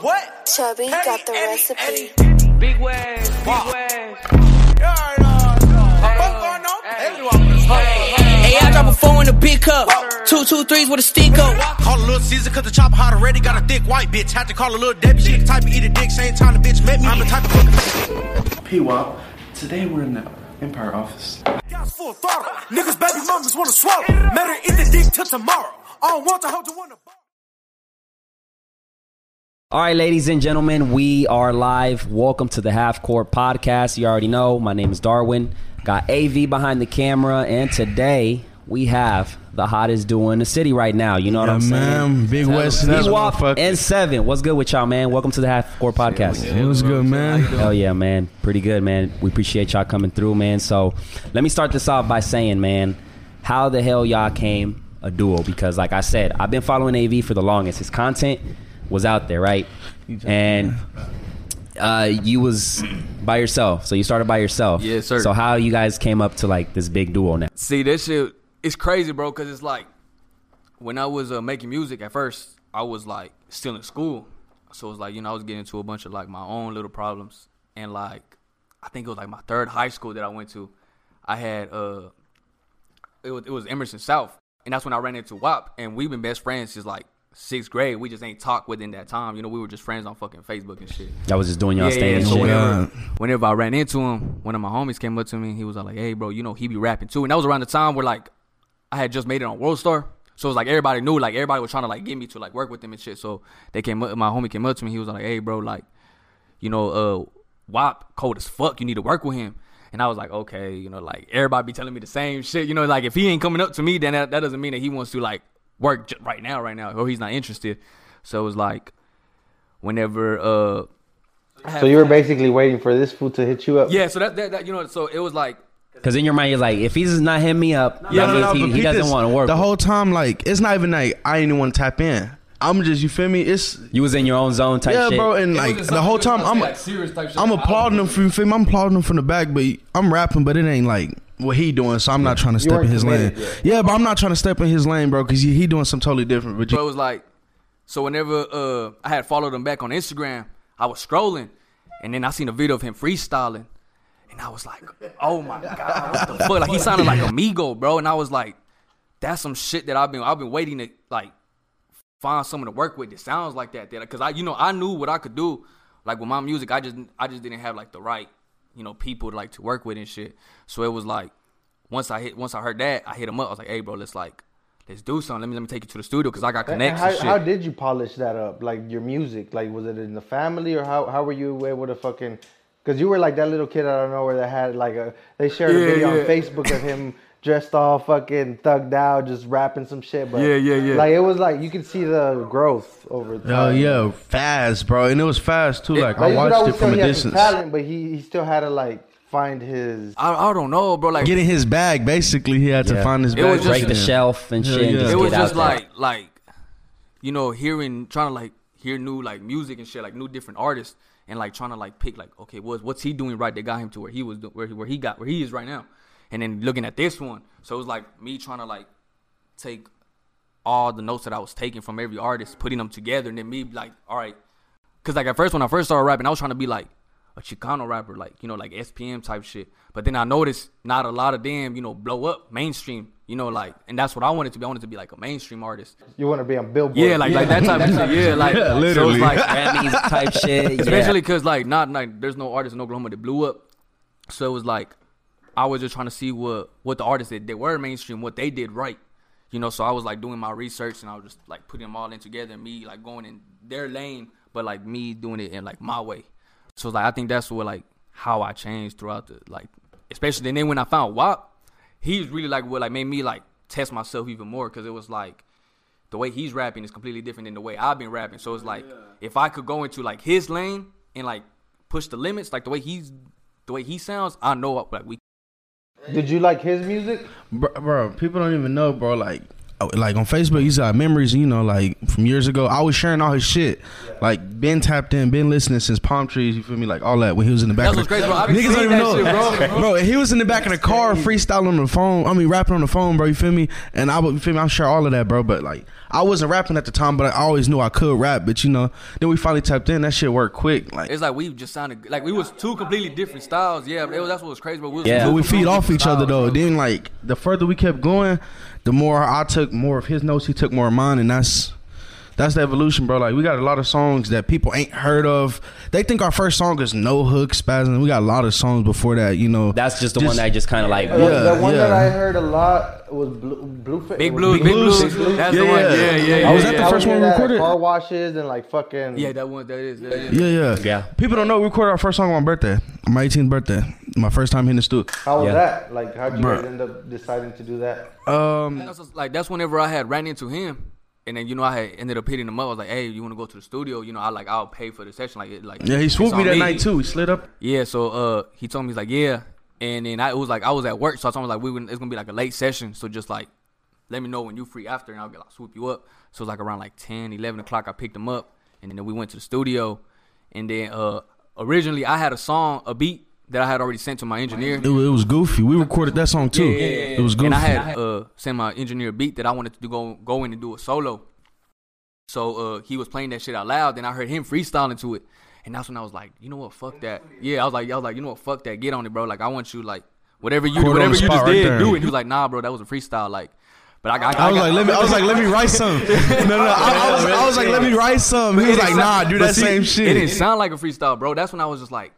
Chubby got the recipe. Big waves, big waves. Hey, I drop a four in a big cup. Two two threes with a stick up. Call a little Caesar cause the chopper hot already got a thick white bitch. Had to call a little Debbie, she the type of eat a dick, same time the bitch met me. I'm the type of fucking PWAP. Today we're in the Empire office. Guys full throttle, niggas baby mamas wanna swallow. Matter eat the dick till tomorrow. I don't want the hoe to wanna All right, ladies and gentlemen, we are live. Welcome to the Half Court Podcast. You already know my name is Darwin. Got AV behind the camera, and today we have the hottest duo in the city right now. You know what I'm saying? man, Big West. Big Wop and Seven. What's good with y'all, man? Welcome to the Half Court Podcast. It was good, man. Hell yeah, man. Pretty good, man. We appreciate y'all coming through, man. So let me start this off by saying, man, how the hell y'all came a duo? Because, like I said, I've been following AV for the longest. His content was out there, right? And uh, you was by yourself. So you started by yourself. Yes, sir. So how you guys came up to like this big duo now? See, that shit, it's crazy, bro, because it's like when I was uh, making music at first, I was like still in school. So it was like, you know, I was getting into a bunch of like my own little problems. And like, I think it was like my third high school that I went to, I had, uh, it was, it was Emerson South. And that's when I ran into WAP. And we've been best friends since like sixth grade. We just ain't talked within that time. You know, we were just friends on fucking Facebook and shit. Y'all was just doing y'all stage. So shit. whenever, whenever I ran into him, one of my homies came up to me. He was like, "Hey, bro, you know he be rapping too." And that was around the time where like I had just made it on World Star, so it was like everybody knew. Like everybody was trying to like get me to like work with them and shit. So they came up. My homie came up to me. He was like, "Hey, bro, like you know, uh, WAP cold as fuck. You need to work with him." And I was like, okay, you know, like everybody be telling me the same shit. You know, like if he ain't coming up to me, then that, that doesn't mean that he wants to like work j- right now, right now, or he's not interested. So it was like, whenever uh, I had- So you were basically waiting for this fool to hit you up. yeah. So that, that that you know, so it was like Because in your mind, you're like, if he's not hitting me up, that Yeah, no, no, no, means but he, he peep doesn't this. want to work. The with whole time, like, it's not even like I didn't want to tap in. I'm just, you feel me? It's me." you was in your own zone type yeah, shit. bro, and wasn't like the something whole that time, was, I'm like, serious type shit. I'm I don't applauding him from, you feel me? I'm applauding him from the back, but I'm rapping, but it ain't like what he doing, so I'm not trying to step in weren't his lane. committed Yeah, but I'm not trying to step in his lane, bro, because he, he doing something totally different. But So you, it was like, so whenever uh, I had followed him back on Instagram, I was scrolling, and then I seen a video of him freestyling, and I was like, oh my god, what the fuck? Like he sounded like Amigo, bro, and I was like, that's some shit that I've been I've been waiting to like find someone to work with that sounds like that. That because I you know I knew what I could do, like with my music, I just I just didn't have like the right you know people like to work with and shit. So it was like once I hit once I heard that, I hit him up. I was like, hey, bro, let's like. Let's do something. Let me let me take you to the studio because I got And connects how, and shit. how did you polish that up? Like your music, like was it in the family or how, how were you able to fucking? Because you were like that little kid out of nowhere that had like a. They shared Yeah, a video yeah. on Facebook of him dressed all fucking thugged out, just rapping some shit. But Yeah, yeah, yeah. Like it was like you could see the growth over time. oh yeah, fast, bro, and it was fast too. Like Like, I you could watched always it tell from a he had some distance, talent, but he, he still had to like find his. I, I don't know, bro. Like getting his bag. Basically, he had Yeah. to find his It bag. was just- break the Yeah. shelf and Yeah, shit. and yeah. just it was get just out there. like like you know hearing trying to like hear new like music and shit like new different artists and like trying to like pick like okay what's what's he doing right that got him to where he was do- where he, where he got where he is right now and then looking at this one so it was like me trying to like take all the notes that I was taking from every artist putting them together and then me like all right Cause like at first when I first started rapping, I was trying to be like a Chicano rapper, like you know, like SPM type shit. But then I noticed not a lot of them, you know, blow up mainstream. You know, like, and that's what I wanted to be. I wanted to be like a mainstream artist. You want to be on Billboard? Yeah, like like that type of shit. Yeah, like so it's literally. like Grammys type shit. yeah. especially because like not like there's no artist in Oklahoma that blew up. So it was like I was just trying to see what what the artists that they were mainstream, what they did right. You know, so I was like doing my research and I was just like putting them all in together and me like going in their lane, but like me doing it in like my way. So like I think that's what like how I changed throughout the like especially and then when I found WAP, he's really like what like made me like test myself even more because it was like the way he's rapping is completely different than the way I've been rapping. So it's like if I could go into like his lane and like push the limits, like the way he's the way he sounds, I know like we Did you like his music? bro, bro, people don't even know, bro. Like oh, like on Facebook, he's like memories, you know, like from years ago. I was sharing all his shit, like been tapped in, been listening since palm trees. You feel me? Like all that when he was in the back. That's of the, what's crazy, bro. I be Niggas don't seeing even that shit, know, bro. bro. He was in the back of the car, freestyling on the phone. I mean, rapping on the phone, bro. You feel me? And I would you feel me. I'm sure all of that, bro. But like, I wasn't rapping at the time, but I always knew I could rap. But you know, then we finally tapped in. That shit worked quick. Like, It's like we just sounded like we was two completely different styles. Yeah, but it was, that's what was crazy. But we was Yeah. two But we feed completely off each different other though. styles, bro. Then like the further we kept going, the more I took more of his notes, he took more of mine, and that's that's the evolution, bro. Like we got a lot of songs that people ain't heard of. They think our first song is no hook spasm. We got a lot of songs before that, you know. That's just the one that just kind of like. uh, Yeah, the one that yeah. I heard a lot was Blue, Blueface. Big was Blue, Big Blue. Blues. That's Yeah, the one. yeah. Yeah, yeah, yeah. I Oh, was yeah, at the yeah. I first would one hear that at recorded. Car washes and like fucking. Yeah, that one. That is. That is. Yeah, yeah, Yeah. People don't know we recorded our first song on my birthday, my 18th birthday, my first time hitting the studio. How was Yeah. that? Like, how'd you Bruh. guys end up deciding to do that? Um, That's just- like that's whenever I had ran into him, and then you know I had ended up hitting him up. I was like, "Hey, you want to go to the studio? You know, I like I'll pay for the session. Like, it, like yeah, he it's swooped me on that night too. He slid up. Yeah, so uh, he told me he's like, "Yeah," and then I it was like I was at work, so I told him like we were, it's gonna be like a late session, so just like let me know when you free after, and I'll get like swoop you up. So it was like around like 10, 11 o'clock. I picked him up, and then we went to the studio, and then uh, originally I had a song, a beat that I had already sent to my engineer. It, wa- it was goofy. We recorded that song too. It was goofy. And I had uh, sent my engineer a beat that I wanted to go go in and do a solo. So uh, he was playing that shit out loud. Then I heard him freestyling to it, and that's when I was like, you know what, fuck that. Yeah, I was like, I was like, you know what, fuck that. Get on it, bro. Like I want you like whatever you Record on whatever the you spot just right did, there. do it. He was like, nah, bro, that was a freestyle. Like, but I, I, I was got- like, let me. I was like, let me write some. No, no. no, I, I was, I was like, let me write some. He was like, nah, do that But see, same It didn't shit. sound like a freestyle, bro. That's when I was just like,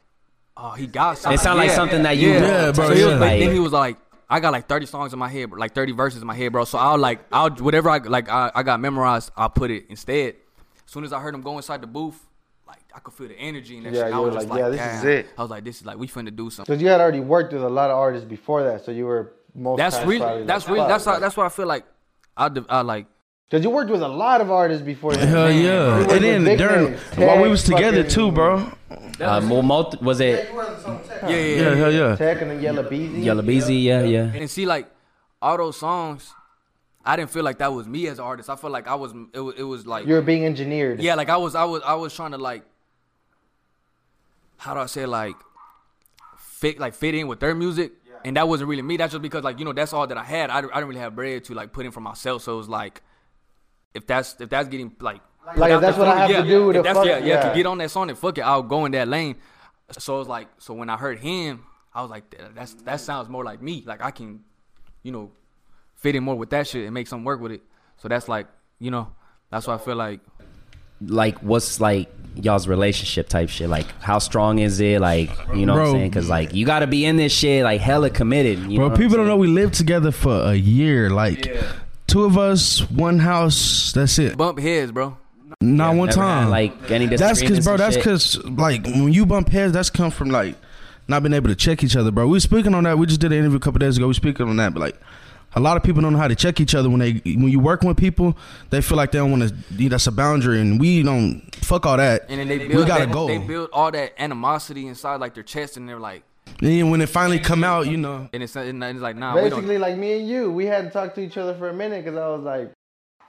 oh, he got something. It sound like Yeah. something that you. Yeah. Yeah, bro, So he was, yeah. but then he was like, I got like 30 songs in my head, bro, like 30 verses in my head, bro. So I'll like, I'll whatever I like, I, I got memorized, I'll put it instead. As soon as I heard him go inside the booth, like I could feel the energy and that Yeah, shit. I you was were just like, like, yeah, this is damn. it. I was like, this is like, we finna do something. Because you had already worked with a lot of artists before that, so you were most. That's times probably really, like, that's really, fuck, that's how, like- that's why I feel like I, de- I like, Cause you worked with a lot of artists before. that. Hell Man, yeah! we were And then big during names. while we Tech, was together fucking- too, bro. Uh, well, multi- was it yeah, yeah, yeah. Yeah, hell yeah. Tech and then Yellow Beezy. Yellow Beezy? Yeah, yeah. And see, like all those songs, I didn't feel like that was me as an artist. I felt like I was, it was, it was like You were being engineered. Yeah, like I was, I was, I was trying to like, how do I say like, fit like fit in with their music, and that wasn't really me. That's just because like you know that's all that I had. I, I didn't really have bread to like put in for myself. So it was like, if that's if that's getting like put Like, if out that's there what I for me, have to do, if then that's- fuck yeah, it, yeah, yeah. To get on that song and fuck it, I'll go in that lane. So it was like, so when I heard him, I was like, "Th- that's that sounds more like me. Like I can, you know, fit in more with that shit and make something work with it. So that's like, you know, that's why I feel like Like, what's like y'all's relationship type shit? Like, how strong is it? Like, you know what Bro. I'm saying? Because like, you got to be in this shit like hella committed. You know Bro, what I'm people don't saying? know we lived together for a year. Like, two of us, one house. That's it. bump heads, bro. Not one Never had, time. like any That's because, disagreements bro. and That's shit? because, like, when you bump heads, that's come from like not being able to check each other, bro. We was speaking on that. We just did an interview a couple days ago. We speaking on that, but like, a lot of people don't know how to check each other when they when you working with people. They feel like they don't want to. That's a boundary, and we don't fuck all that. And then they build we got a that- goal. They build all that animosity inside like their chest, and they're like, and then when it finally come out, you know. and it's, and it's like, nah, we Basically, don't. like me and you, we hadn't talked to each other for a minute because I was like,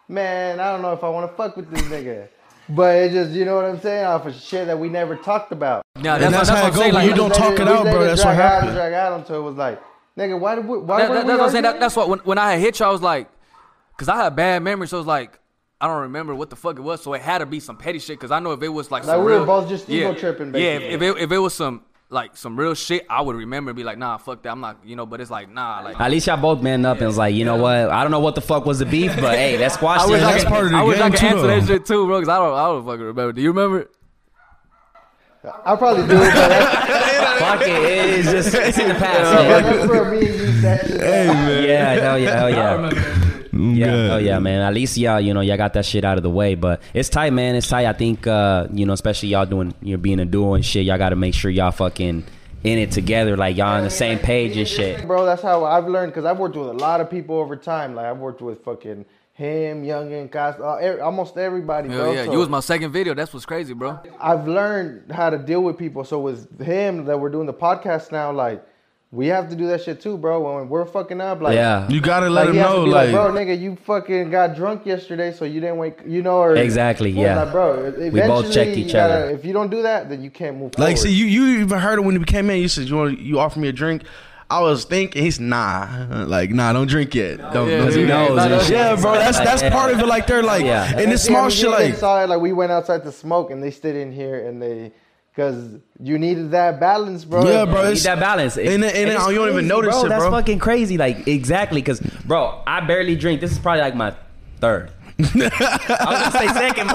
man, I don't know if I want to fuck with this nigga. But it just, you know what I'm saying, off of shit that we never talked about. Nah, And that's, what- how what it I'm go when saying, like, you don't We let talk it- it we out, let bro. it That's what drag out and happened. Drag out until it was like, nigga, why did we? Why that- were that- we that's what I'm saying. That, arguing? that's why when, when I had hit you, I was like, because I had bad memories, so it was like, I don't remember what the fuck it was, so it had to be some petty shit. Because I know if it was like, Like, some we were real- both just yeah, ego tripping, Yeah, basically. if, if it, if it was some like some real shit, I would remember and be like, nah, fuck that, I'm not, you know. But it's like, nah, like At least y'all both manned up and was like, you know what? I don't know what the fuck was the beef, but hey, let's squash I this. wish I that's could, part of the I wish I game, could too, answer though. that shit too, bro. Because I don't, I don't fucking remember. Do you remember? I probably do. But that's, Fuck it. It is just it's in the past. man. that's where me and you sat. Yeah, hell yeah, hell yeah. Yeah, good. hell yeah, man. At least y'all, you know, y'all got that shit out of the way. But it's tight, man. It's tight. I think, uh, you know, especially y'all doing, you know, being a duo and shit. Y'all got to make sure y'all fucking in it together, like y'all on the same page and shit. Bro, that's how I've learned because I've worked with a lot of people over time. Like I've worked with fucking him, Young and Cost, uh, er, almost everybody. Hell bro. yeah, So you was my second video. That's what's crazy, bro. I've learned how to deal with people. So with him that we're doing the podcast now, like we have to do that shit too, bro. When we're fucking up, like yeah. You gotta let like, him he has to know, be like, bro, nigga, you fucking got drunk yesterday, so you didn't wake, you know, or Exactly, It's yeah. like, bro, e-, eventually checked you each gotta- other. If you don't do that, then you can't move. like, see, forward. you you even heard it when he came in. You said you want you offer me a drink. I was thinking he's nah, like nah, don't drink yet. Don't, Yeah, don't yeah, do yeah. that. Nah, that's- Yeah, bro, that's that's part of it. Like they're like, Yeah. and it's Yeah, small we shit. even Like saw it, like we went outside to smoke, and they stayed in here, and they, cause you needed that balance, bro. Yeah, bro, need that balance. and then- and then it's you don't even notice bro, it, That's bro. fucking crazy. Like exactly, because bro, I barely drink. This is probably like my third. I was gonna say second.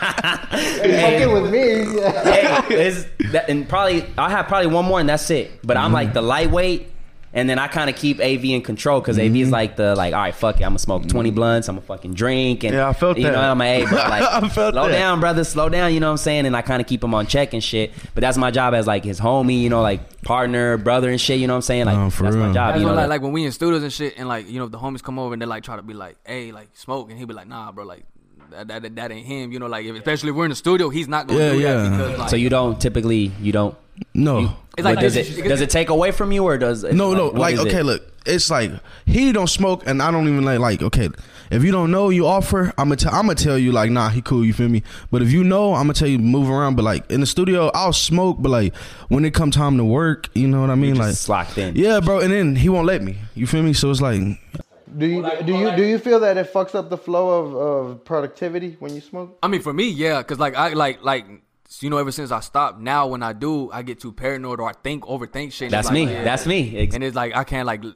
but- fucking and, with me. hey, it's- that- and probably I have probably one more, and that's it. But I'm Mm-hmm. like the lightweight. And then I kind of keep AV in control because AV Mm-hmm. is like the like, all right, fuck it, I'm gonna smoke twenty blunts, I'm gonna fucking drink, and Yeah, I felt you that. know, I'm like, hey, bro, like, I felt slow that. down, brother, slow down, you know what I'm saying? And I kind of keep him on check and shit. But that's my job as like his homie, you know, like partner, brother, and shit. You know what I'm saying? Like No, for that's my real. job. That's You know, why, like, like, like when we in studios and shit, and like you know, if the homies come over and they like try to be like, "Hey, like smoke," and he be like, "Nah, bro, like that that, that, that ain't him." You know, like if, especially if we're in the studio, he's not gonna Yeah, do that yeah. because like so you don't typically you don't. no, It's like but does this- it does it take away from you or does it, no, no. what Like is it? okay, look, it's like he don't smoke, and I don't even like like okay. If you don't know, you offer. I'm gonna tell. I'm gonna tell you like nah, he cool. You feel me? But if you know, I'm gonna tell you move around. But like in the studio, I'll smoke. But like when it come time to work, you know what I mean? just like locked in. Yeah, bro. And then he won't let me. You feel me? So it's like do you do you do you feel that it fucks up the flow of, of productivity when you smoke? I mean, for me, yeah, cause like I like like you know, ever since I stopped, now when I do, I get too paranoid or I think overthink shit. and it's That's like, me. yeah. That's me. Ex- And it's like I can't like But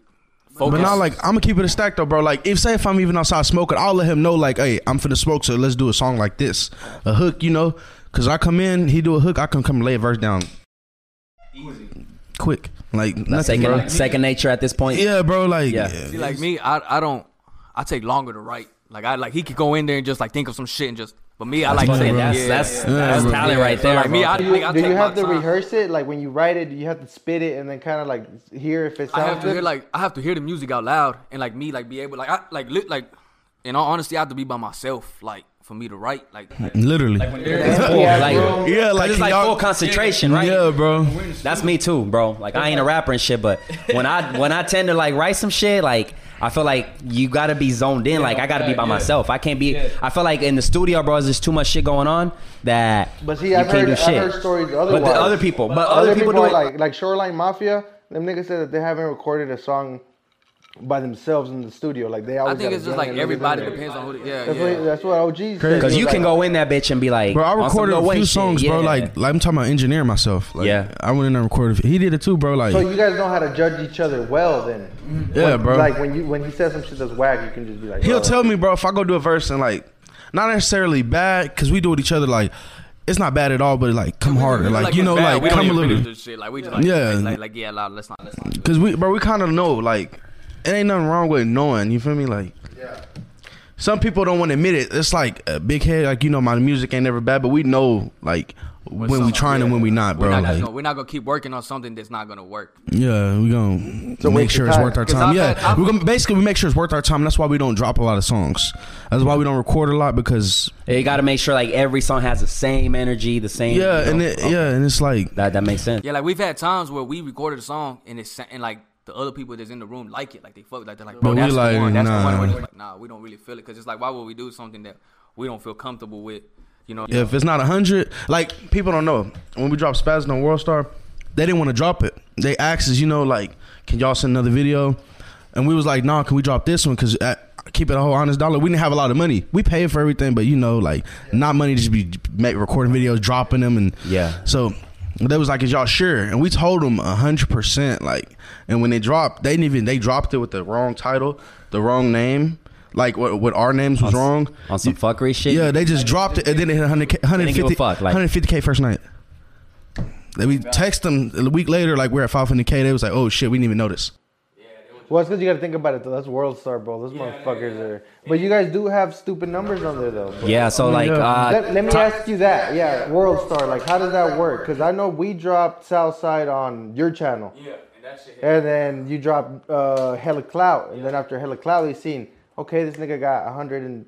focus. not like I'm gonna keep it a stack though, bro. Like if say if I'm even outside smoking, I'll let him know like, hey, I'm finna smoke, so let's do a song like this, a hook, you know? Cause I come in, he do a hook, I can come lay a verse down, quick, like That's nothing, second, bro. second nature at this point. Yeah, bro. Like Yeah. See, like me, I I don't. I take longer to write. Like I like he could go in there and just like think of some shit and just. But me, I like That's, to- that's, yeah, that's, yeah. that's talent right So, there. like me, bro. I, Do you, like, I do you take have my to time. rehearse it? Like when you write it, do you have to spit it and then kind of like hear if it sounds I have to good? hear like I have to hear the music out loud and like me like be able like I like lit like in all honesty I have to be by myself like for me to write like literally. Full, Yeah, like, bro. yeah, like, it's like y'all- full concentration, right? Yeah, bro. That's me too, bro. Like I ain't a rapper and shit, but when I when I tend to like write some shit, like I feel like you gotta be zoned in. Like I gotta be by myself. I can't be. I feel like in the studio, bro, there's just too much shit going on that But see, you I've can't heard, do I've shit. heard stories but otherwise. the other people, but other, people, do it. like like Shoreline Mafia. Them niggas said that they haven't recorded a song by themselves in the studio. Like they I always. think got it's a just drummer like and everything everybody in there. depends on who the, yeah That's yeah what, that's what OG said. because He you was can like, go in that bitch and be like, Bro, I on some recorded Lil a Wayne few shit. songs, bro. Yeah. Like, like I'm talking about engineering myself. Like, Yeah. I went in and recorded. He did it too, bro. Like, So you guys know how to judge each other well, then. yeah, bro. Like when you when he says some shit that's whack, you can just be like. He'll oh. tell me, bro, if I go do a verse and like, not necessarily bad, because we do it each other. Like, it's not bad at all, but like, come harder, like, you it's know, bad. like, we don't come a even little, finish this shit. like we just like Yeah. like, like, like, yeah loud let's not let's not because we, bro, we kind of know, like, it ain't nothing wrong with knowing. You feel me, like. Some people don't want to admit it. It's like a big head, like you know, my music ain't never bad, but we know like when we some- trying yeah. and when we not, we're bro. not, like, gonna, we're not gonna keep working on something that's not gonna work Yeah, we gonna make waste sure your it's time. worth our 'Cause time. I've yeah, had- I've- we're gonna basically we make sure it's worth our time. That's why we don't drop a lot of songs. That's why we don't record a lot because you gotta make sure like every song has the same energy, the same. yeah, you know, and it, yeah, and it's like that that makes sense. yeah like we've had times where we recorded a song and it's and like the other people that's in the room like it like they fuck like they're like bro But we that's like, the one that's the nah. one where it's like nah we don't really feel it because it's like why would we do something that we don't feel comfortable with you know if it's not a hundred, like people don't know when we dropped Spaz on World Star, they didn't want to drop it. They asked us, you know, like, can y'all send another video? And we was like, nah, can we drop this one? Because keep it a whole honest dollar. We didn't have a lot of money. We paid for everything, but you know, like, not money to just be make, recording videos, dropping them, and Yeah. So they was like, is y'all sure? And we told them hundred percent, like. And when they dropped, they didn't even they dropped it with the wrong title, the wrong name. Like what, what our names was wrong on some fuckery shit. yeah, they just dropped it and then it hit 100K, 150, give a fuck, like- 150K first night. Then we text them a week later, like we're at 500K. They was like, oh shit, we didn't even notice. Well, it's because you got to think about it though. That's World Star, bro. Those motherfuckers are. But you guys do have stupid numbers on there though. bro. Yeah, so like, Yeah. uh, let, let me ask you that. Yeah, World Star. Like, how does that work? Because I know we dropped Southside on your channel. Yeah, and that shit. And then you dropped uh, Hella Clout, and then after Hella Clout, they seen okay, this nigga got 100 and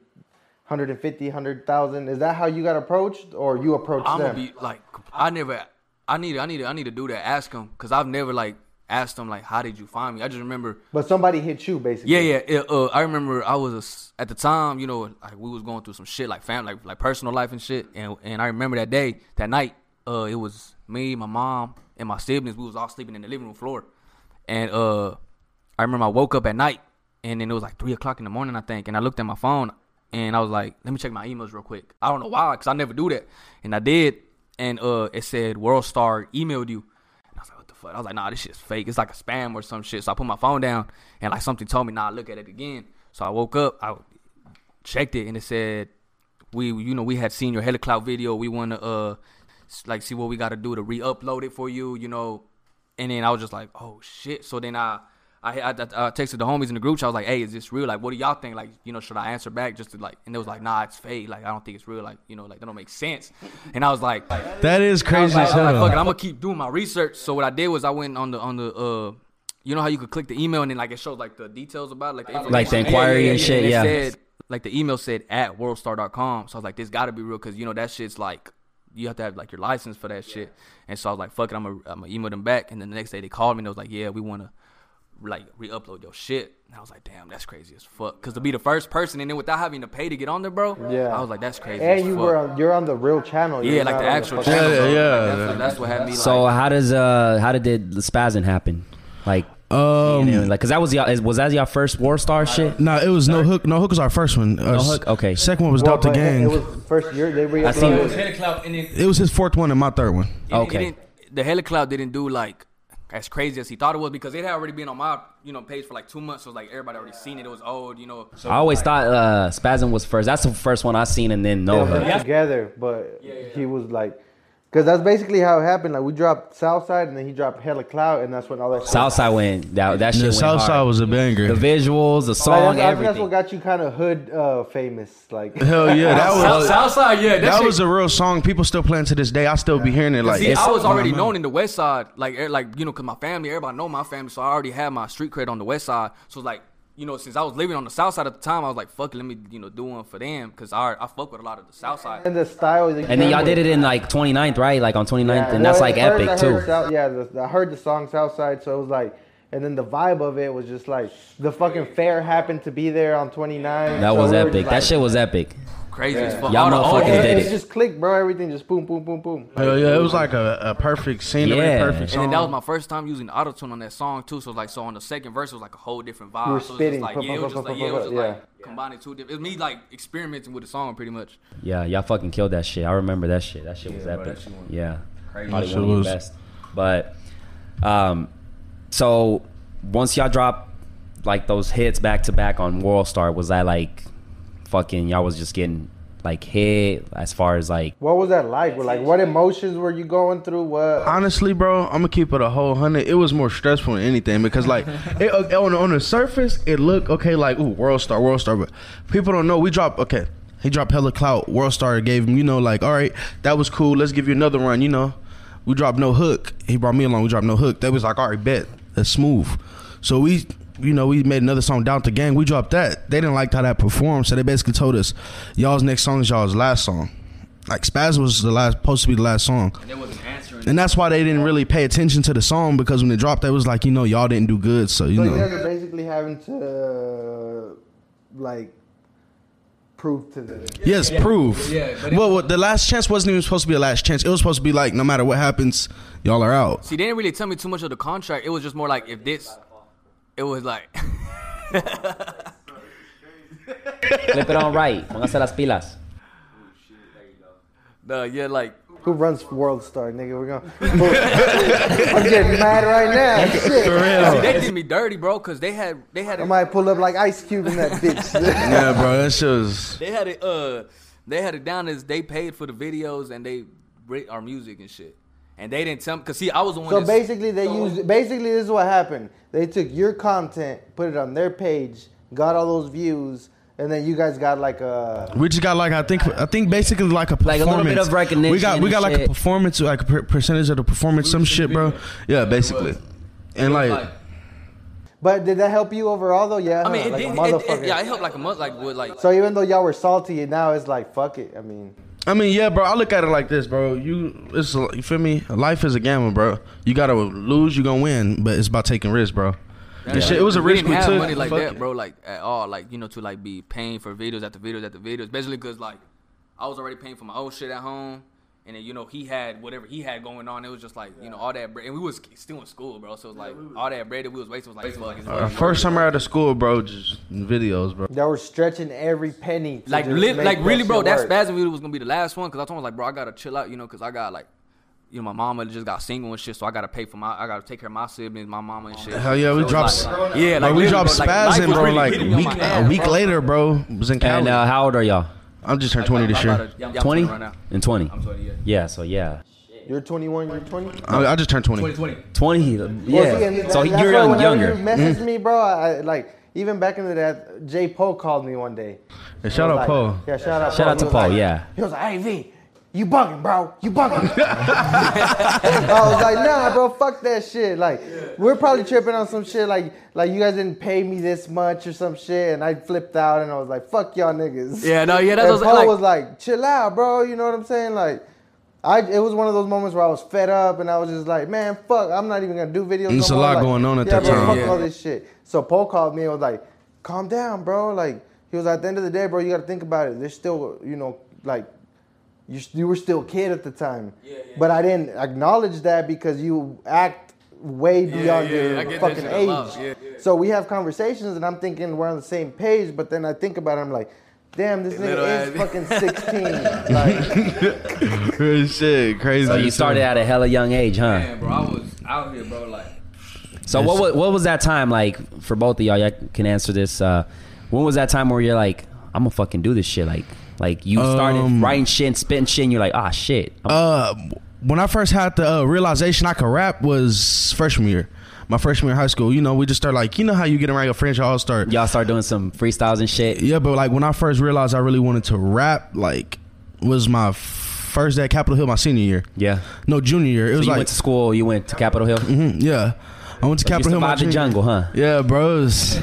150, 100,000. Is that how you got approached, or you approached I'm them? gonna be like, I never, I need, I need, I need to do that. Ask him because I've never like asked him like, "How did you find me?" I just remember But somebody hit you basically. Yeah, yeah. yeah, uh, I remember I was a s at the time, you know, like we was going through some shit, like family, like, like personal life and shit. And and I remember that day, that night, uh, it was me, my mom, and my siblings. We was all sleeping in the living room floor, and uh, I remember I woke up at night, and then it was like three o'clock in the morning, I think. And I looked at my phone, and I was like, let me check my emails real quick. I don't know why, cause I never do that, and I did, and uh, it said World Star emailed you. And I was like, what the fuck? I was like, nah, this shit's fake. It's like a spam or some shit. So I put my phone down and like something told me, nah, look at it again. So I woke up, I checked it and it said, we, you know, we had seen your HeliCloud video. We want to, uh, s- like see what we got to do to re-upload it for you, you know. And then I was just like, oh shit. So then I, I, I, I texted the homies in the group. chat. I was like, hey, is this real? Like, what do y'all think? Like, you know, should I answer back? Just to like, and they was like, nah, it's fake. Like, I don't think it's real. Like, you know, like that don't make sense. And I was like That is crazy as I was like, fuck it, hell. I'm gonna keep doing my research. So what I did was I went on the on the uh, you know how you could click the email and then like it shows like the details about it, like the Like the information. inquiry and shit, it yeah. said- like the email said at worldstar.com. So I was like, this gotta be real because you know that shit's like you have to have like your license for that shit. And so I was like, fuck it, I'm gonna I'm gonna email them back. And then the next day they called me and they was like, yeah, we wanna like re-upload your shit. And I was like, damn, that's crazy as fuck. Cause to be the first person and then without having to pay to get on there, bro. Yeah. I was like, that's crazy. as And you fuck. were on, you're on the real channel. yeah, you're like not the on actual fucking- channel. Yeah, bro. yeah, Like, that's, what- that's what had me. like, So how does uh how did the, the spasm happen? Like Um, you know, like cause that was y'all is- was that y'all first war star shit? Nah, it was no hook. No hook was our first one. Uh, No Hook? Okay. Second one was Well, Delta but it- Gang. It was first year they re I seen it. uploaded. Hella Cloud and it, it was his fourth one and my third one. Okay. it didn't, the Hella Cloud didn't do like as crazy as he thought it was because it had already been on my you know page for like two months. So like everybody already seen it. It was old, you know. I always thought uh spasm was first. That's the first one I seen and then no Hook. together, but he was like, because that's basically how it happened. Like we dropped Southside, and then he dropped Hella Cloud, and that's when all that. shit- Southside went that that shit The went South hard. Side was a banger. the visuals, the Like, song, Oh, that's- I think that's what everything. got you kind of hood uh, famous. Like Hell yeah, that South- was Southside, yeah, that, that shit- was a real song. People still playing to this day. I still be hearing it. Like See, it's- I was already known in the West Side, like er- like you know, cause my family, everybody know my family, so I already had my street cred on the West Side. So like you know, since I was living on the South Side at the time, I was like, fuck, it, let me you know do one for them, cause I I fuck with a lot of the South Side. and the style. that you And then y'all done did with- it in like 29th, right? Like on 29th, Yeah, and that's well, like at first I epic heard too. South- yeah, the, I heard the song Southside, so it was like, and then the vibe of it was just like the fucking fair happened to be there on 29. That so was we were just epic. like- That shit was epic. Crazy as fuck. Y'all All the old motherfuckers It, did it it. just clicked, bro. Everything just boom, boom, boom, boom. Hell yeah, it was like a, a perfect scenery, Yeah. perfect And song. then that was my first time using auto tune on that song too. So like, so on the second verse it was like a whole different vibe. You were so spitting, It was puh, just like, yeah, it was just puh, puh, like, puh, yeah, it was puh, just puh, like combining two different. It was me like experimenting with the song pretty much. Yeah, y'all fucking killed that shit. I remember that shit. That shit was epic. yeah, probably That one shit of was- the best. But um, so once y'all drop like those hits back to back on World Star, was that like fucking y'all was just getting like hit as far as like What was that like? Like, what emotions were you going through? What? Honestly, bro, I'm gonna keep it a whole hundred. It was more stressful than anything because, like, it, uh, on on the surface, it looked okay, like ooh, world star, world star, but people don't know. We dropped okay. He dropped hella clout. World star gave him, you know, like, all right, that was cool. Let's give you another run. You know, we dropped no hook. He brought me along. We dropped no hook. That was like, all right, bet that's smooth. So we. You know, we made another song, Down the Gang. We dropped that. They didn't like how that performed, so they basically told us, y'all's next song is y'all's last song. Like, Spaz was the last, supposed to be the last song. It wasn't answering. And that's why they didn't really pay attention to the song because when it dropped, they was like, you know, y'all didn't do good, so you So you guys know. are basically having to, uh, like, prove to them. Yes, proof. Yeah, but it- well, well, the last chance wasn't even supposed to be a last chance. It was supposed to be like, no matter what happens, y'all are out. See, they didn't really tell me too much of the contract. It was just more like if this, it was like. flip it on right. Póngase las pilas. Uh, yeah, like Who runs World Star, nigga? We're going. I'm getting mad right now. Shit. see, they did me dirty, bro, cause they had they had I a, might pull up like Ice Cube in that bitch. Yeah, bro, that shit was. they had it uh they had it down as they paid for the videos and they rate our music and shit, and they didn't tell me cause see I was the one. so that's- basically, they used. Basically, this is what happened. They took your content, put it on their page, got all those views, and then you guys got like a. We just got like I think I think basically like a performance. Like a little bit of recognition We got we got and like a shit. performance, like a per- percentage of the performance, some shit, bro. Yeah, basically. And like, like But did that help you overall though? Yeah. I mean, it uh, like a did. It, motherfucker. it, yeah, it helped like a month, like with like. So even though y'all were salty, now it's like fuck it. I mean, I mean, yeah, bro. I look at it like this, bro. You, it's a- you feel me? Life is a gamble, bro. You gotta lose, you gonna win, but it's about taking risks, bro. And shit, it was a we risk didn't we, have took. money like Fuck that, it. bro. Like at all, like you know, to like be paying for videos after videos after videos, basically because like I was already paying for my own shit at home, and then you know he had whatever he had going on. It was just like you know all that bread, and we was still in school, bro. So it was like all that bread that we was wasting was like fuck, it's Uh, wasn't first worth summer it. out of school, bro. Just videos, bro. That were stretching every penny. to Like, just li- make like that really, bro. shit That work. spasm video was gonna be the last one because I told him like, bro, I gotta chill out, you know, because I got like, you know, my mama just got single and shit, so I gotta pay for my, I gotta take care of my siblings, my mama and shit. Hell yeah, we So, dropped. like, yeah, like bro, we literally, dropped bro, like, life spasm, was bro. really like hitting me on week, my ass, a week bro. later, bro. Was in And Cali. uh, how old are y'all? I'm just turned 20 this I'm year. about to- yeah, I'm 20 right now. and 20. I'm 20, yeah. Yeah, so yeah. You're 21. You're 20. I, I just turned 20. 2020. 20, Well, see, yeah. and so that- that's you're why young, whenever younger. Mm-hmm. You messaged me, bro. I, I- like even back in the day, J. Paul called me one day. And shout out Like, Paul. Yeah, shout out. Shout out He to was Paul, like- yeah. He was like, "Hey V, you bugging, bro? You bugging?" I was like, "Nah, bro, fuck that shit. Like, we're probably tripping on some shit. Like, like you guys didn't pay me this much or some shit." And I flipped out and I was like, "Fuck y'all niggas." Yeah, no, yeah, that's what I And was Paul like- was like, "Chill out, bro. You know what I'm saying? Like." I, it was one of those moments where I was fed up and I was just like, man, fuck, I'm not even gonna do videos. There's no a more." lot Like, going on at yeah, that bro, time. fuck Yeah. all this shit. So Paul called me and was like, calm down, bro. Like, he was like, at the end of the day, bro, you gotta think about it. There's still, you know, like, you, you were still a kid at the time. But I didn't acknowledge that because you act way beyond yeah, I your get that fucking shit a age. lot. Yeah, yeah. So we have conversations and I'm thinking we're on the same page, but then I think about it, I'm like, damn, this Little nigga is ass. fucking 16. like, Shit, crazy. So you started at a hella young age, huh? Man, bro, I was out here, bro. Like, So what was, what was that time like for both of y'all? Y'all can answer this. Uh, when was that time where you're like, I'm gonna fucking do this shit? Like, like you started Um, writing shit and spitting shit, and you're like, ah, shit. I'm- Uh, when I first had the uh, realization I could rap was freshman year. My freshman year in high school, you know, we just start like, you know how you get around your friends, y'all start. y'all start doing some freestyles and shit. Yeah, but like when I first realized I really wanted to rap, like, was my first day at Capitol Hill, my senior year. Yeah. No, junior year. It So was you like, went to school. You went to Capitol Hill. You mm, yeah. I went to Capitol Hill. my survived the junior- jungle, huh? Yeah, bros.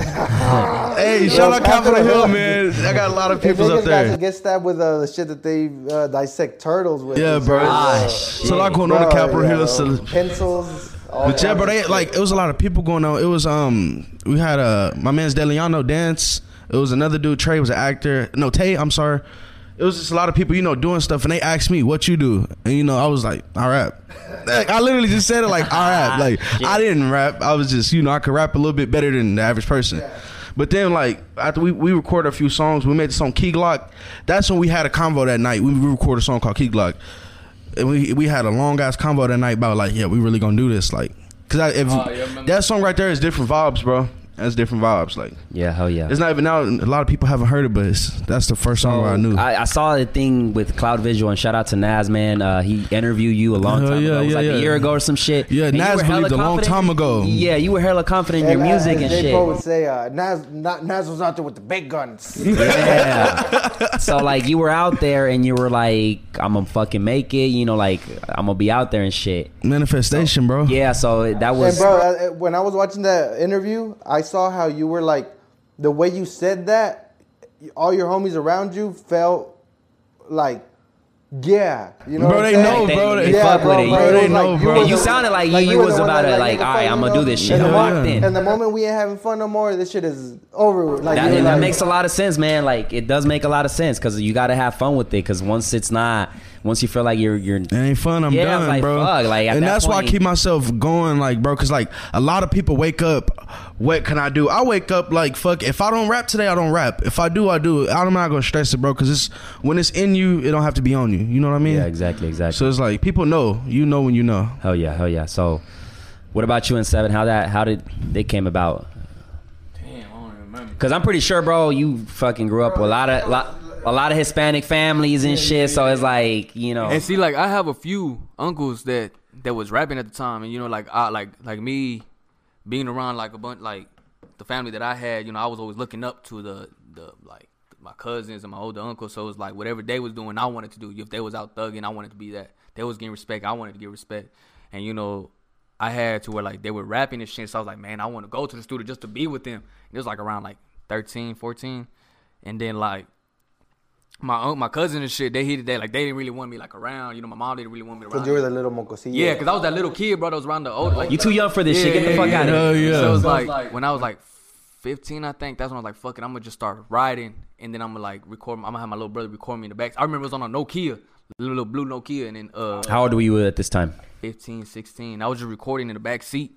hey, shout out Capitol Capitol Hill, Hill. man. I got a lot of If peoples niggas up there. got to get stabbed with uh, the shit that they uh, dissect turtles with. Yeah, It's bro. Ah, It's a lot going on Bro, at Capitol yeah, Hill. bro. So pencils. all But yeah, kinds bro, of they shit. like it was a lot of people going on. It was um, we had uh, my man's Deliano dance. It was another dude. Trey was an actor. No, Tay. I'm sorry. It was just a lot of people, you know, doing stuff, and they asked me what you do, and you know, I was like, I rap. Like, I literally just said it like I rap. Like I didn't rap. I was just, you know, I could rap a little bit better than the average person. But then, like after we, we recorded a few songs, we made the song Key Glock. That's when we had a convo that night. We we recorded a song called Key Glock and we we had a long ass convo that night about like, yeah, we really gonna do this, like, cause I, if, Oh, yeah, I remember. that song right there is different vibes, bro. That's different vibes. Like, Yeah, hell yeah. it's not even out. and A lot of people haven't heard it, but it's, that's the first song where I knew. I, I saw the thing with Cloud Visual and shout out to Nas, man. Uh, he interviewed you a long Hell time yeah, ago. It was yeah, like yeah. a year ago or some shit. Yeah, And you Nas were hella believed a long confident- time ago. Yeah, you were hella confident in your And, uh, music and J. shit. Cole would say, uh, Nas, Na- Nas was out there with the big guns. Yeah. so like you were out there and you were like, I'm gonna fucking make it. You know, like I'm gonna be out there and shit. Manifestation, bro. Yeah. So that and was bro, uh, when I was watching that interview, I saw how you were like, the way you said that, all your homies around you felt like, yeah, you know. Bro, what I'm they saying? know, Like, bro. they- They, they fuck bro, with it. Bro, You- they was know, like- bro. were You the- sounded like you- you were was the one about that, it, like, "What the "Alright, fuck, I'ma you do know?" this shit." And Yeah, the, moment, yeah. and the moment we ain't having fun no more, this shit is over. with. Like, That, you're and that like- makes a lot of sense, man. Like it does make a lot of sense because you got to have fun with it. Because once it's not, once you feel like you're you're It ain't fun. I'm Yeah, I was done, like, bro. fuck, like, at and that that's why I point- keep myself going, like, bro, because like a lot of people wake up. What can I do? I wake up like, fuck. If I don't rap today, I don't rap. If I do, I do. I'm not gonna stress it, bro, because it's when it's in you, it don't have to be on you. You know what I mean? yeah, exactly, exactly. So it's like people know. You know when you know. hell yeah, hell yeah. So, what about you and Seven? How that? How did they came about? damn, I don't remember. Because I'm pretty sure, bro, you fucking grew up with a lot of lot, a lot of Hispanic families and shit. So it's like you know, And see, like, I have a few uncles that that was rapping at the time, and you know, like, I like like me being around like a bunch like the family that I had. You know, I was always looking up to the the like my cousins and my older uncles. So it's like whatever they was doing, I wanted to do. If they was out thugging, I wanted to be that. They was getting respect, I wanted to get respect. And you know, I had to where like they were rapping and shit. So I was like, man, I want to go to the studio just to be with them. And it was like around like 13, 14. and then like my uncle, my cousin and shit, they hated that. Like they didn't really want me like around. You know, my mom didn't really want me around. Cause you were the little mocosillo. Yeah, because I was that little kid, bro. That was around the old. Like, You too young for this shit. Get the fuck out of here. Hell yeah. So it was So like, when I was like 15, I think that's when I was like, fuck it, I'm gonna just start riding, and then I'm gonna like record. I'm gonna have my little brother record me in the back. I remember it was on a Nokia, little, little blue Nokia, and then uh, How old were you at this time? 15, 16. I was just recording in the back seat,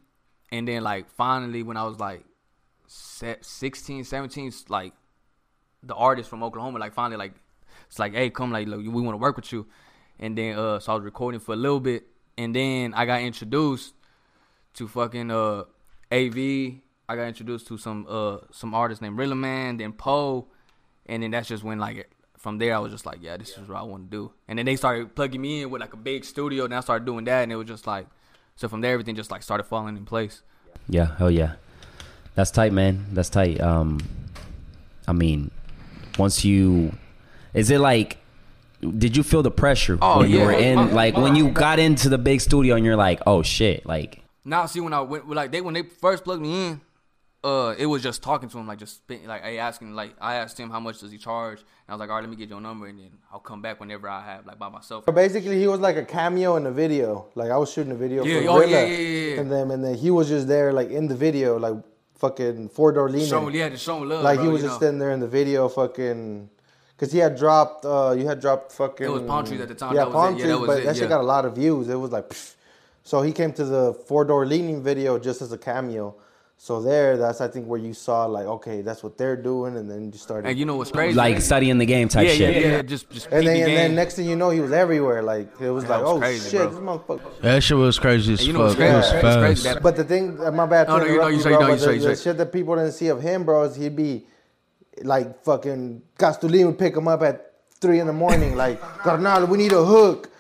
and then like finally when I was like se- 16, 17, s- like the artist from Oklahoma, like finally like it's like, hey, come like look, we want to work with you, and then uh, so I was recording for a little bit, and then I got introduced to fucking uh AV. I got introduced to some uh some artists named Rilla Man, then Poe, and then that's just when like it- from there I was just like, yeah, this is what I want to do. And then they started plugging me in with like a big studio, and I started doing that, and it was just like, so from there everything just like started falling in place. Yeah, hell yeah. That's tight, man. That's tight. Um I mean, once you is it like did you feel the pressure Oh, when you yeah. were in My- like my- when you got into the big studio and you're like, "Oh shit." Like Now see when I went like they when they first plugged me in, uh, it was just talking to him like just spit, like hey, asking like I asked him how much does he charge, and I was like, all right, let me get your number, and then I'll come back whenever I have like by myself. But basically, he was like a cameo in the video. Like I was shooting a video Yeah, for oh, yeah, Rilla, yeah, yeah, yeah. and then and then he was just there, like in the video, like fucking four door leaning. Show yeah, just show love. like Oh, bro, he was you just know? in there in the video, fucking. Cause he had dropped, uh, you had dropped fucking. It was palm trees at the time, Yeah, that was palm it, yeah, trees, that was but it, that yeah. shit got a lot of views. It was like, psh. so he came to the four door leaning video just as a cameo. So there, that's I think where you saw like, okay, that's what they're doing, and then you started. And you know what's crazy? like studying the game type yeah, yeah, shit. yeah, Just, just and then, peep the and then game. next thing you know, he was everywhere. Like it was like, was oh crazy, shit, bro. this motherfucker. That shit was crazy as you know what's fuck. It crazy? was It's crazy fast. that- But the thing, uh, my bad. Oh, No, to no, you- no, interrupt you say- bro, no, you but say- the, you the say. shit that people didn't see of him, bro, is he'd be like fucking Castulin would pick him up at three in the morning, like Carnal, we need a hook.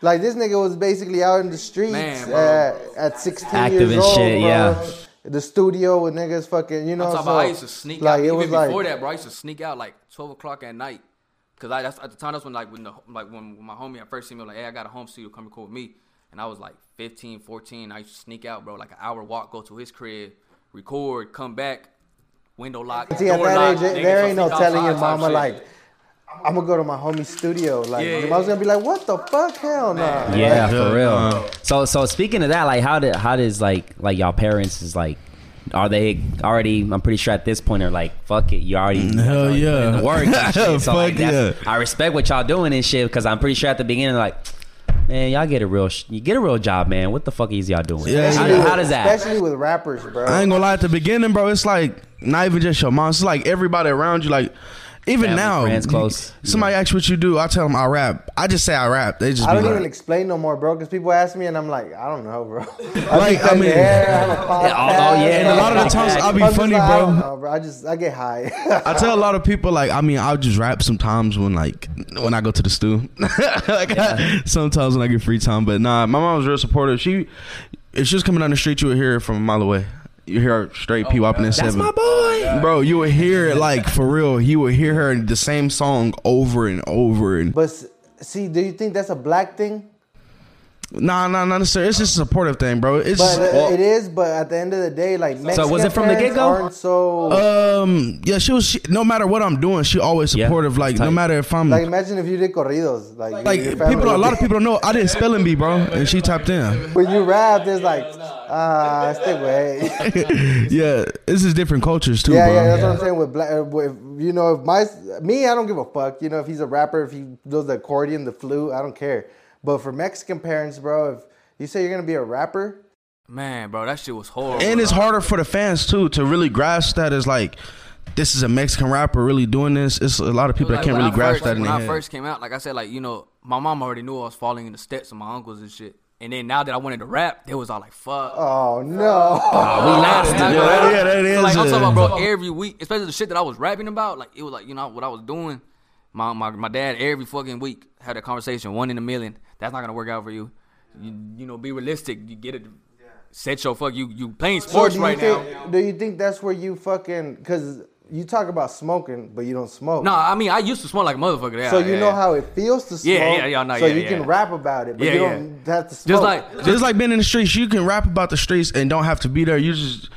Like this nigga was basically out in the streets Man, bro. uh, at 16 Active years and old, shit, bro. yeah. The studio with niggas fucking, you know. I'm talking so, about I used to sneak like, out It even was before like, that, bro. I used to sneak out like 12 o'clock at night, cause I that's at the time that's when like when the like when, when my homie at first seen me like, hey, I got a home studio, come record with me, and I was like 15, 14. I used to sneak out, bro, like an hour walk, go to his crib, record, come back, window lock, See, at door that lock. age, nigga, there so ain't no sneak telling your outside type mama shit. like, I'm gonna go to my homie's studio. Like, Yeah, your yeah, mom's gonna be like, what the fuck, hell no. Yeah, Yeah. for real. Uh. so so speaking of that, like how did how does like like y'all parents is like are they already? I'm pretty sure at this point are like fuck it. You already Hell yeah. work. And shit. So like, Fuck that's, yeah. I respect what y'all doing and shit because I'm pretty sure at the beginning like, man, y'all get a real sh- you get a real job, man. What the fuck is y'all doing? Yeah, how, yeah. how does that? Especially with rappers, bro. I ain't gonna lie. At the beginning, bro, it's like not even just your mom. It's like everybody around you. Like even Family, now, friends, you- close. Somebody asks what you do. I tell them I rap. I just say I rap. They just I be don't like, even explain no more, bro, because people ask me and I'm like, I don't know, bro. I Like, just I cut mean- the hair, I have a podcast, oh, yeah, and a lot of the like, times I'll be I'm just funny, like, I don't bro. know, bro. I just I get high. I tell a lot of people like I mean I'll just rap sometimes when like when I go to the stew. like I- sometimes when I get free time, but nah, my mom's real supportive. She if she was coming down the street, you would hear it from a mile away. You hear her straight p whopping in That's seven. my boy. Bro, you would hear it like for real. You would hear her the same song over and over and but s- see, do you think that's a black thing? nah, nah, not necessarily. It's just a supportive thing, bro. It's But uh, well, it is. But at the end of the day, like Mexican was it from the parents get-go? Aren't so um yeah. She was she, no matter what I'm doing, she always Yeah, supportive. like that's no tight. matter if I'm like like, imagine if you did corridos, like your- your family people. A would lot of be- people don't know I did spelling bee, bro, and she typed in. When you rap, there's like ah, uh, stick way. yeah, this is different cultures too, Yeah, bro. yeah, that's what I'm saying. With black, uh, with, you know, if my me, I don't give a fuck. You know, if he's a rapper, if he does the accordion, the flute, I don't care. But for Mexican parents, bro, if you say you're gonna be a rapper, man, bro, that shit was horrible. and it's bro. harder for the fans too to really grasp that as like this is a Mexican rapper really doing this. It's a lot of people that Like, can't when really I grasp first- that in When their I head. first came out, like I said, like you know, my mom already knew I was falling in the steps of my uncles and shit. And then now that I wanted to rap, they was all like, "Fuck." oh no, we lasted. Yeah, that- yeah, that is like I'm talking it. about, bro, every week, especially the shit that I was rapping about, like it was like you know what I was doing. My my my dad every fucking week had a conversation, one in a million. That's not gonna work out for you. You, you know, be realistic. You get it. Set your fuck. You you playing sports do you right now. think, Do you think that's where you fucking? Because you talk about smoking, but you don't smoke. No, I mean I used to smoke like a motherfucker. Yeah, So you yeah, know yeah. how it feels to smoke. Yeah, yeah, yeah, no, so yeah, you yeah. can rap about it, but Yeah, you yeah. don't have to smoke. just like It's like being in the streets. You can rap about the streets and don't have to be there. You just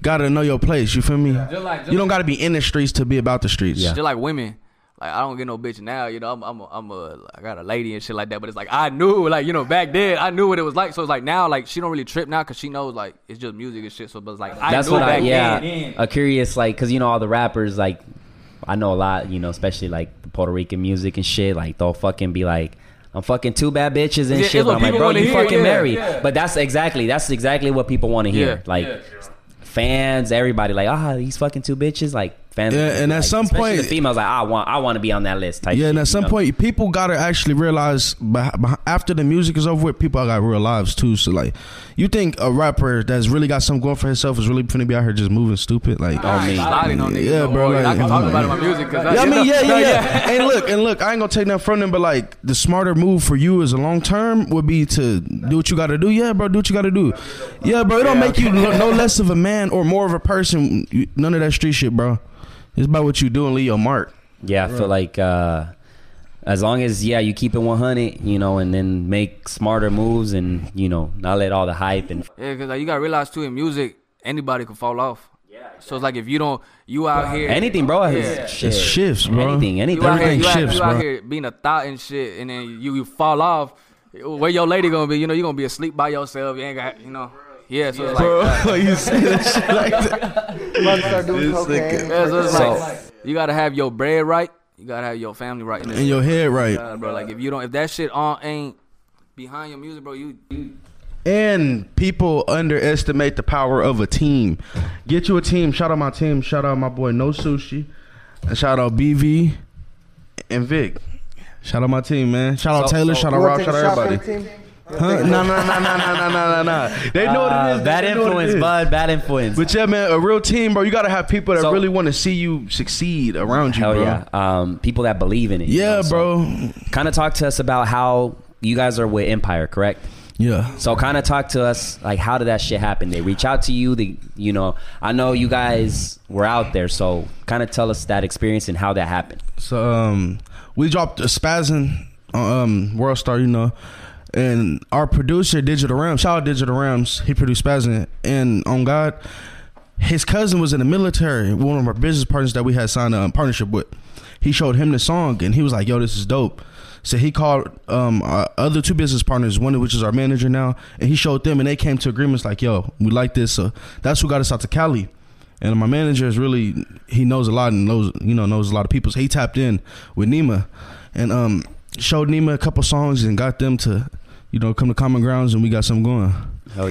gotta know your place. You feel me? Just like- you don't gotta be in the streets to be about the streets. just like women. Like I don't get no bitch now, you know. I'm I'm a, I'm a I got a lady and shit like that. But it's like I knew, like you know, back then I knew what it was like. So it's like now, like she don't really trip now because she knows like it's just music and shit. So but it's like I That's knew what I back yeah. then. A curious like because you know all the rappers like I know a lot you know especially like the Puerto Rican music and shit like they'll fucking be like. I'm fucking two bad bitches and Yeah, shit. it's But what I'm like, people bro, wanna you hear, fucking yeah, married. yeah. But that's exactly that's exactly what people want to hear. Yeah. Like fans, everybody, like ah, these fucking two bitches. Like fans. Yeah, and at like, some especially point- the females like I want I want to be on that list. Type Yeah, shit, and at some you know? point, people gotta actually realize beh- beh- after the music is over with, people got real lives too. So like, you think a rapper that's really got something going for himself is really finna be out here just moving stupid? Like, I ain't sliding on niggas Oh, Yeah, no bro, more. like, I can I'm talk like- about it in my music because Oh, Yeah, I mean, yeah, yeah, yeah. and look, and look, I ain't gonna take nothing from them, but like the smarter move for you as a long term would be to do what you gotta do. Yeah, bro, do what you gotta do. Yeah, bro, it don't make you lo- no less of a man or more of a person. You- None of that street shit, bro. It's about what you do and leave your mark. Yeah, I feel like uh, as long as yeah, you keep it 100, you know, and then make smarter moves, and you know, not let all the hype and Yeah, because like you gotta realize too, in music, anybody can fall off. Yeah. So it's like if you don't, you out here anything, bro. it's- Yeah. shit. It shifts, bro. Anything, anything. You out here, Everything you out, shifts, you out bro. here being a thought and shit, and then you, you fall off. Where your lady gonna be? You know, you gonna be asleep by yourself. You ain't got, you know. Yeah, so it's like, you say that shit like that. Mother start doing cocaine. yeah, so it's So- like you gotta have your bread right. You gotta have your family right. In your head, right? God, bro, like if you don't, if that shit on ain't behind your music, bro, you, you And people underestimate the power of a team. Get you a team. Shout out my team. Shout out my boy No Sushi. And shout out BV and Vic. Shout out my team, man. Shout out So- Taylor. so- shout out You wanna Rob. take Shout a out shot for the everybody. team? Huh? No, no, no, no, no, no, no, no, no. They know what it Uh, bad is. They know what it influence, is. bud. Bad influence. But yeah, man, a real team, bro. You gotta have people that So- really want to see you succeed around you, Hell bro. yeah, um, people that believe in it. Yeah, bro. kind of talk to us about how you guys are with Empire, correct? Yeah. So kind of talk to us like how did that shit happen? They reach out to you, they you know, I know you guys were out there, so kind of tell us that experience and how that happened. So um, we dropped a spasm um World Star, you know. And our producer, Digital Rams, shout out Digital Rams, he produced Spasm and on God, his cousin was in the military, one of our business partners that we had signed a partnership with. He showed him the song and he was like, Yo, this is dope. So he called um, our other two business partners, one of which is our manager now, and he showed them and they came to agreements like, Yo, we like this. So that's who got us out to Cali. And my manager is really he knows a lot and knows you know knows a lot of people. So he tapped in with Nima, and um showed Nima a couple songs and got them to you know come to common grounds and we got something going.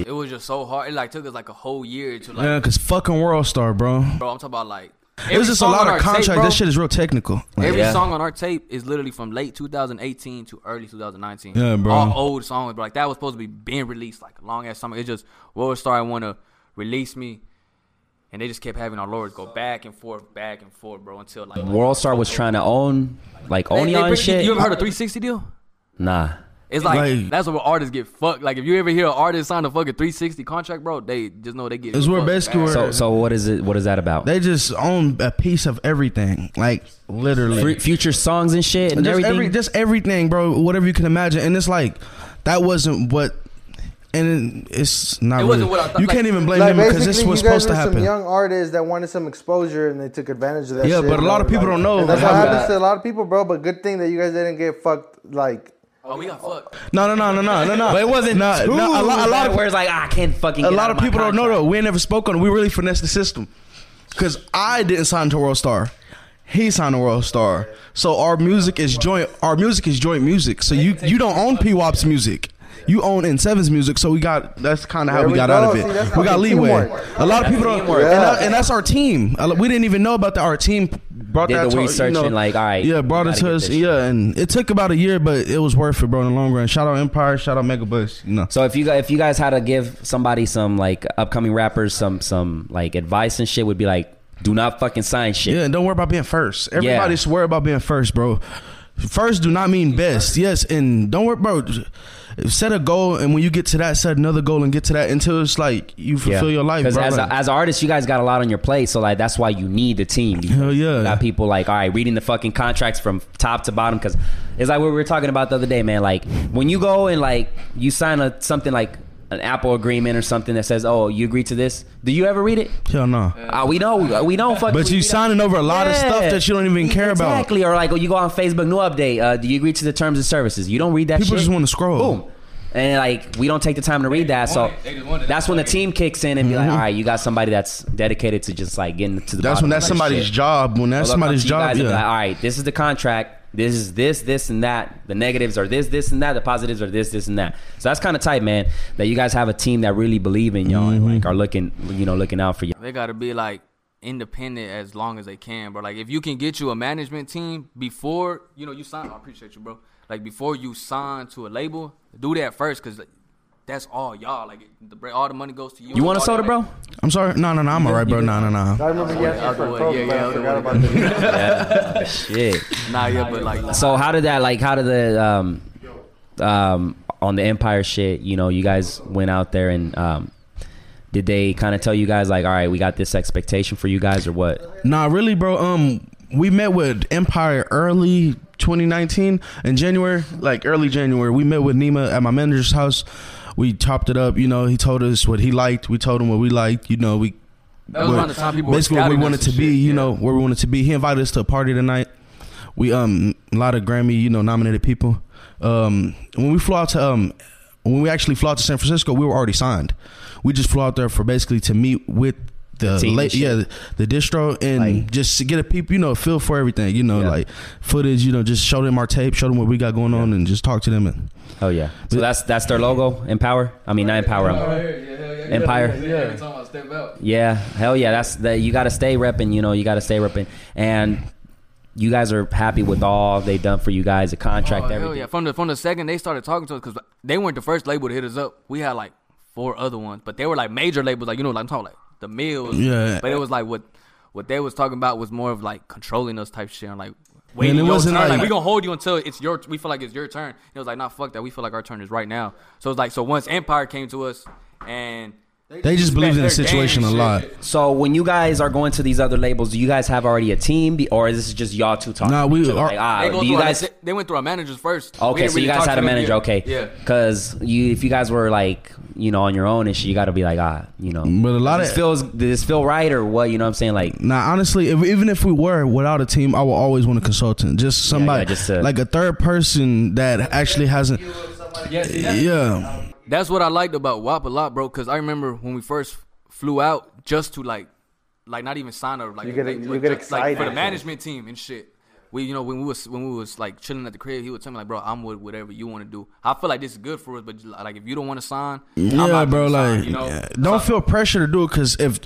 it was just so hard. It like took us like a whole year to like, Oh, Yeah, cause fucking world star, bro. bro. I'm talking about like It was every just a song lot on our of tape, contracts. bro, that shit is real technical. Like, Every Yeah. song on our tape is literally from late 2018 to early 2019. Yeah, bro. All old songs, but like that was supposed to be being released like a long ass summer. It's just World Star want to release me, and they just kept having our lords go back and forth, back and forth, bro, until like World Star was trying to own like They- they Onion pretty- shit. You ever heard of 360 deal? Nah. It's like, Like- that's where artists get fucked. Like if you ever hear an artist sign a fucking 360 contract, bro, they just know they get. It's where fucked basically bad. So where- so what is it what is that about? they just own a piece of everything, like literally. Fre- future songs and shit and just everything. every just everything, bro. Whatever you can imagine, and it's like that wasn't what, and it's not. It really, wasn't what I thought, You like- can't even blame Like them because this basically, was you guys supposed to were some happen. young artists that wanted some exposure and they took advantage of that. Yeah, shit, but a lot of bro. people Like, don't know and that's what how that- happens to a lot of people, bro. But good thing that you guys didn't get fucked. Like oh, we got fucked. No, no, no, no, no, no, no. but it wasn't Nah, too nah, a lot- a lot bad of- where it's like "Ah, I can't fucking a get lot out of people my don't know contract." though. We ain't never spoke on it. We really finessed the system because I didn't sign to World Star. He signed to World Star. So our music is joint. Our music is joint music. So you you don't own PWAP's music. You own N Seven's music, so we got. That's kind of how There we we got go. out of See, that's it. We got fucking leeway. teamwork. A lot of people don't, and, Yeah. that- and that's our team. A lo- We didn't even know about that. Our team brought Did that the to- you research know, and like, all right, yeah, we brought it gotta to get us, this shit. yeah, and it took about a year, but it was worth it, bro, in the long run. Shout out Empire, shout out Mega Bus, you know. So if you gu- if you guys had to give somebody some like upcoming rappers some some like advice and shit would be like do not fucking sign shit. Yeah, and don't worry about being first. Everybody's worried about being first, bro. First do not mean best. Yes, and don't worry, bro. Set a goal, and when you get to that, set another goal and get to that until it's like you fulfill your life, Because bro. as, Like, a- as artists, you guys got a lot on your plate, so like that's why you need the team. You Hell yeah. got people like all right, reading the fucking contracts from top to bottom. Because it's like what we were talking about the other day, man. Like when you go and like you sign a something like an Apple agreement or something that says, "Oh, you agree to this." Do you ever read it? Hell no. Uh, we know, we don't fucking. But you we signing don't- over a lot of stuff Yeah. that you don't even care about. Exactly, or like, oh, you go on Facebook, new update. Uh, do you agree to the terms and services? You don't read that. People shit. just wanna scroll. Boom. And like we don't take the time to read that, so They just want it. that's when the team kicks in and be like, "All right, you got somebody that's dedicated to just like getting to the." Mm-hmm. That's bottom when of that's this somebody's shit. job. When that's They'll come somebody's to you guys job, and be like, yeah. all right, this is the contract. This is this, this, and that. The negatives are this, this, and that. The positives are this, this, and that. So that's kind of tight, man. That you guys have a team that really believe in y'all Mm-hmm. and like are looking, you know, looking out for y'all. They gotta be like independent as long as they can, bro. Like if you can get you a management team before you know you sign, I appreciate you, bro. Like before you sign to a label, do that first, cause like, that's all y'all. Like the bre- all the money goes to you. You want a All soda, that- bro? I'm sorry. No, no, no. I'm all right, bro. No, no, no. I remember you asked me for Yeah, a Coke, yeah, but yeah, I other forgot way. about that. Shit. Nah, yeah, but like So how did that like? How did the um, um, on the Empire shit? You know, you guys went out there and um, did they kind of tell you guys like, all right, we got this expectation for you guys or what? Nah, really, bro. Um, we met with Empire early 2019 in January, like early January. We met with Nima at my manager's house. We chopped it up. You know, he told us what he liked. We told him what we liked. You know, we that was what- around the time people were basically what we scouting us wanted to and be. shit, You yeah. know, where we wanted to be. He invited us to a party tonight. We um a lot of Grammy you know nominated people. Um, when we flew out to um when we actually flew out to San Francisco, we were already signed. We just flew out there for basically to meet with the, team and la- shit. yeah the, the distro and just to get a peep you know feel for everything you know Yeah. like footage you know just show them our tape show them what we got going on and just talk to them and Oh yeah. So that's that's their logo, Empower. I mean, not Oh, Empower. um, Empire. Every time I step out. Yeah, hell yeah. That's that. You got to stay repping. You know, you got to stay repping. And you guys are happy with all they done for you guys, the contract, Oh, hell everything. yeah. From the from the second they started talking to us, because they weren't the first label to hit us up. We had like four other ones, but they were like major labels, like you know, like I'm talking like the Mills. Yeah. But it was like what what they was talking about was more of like controlling us type shit, and like waiting it your wasn't turn. Like, like- we gonna hold you until it's your. We feel like it's your turn. And it was like nah, fuck that. We feel like our turn is right now. So it's like so once Empire came to us and they just believed in the their game situation a and lot. shit. So when you guys are going to these other labels, do you guys have already a team, be- or is this just y'all two talking? Nah, to we each other? are- Like, ah, They, go do through you our- guys? they- they went through our managers first. We Okay, didn't so really you guys talk had to a them. manager, Yeah. okay? Yeah. Because you, if you guys were like, you know, on your own and shit, you got to be like, ah, you know. But a lot does this of- feels does this feel right or what? You know what I'm saying? Like, Now, honestly, if, even if we were without a team, I would always want a consultant, just somebody, yeah, just uh, to- like a third person that actually hasn't. Yeah, That's what I liked about WAP a lot, bro. Because I remember when we first flew out, just to like, like not even sign up, like You get- like, you get just, like, for the excited. management team and shit. We, you know, when we was when we was like chilling at the crib, he would tell me like, bro, I'm with whatever you want to do. I feel like this is good for us, but like if you don't want to sign, I'm not yeah, gonna bro. sign, Like, you know, yeah. don't feel pressure to do it because if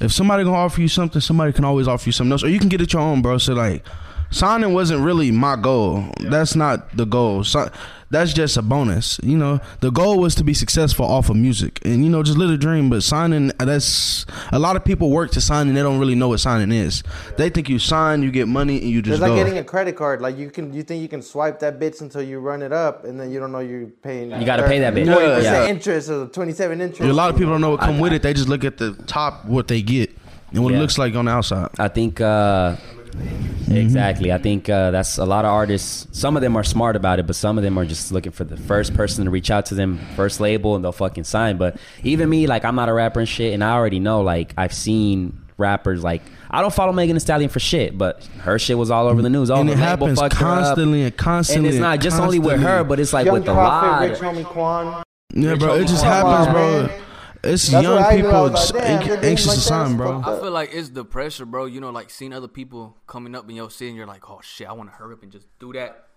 if somebody gonna offer you something, somebody can always offer you something else, or you can get it your own, bro. So like, signing wasn't really my goal. That's not the goal. So, that's just a bonus. You know, the goal was to be successful off of music, and you know, just live the dream. But signing, that's a lot of people work to sign, and they don't really know what signing is. They think you sign, you get money, and you just It's like go. getting a credit card. Like you can, you think you can swipe that bitch until you run it up, and then you don't know you're paying. You gotta pay that bitch. Forty Yeah. percent interest or twenty-seven interest. a lot of people don't know what come with it. They just look at the top, what they get, and what Yeah. it looks like on the outside. I think uh, Mm-hmm. exactly. I think uh, that's a lot of artists. Some of them are smart about it, but some of them are just looking for the first person to reach out to them, first label, and they'll fucking sign. But even me, like I'm not a rapper and shit, and I already know. Like I've seen rappers like I don't follow Megan Thee Stallion for shit, but her shit was all over the news. All And the it label happens fucked her up. constantly and constantly And it's and not just only with her, constantly. but it's like Young with a Prophet, lot. Rich Homie Quan. Yeah, bro, it just Come on, happens, bro. man. It's That's young what I knew. I people was like, it's damn, they're doing anxious to like that. sign, bro. Fuck. I feel like it's the pressure, bro. You know, like seeing other people coming up in your city, and you're like, oh shit, I want to hurry up and just do that.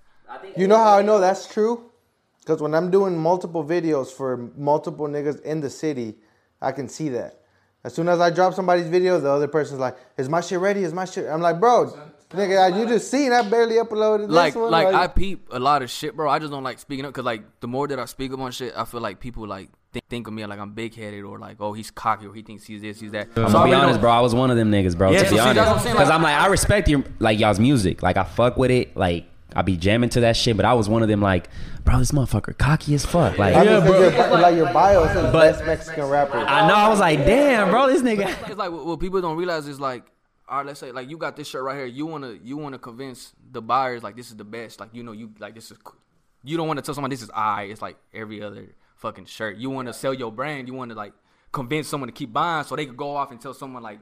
You know how I know that's true? Because when I'm doing multiple videos for multiple niggas in the city, I can see that. As soon as I drop somebody's video, the other person's like, "Is my shit ready? Is my shit?" I'm like, "Bro, nigga, I- you just seen I barely uploaded like, this one." like I peep a lot of shit, bro. I just don't like speaking up because like the more that I speak up on shit, I feel like people like think, think of me like I'm big headed or like oh he's cocky or he thinks he's this, he's that. I'm So I gonna be really honest, don't- bro. I was one of them niggas, bro. Yeah, to so be see, that's what I'm honest, saying, because like- I'm like, I respect your like y'all's music. Like I fuck with it. Like I be jamming to that shit. But I was one of them, like, bro, this motherfucker cocky as fuck. Like, I mean, Yeah, 'cause bro. Your, like your bio says But- best Mexican rapper. I know. I was like, damn, bro, this nigga. It's like what, what people don't realize is like, all right, let's say like you got this shirt right here. You wanna you wanna convince the buyers like this is the best. Like you know you like this is. cool. You don't want to tell someone this is I. It's like every other fucking shirt. You want to sell your brand. You want to like convince someone to keep buying so they could go off and tell someone like,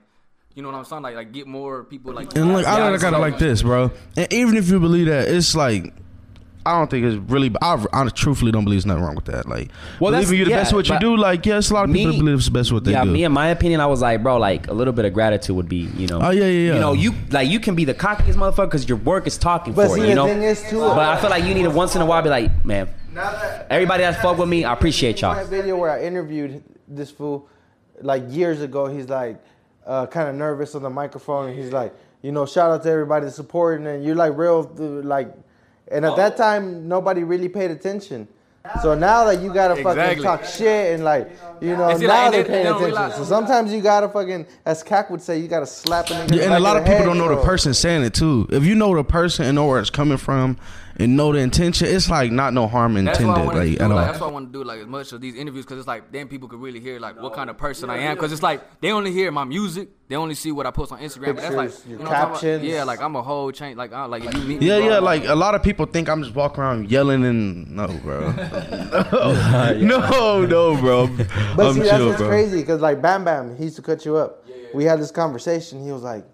you know what I'm saying? Like like get more people like. And look, I Yeah, look at it so- like this, bro. And even if you believe that, it's like I don't think it's really. I, I truthfully don't believe there's nothing wrong with that. Like, Well, well, that's- believing you the yeah, best of what you but do, like, yeah, it's a lot of people that believe it's the best of what they yeah, do. me, in my opinion, I was like, bro, like a little bit of gratitude would be, you know. Oh, yeah, yeah, You yeah. know, you like you can be the cockiest motherfucker because your work is talking But for see, it. You the know. thing is, too- but I feel like you need to once in a while be like, man, everybody that fuck with me, I appreciate That y'all. video where I interviewed this fool like years ago. He's like uh, kind of nervous on the microphone, and he's like, you know, shout out to everybody supporting, and you're like real th- like. And at that time, nobody really paid attention. So now that you gotta fucking Exactly. talk shit and like, you know, And see, now like, they're they- paying they don't attention. realize- So sometimes you gotta fucking, as Kak would say, you gotta slap it. Yeah, and a lot of people don't know the person saying it too. If you know the person and know where it's coming from and know the intention, it's like not no harm That's intended, why I want to like do. at Like, all. that's why I want to do like as much of these interviews because it's like then people could really hear like what kind of person I am because it's like they only hear my music, they only see what I post on Instagram. but that's Pictures, like your what I'm talking about? captions. Yeah, like I'm a whole change. Like I like if you meet me, yeah, bro, yeah. Like a lot of people think I'm just walking around yelling and no, bro. no, no, no, bro. But I'm see, that's chill, what's bro. crazy because like Bam Bam, he used to cut you up. We had this conversation. He was like,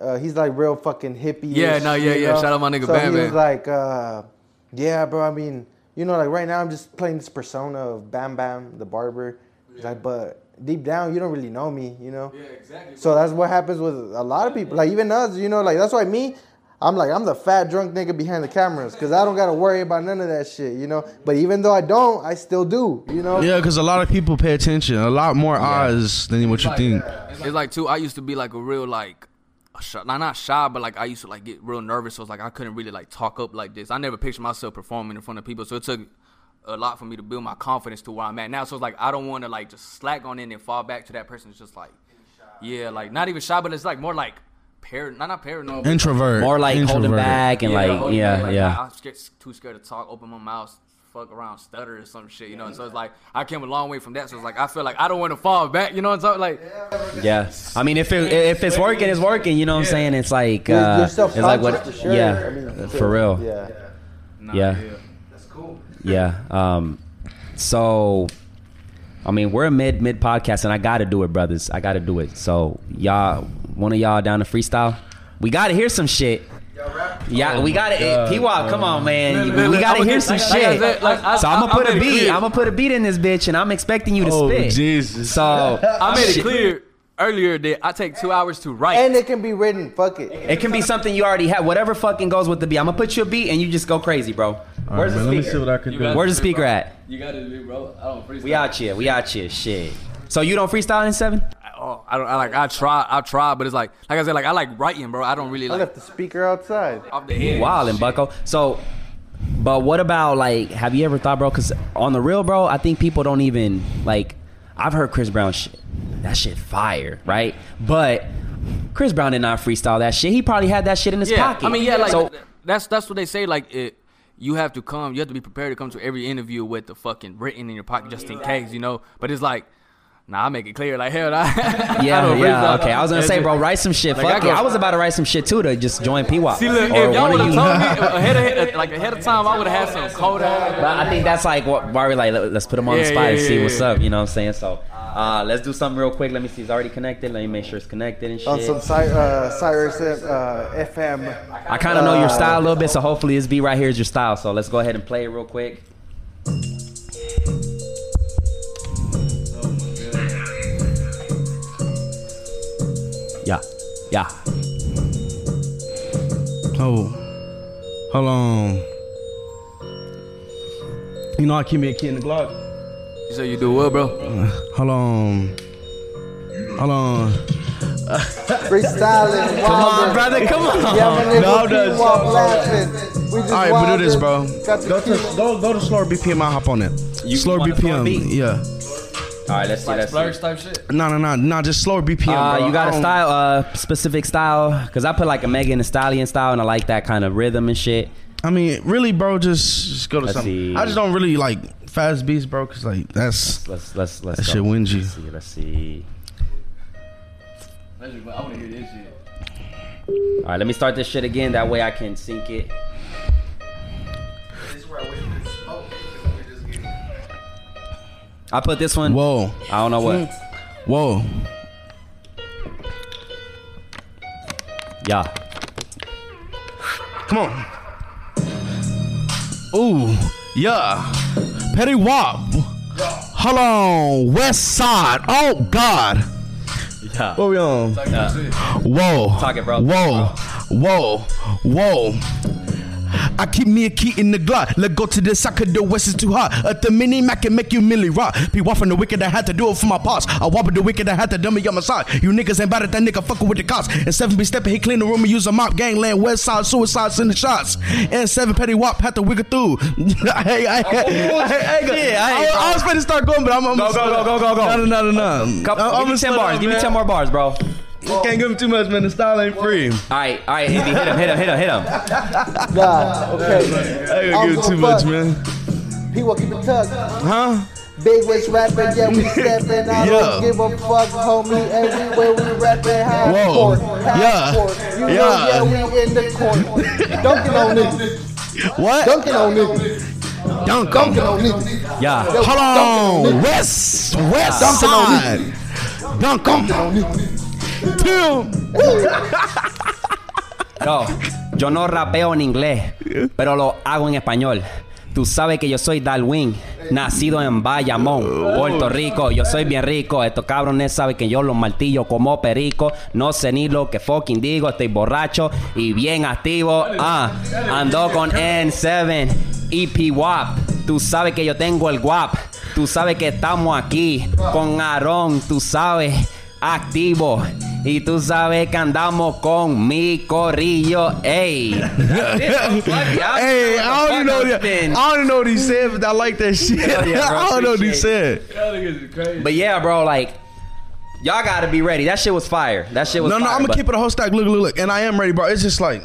uh, he's like real fucking hippie. Yeah, no, yeah, yeah, shout out my nigga so Bam he was Bam. like, uh, yeah, bro. I mean, you know, like right now I'm just playing this persona of Bam Bam, the barber. He's like, but deep down, you don't really know me, you know. Yeah, exactly. So that's what happens with a lot of people. Like even us, you know, like that's why me. I'm like I'm the fat drunk nigga behind the cameras because I don't gotta worry about none of that shit, you know. But even though I don't, I still do, you know. Yeah, because a lot of people pay attention. A lot more eyes than what you think. It's like too. I used to be like a real like, a shy, not not shy, but like I used to like get real nervous. So it's like I couldn't really like talk up like this. I never pictured myself performing in front of people. So it took a lot for me to build my confidence to where I'm at now. So it's like I don't want to like just slack on it and fall back to that person. It's just like, yeah, like not even shy, but it's like more like paranoid, not not paranoid, but- Introvert. More like holding Introvert. back and like, holding back, yeah, like, I, yeah. am scared, too scared to talk, open my mouth, fuck around, stutter or some shit, you know. So it's like I came a long way from that. So it's like I feel like I don't want to fall back, you know. What I'm saying? like. Yeah, I mean, if it, if it's working, it's working. You know what I'm saying? It's like, You're- uh, you're it's like what? self-conscious, for sure. Yeah, I mean, uh, for real. Yeah, Yeah. yeah. Um, so, I mean, we're a mid mid podcast, and I gotta do it, brothers. I gotta do it. So, y'all, one of y'all down to freestyle? We gotta hear some shit. Yeah, we gotta. it- P-Wop, come on, man. man, we look, gotta I'ma hear get- some like I shit. said, like, I- so I'm I- gonna I put a made it beat. clear. I'm gonna put a beat in this bitch, and I'm expecting you to Oh spit. Jesus! So I made it shit. clear earlier that I take two hours to write. And it can be written. Fuck it. It can be something you already have. Whatever fucking goes with the beat. I'm gonna put you a beat and you just go crazy, bro. Where's the Man, let me speaker? see what I can You do. got Where's it, the speaker bro. at? you gotta do, bro. I don't freestyle. We out here. We out here. Shit. So you don't freestyle in seven? Oh, I don't. I like. I try. I try, but it's like, like I said, like I like writing, bro. I don't really I like left the speaker outside. off the head. Wild and Bucko. So, but what about like? Have you ever thought, bro? Because on the real, bro, I think people don't even like. I've heard Chris Brown shit. That shit fire, right? But Chris Brown did not freestyle that shit. He probably had that shit in his Yeah, pocket. I mean, yeah, like so. that's that's what they say. Like it, you have to come. You have to be prepared to come to every interview with the fucking written in your pocket, just in case, you know. But it's like, nah, I make it clear. Like hell, nah. I Yeah, don't yeah, freestyle. okay. I was gonna That's say, it. bro, write some shit. Like, I Fuck it. go- I was about to write some shit too to just join PWAP. See, look, Or if y'all one would of have you. told me ahead of ahead- like ahead of time, I would have had some cold ass. But I think that's like what why we like let, us put him on the Yeah, spot yeah, and see yeah, what's yeah. up. You know what I'm saying? So uh, let's do something real quick. Let me see. It's already connected. Let me make sure it's connected and On some shit. Cy- uh, Cyrus uh, FM. I kind of know your style a little bit, so hopefully this beat right here is your style. So let's go ahead and play it real quick. Yeah, yeah. Oh, hold on. You know I keep me a kid in the Glock. So you do what, bro? Hold on. Hold on. Freestyling. Come on, brother. Come on. No, no, no. laughing. We just All right, we do this, wildin'. bro. Got Go to the keys. go, go to slower BPM. I'll hop on it. You slower want a slower BPM. beat? yeah. All right, let's see. Let's see. type shit. No, no, no, no. Just slower BPM. Uh, bro. you got I a don't- style, uh, specific style, because I put like a Megan Thee Stallion style, and I like that kind of rhythm and shit. I mean, really, bro. Just, just go to Let's something. see. I just don't really like fast beats, bro. Cause like that's Let's let's let's. That go. shit wins you. Let's see. Let's see. I want to hear this shit. All right, let me start this shit again. That way I can sync it. oh, I put this one. Whoa. I don't know what. Whoa. Yeah. Come on. Ooh. Yeah. Petty Wop. Hold on. West Side. Oh, God. Yeah. What we on? Whoa. Talk it, bro. Whoa. Whoa. Whoa. I keep me a key in the Glock. Let go to this, I could do West is too hot. At the mini I can make you milli rock. Be walk from the wicked, I had to do it for my boss. I walk with the wicked, I had to dummy on my side. You niggas ain't bad at that nigga fucking with the cops. And seven be stepping, he clean the room and use a mop. Gangland, west side, suicide, send the shots. And seven petty wop had to wiggle through. hey, I, I, I, I, I, I was finna start going, but I'm, I'm Go, go, go, go, go, go. No, no, no, no, no. Couple, I'm- I'm give me gonna ten Oh, slow bars. down, give me man. ten more bars, bro. All Can't give him too much, man. The style ain't free. right, all right, Andy, hit him, hit him, hit him, hit him. Nah, okay. I ain't I'm give him so too much, fucked. man. People keep it tucked. Huh? Big wigs rapping, yeah, we stepping. I Yeah. don't give a fuck, homie. Everywhere we rapping, high Whoa. court, Yeah. high court. You Yeah. know, yeah, we in the court. Dunking on niggas, What? dunking on niggas, Dunk, dunking on niggas. Yeah. Hold on, West West Dunk on Side. Dunk on Tim. No, yo no rapeo en inglés, pero lo hago en español. Tú sabes que yo soy Darwin, nacido en Bayamón, Puerto Rico. Yo soy bien rico. Estos cabrones saben que yo los martillo como perico. No sé ni lo que fucking digo. Estoy borracho y bien activo. Ah, ando con E N7, EP WAP. Tú sabes que yo tengo el WAP. Tú sabes que estamos aquí con Aarón. Tú sabes activo. Y tú sabes que andamos con mi corrillo, ey. Hey, I don't even know what he, I don't even know what he said, but I like that shit. yeah, bro. I don't know what he Appreciate said. But yeah, bro, like, y'all gotta be ready. That shit was fire. That shit was No, no, fire, I'm gonna but- keep it a whole stack. Look, look, look, and I am ready, bro. It's just like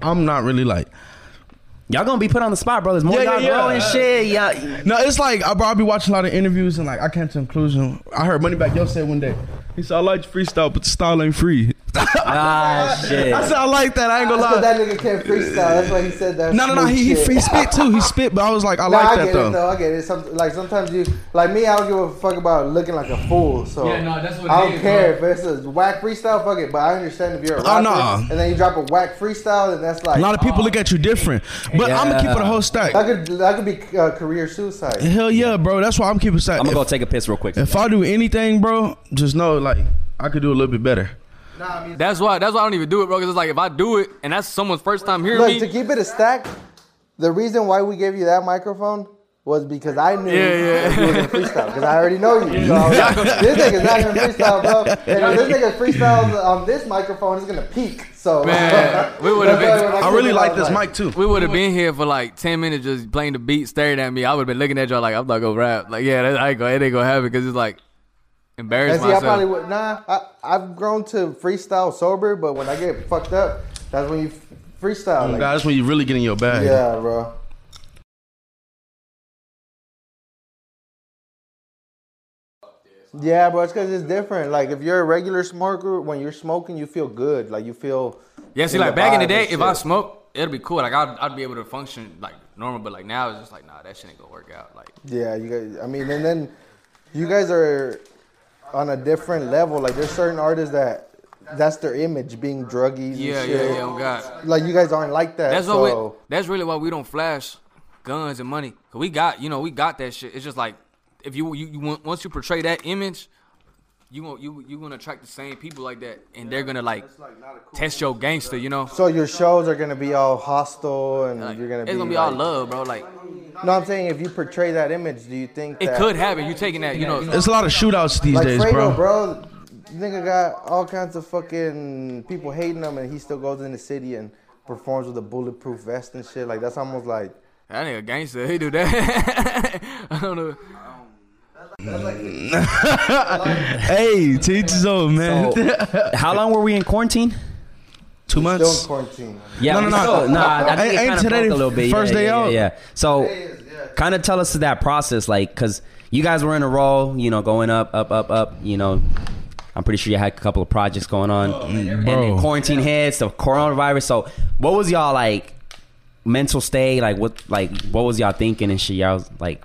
I'm not really like. Y'all gonna be put on the spot, bro. There's more Yeah, y'all yeah, yeah. growing shit. Yeah. No, it's like I, bro, I be watching a lot of interviews and like I came to the conclusion. I heard Moneyback Yo said one day. He said I like your freestyle, but the style ain't free. Ah, shit. I said I like that. I ain't gonna That's lie. what that nigga can't freestyle. That's why he said that. No, no, no. smooth He, he, shit. he spit too. He spit, but I was like, I Nah, like I that get though. it though. I get it. Some, like sometimes you, like me, I don't give a fuck about looking like a fool. So Yeah, no, that's what I it don't is, care if it's a whack freestyle. Fuck it, but I understand if you're a Oh, rapper nah. and then you drop a whack freestyle, and that's like A lot of people look at you different, but I'm gonna keep it a whole stack. that could that could be uh, career suicide. Hell yeah, bro. That's why I'm keeping stack. I'm gonna go If, take a piss real quick. if I do anything, bro, just know like I could do a little bit better. That's why. That's why I don't even do it, bro. Because it's like if I do it, and that's someone's first time hearing Look, me. to keep it a stack, the reason why we gave you that microphone was because I knew Yeah, yeah. you were gonna freestyle. Because I already know you. So I was like, this nigga's not gonna freestyle, bro. And if this nigga freestyles on this microphone, it's gonna peak. So Man, we would've That's why been- when I took really it, like was this mic too. We would have been here for like ten minutes just playing the beat, staring at me. I would have been looking at y'all like I'm not gonna rap. Like yeah, that, I ain't gonna, it ain't gonna happen because it's like embarrass And see, I myself. probably would. Nah, I, I've grown to freestyle sober, but when I get fucked up, that's when you f- freestyle. Like, That's when you really get in your bag. yeah, bro. Yeah, bro, it's because it's different. Like, if you're a regular smoker, when you're smoking, you feel good. Like, you feel. yeah, see, in like the back in the vibe day, and if I shit. smoked, it'd be cool. Like I'd, I'd be able to function like normal, but like now it's just like nah, that shit ain't gonna work out. Like Yeah, you guys. I mean, and then you guys are on a different level. Like, there's certain artists that that's their image, being druggies. yeah, yeah, and shit. yeah, oh god. Like, you guys aren't like that. That's so. why we, that's really why we don't flash guns and money. 'Cause we got you know we got that shit. It's just like if you you, you want- once you portray that image, you gon' you you gonna attract the same people like that, and they're gonna like, test your gangster. You know, So your shows are gonna be all hostile, and Like, you're gonna it's be gonna be all like, love, bro. Like No, I'm saying if you portray that image, do you think it that, could happen. You taking that, you know? It's a lot of shootouts these Like days, Fredo, bro. bro, nigga got all kinds of fucking people hating him, and he still goes in the city and performs with a bulletproof vest and shit. Like that's almost like That nigga gangster. He do that. I don't know. Hey, teach his own, man. How long were we in quarantine? Two still in months. quarantine. Yeah, No, no, we no. still- nah, I think it Ain't- ain't kinda today broke the a little bit. first yeah, day yeah, out? Yeah, yeah. So, kind of tell us that process, like, cause you guys were in a role, you know, going up, up, up, up. You know, I'm pretty sure you had a couple of projects going on, and Bro. then quarantine hits, the coronavirus. So, what was y'all like mental state? Like, what, like, what was y'all thinking and shit? Y'all was like,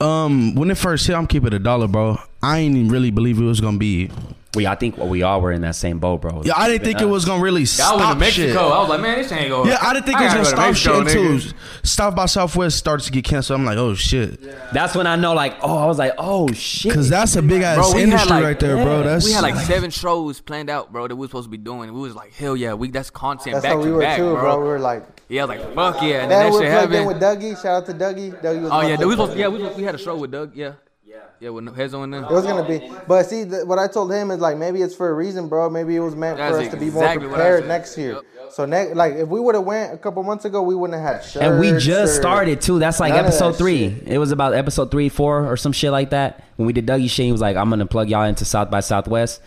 Um, when it first hit, I'm keeping it a dollar, bro. I ain't even really believe it was gonna be. We, I think we all were in that same boat, bro. Yeah, I didn't think it was gonna really I stop was in Mexico. shit. I was like, man, this ain't going. Yeah, I didn't think it was gotta gonna go to stop shit Mexico, until nigga. South by Southwest starts to get canceled. I'm like, oh shit, That's when I know, like, oh, I was like, oh shit. because that's a big ass Bro, we had industry like, right there, bro. That's we had like seven shows planned out, bro, that we were supposed to be doing. We was like, hell yeah, we that's content That's back how we to were back, too, bro. bro. We were like, Yeah, I was like, fuck yeah, and then man, that we're shit plugged in with happened. Dougie. Shout out to Dougie. Dougie was Oh yeah, dude, about we to- supposed, yeah, we, was- we had a show with Doug, yeah, yeah, yeah, with no heads on them. It was gonna be, but see, th- what I told him is like maybe it's for a reason, bro. Maybe it was meant That's for us to be more exactly what I prepared said. next year. Yep, So next, like if we would have went a couple months ago, we wouldn't have had shirts. and we just or- started too. That's like None of episode that three. shit. It was about episode three, four, or some shit like that. When we did Dougie shit, he was like, "I'm gonna plug y'all into South by Southwest."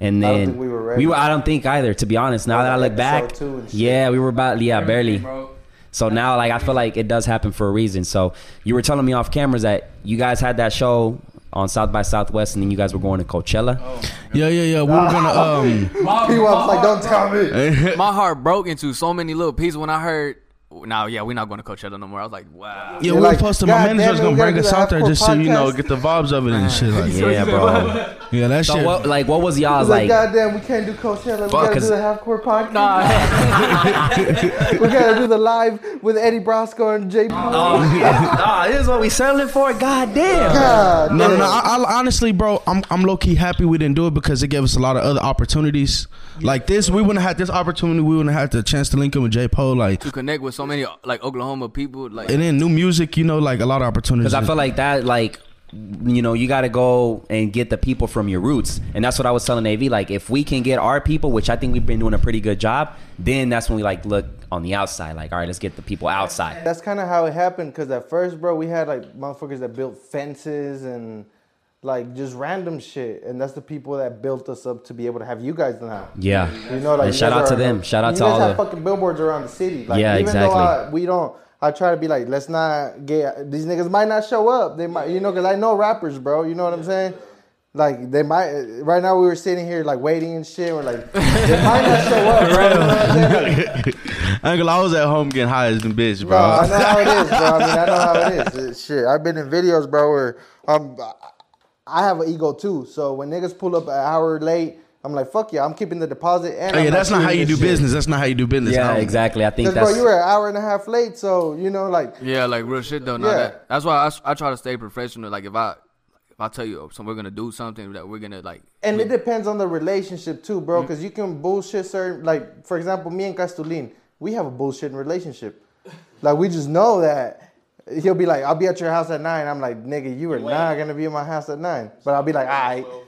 And I then don't think we were ready. I don't think either. To be honest, now That that I was look episode back, two and shit. yeah, we were about yeah barely. Bro, So now, like, I feel like it does happen for a reason. So you were telling me off cameras that you guys had that show on South by Southwest, and then you guys were going to Coachella. yeah, yeah, yeah. We were gonna um. He was like, "Don't tell me." my heart broke into so many little pieces when I heard. Now, yeah, we're not going to Coachella no more. I was like, Yeah, wow. You're we were like, supposed to. "God My damn manager's it, gonna we gotta bring do us the out there hardcore just so you know podcast. get the vibes of it and shit. Like, Yeah, bro. yeah, that So shit. what, like, what was I y'all's was like, like? "Goddamn, we can't do Coachella. We gotta do is- the half-court podcast. Nah, We gotta do the live with Eddie Brosco and Jay Paul." Ah, this is what we selling for. God damn. God No, no, damn. no. I, I, honestly, bro, I'm I'm low key happy we didn't do it because it gave us a lot of other opportunities. Like this, we wouldn't have had this opportunity. We wouldn't have had the chance to link in with J. Poe. Like, to and connect with so many like Oklahoma people, like then new music, you know, like a lot of opportunities. Because I feel like that, like, you know, you got to go and get the people from your roots. And that's what I was telling AV. Like, if we can get our people, which I think we've been doing a pretty good job, then that's when we, like, look on the outside. Like, all right, let's get the people outside. That's kind of how it happened. Cause at first, bro, we had like motherfuckers that built fences and like just random shit, and that's the people that built us up to be able to have you guys now. Yeah. You know, like And you shout guys out to are- them. Shout out you to guys all have the- fucking billboards around the city. Like, Yeah, even exactly. Though I, we don't. I try to be like, let's not get these niggas might not show up. They might, you know, because I know rappers, bro. You know what I'm saying? Like they might. Right now, we were sitting here like waiting and shit. We're like, they might not show up. Bro, you know what I'm saying? Uncle, I was at home getting high as the bitch, bro. No, I know how it is, bro. I mean, I know how it is. It's- shit, I've been in videos, bro, where um, I have an ego too. So when niggas pull up an hour late, I'm like, fuck yeah, I'm keeping the deposit. And Oh, I'm yeah, that's not how shooting you do this shit. business. That's not how you do business. I Yeah, don't- exactly. I think 'Cause, bro, that's. you were an hour and a half late, so you know, like, yeah, like real shit though. Nah, Yeah. that, that's why I, s- I try to stay professional. Like if I if I tell you oh, so we're gonna do something that we're gonna like and it depends on the relationship too, bro. Mm-hmm. Because you can bullshit certain, like, for example, me and Castulin, we have a bullshitting relationship. Like, we just know that. He'll be like, I'll be at your house at nine. I'm like, nigga, you are not gonna be in my house at nine. But I'll be like, all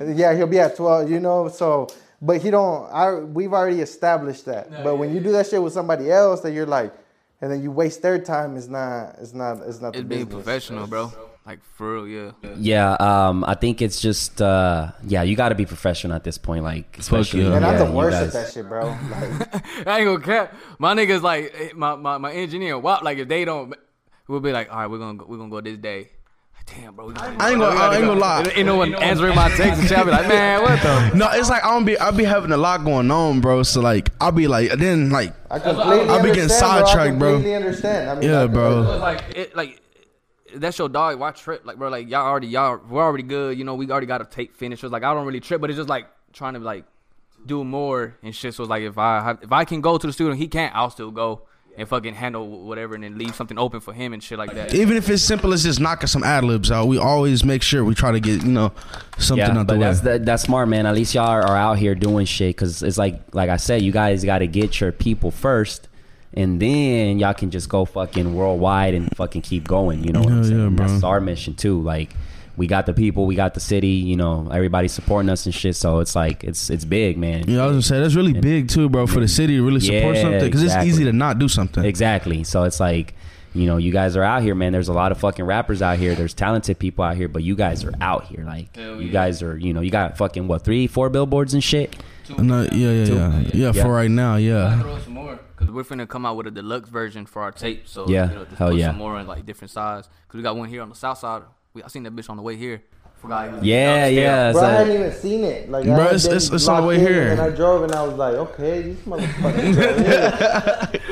right. Yeah, he'll be at twelve, you know. So, but he don't. I we've already established that. but when you do that shit with somebody else, that you're like, and then you waste their time. It's not. It's not. It's not the it's being business. professional, bro. Like for real, yeah. Yeah, um, I think it's just, uh, yeah, you got to be professional at this point. Like, especially. yeah. And I'm yeah, the you worst at guys- that shit, bro. Like, I ain't gonna cap. My niggas like eh, my my, my engineer. Wow, like if they don't, we'll be like, all right, we're gonna go, we're gonna go this day. Like, Damn, bro. we gotta go. I ain't gonna, I ain't gonna lie. Ain't no one answering my text and shit. I be like, man, what the? No, it's like I don't be. I be having a lot going on, bro. So like, I'll be like, then like, I completely I'll be getting understand, bro. sidetracked, bro. I completely understand. I mean, yeah, I- bro. Like it, like that's your dog. Why trip? Like bro, like y'all already y'all we're already good. You know, we already got a tape finish. It's like I don't really trip, but it's just like trying to like do more and shit. So it's like if I have, if I can go to the studio, and he can't. I'll still go. And fucking handle whatever, and then leave something open for him and shit like that. Even if it's simple as just knocking some ad libs out, we always make sure we try to get you know something Yeah, out the but way. that's that, that's smart, man. At least y'all are, are out here doing shit because it's like like I said, you guys got to get your people first, and then y'all can just go fucking worldwide and fucking keep going. You know what I'm Hell yeah, saying? bro. That's our mission too. Like we got the people, we got the city. You know, everybody's supporting us and shit. So it's like it's it's big, man. Yeah, I was gonna say that's really big too, bro, for the city to really support Yeah, something because exactly. it's easy to not do something. Exactly. So it's like, you know, you guys are out here, man. There's a lot of fucking rappers out here. There's talented people out here, but you guys are out here. Like, you guys are, you know, you got fucking what three, four billboards and shit. No, yeah, yeah, yeah, yeah, Yeah. For right now, yeah. throw some more because we're finna come out with a deluxe version for our tape. So Yeah. you know, just Hell put yeah. some more in like different size because we got one here on the south side. We, I seen that bitch on the way here. Forgot he was Yeah, upscale. yeah. Bro, I so- hadn't even seen it. Like, Bro, I had it's- been it's- it's on the locked way in, here. And I drove, and I was like, okay, these motherfuckers. are here. That's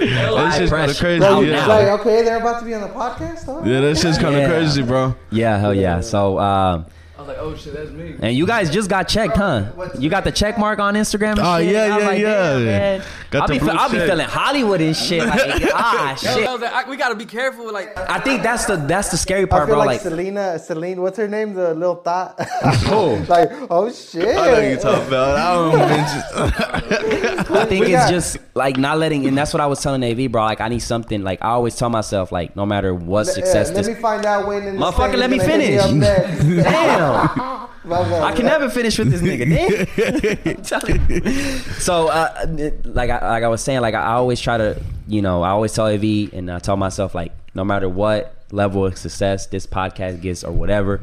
just kind of pressure. crazy. Bro, Out it's now. Yeah, like, okay, they're about to be on the podcast. Huh? yeah that's just kind of Yeah. crazy, bro. yeah, hell yeah. So, um, I was like, oh shit, that's me. and you guys just got checked, huh? You got the check mark on Instagram. And Oh, shit? yeah, I'm yeah, like, yeah. damn, man. Got I'll, the be, fe- blue I'll be check. feeling Hollywood and shit. Like, ah, shit. I was like, I, we gotta be careful with like. I think that's the that's the scary I part, feel bro. like, Like, Selena, Celine, what's her name? The little thought. Who? like, oh shit. I know you talking about. I don't even I think We it's got- just like not letting, and that's what I was telling AV, bro. Like, I need something. Like, I always tell myself, like, no matter what Yeah, success let this, me find out when. in this Motherfucker, thing let me is gonna hit finish. up next. damn. My bad. I can never finish with this nigga. damn. I'm telling you. so, uh, it- like, I, like I was saying, like I always try to, you know, I always tell AV and I tell myself, like, no matter what level of success this podcast gets or whatever,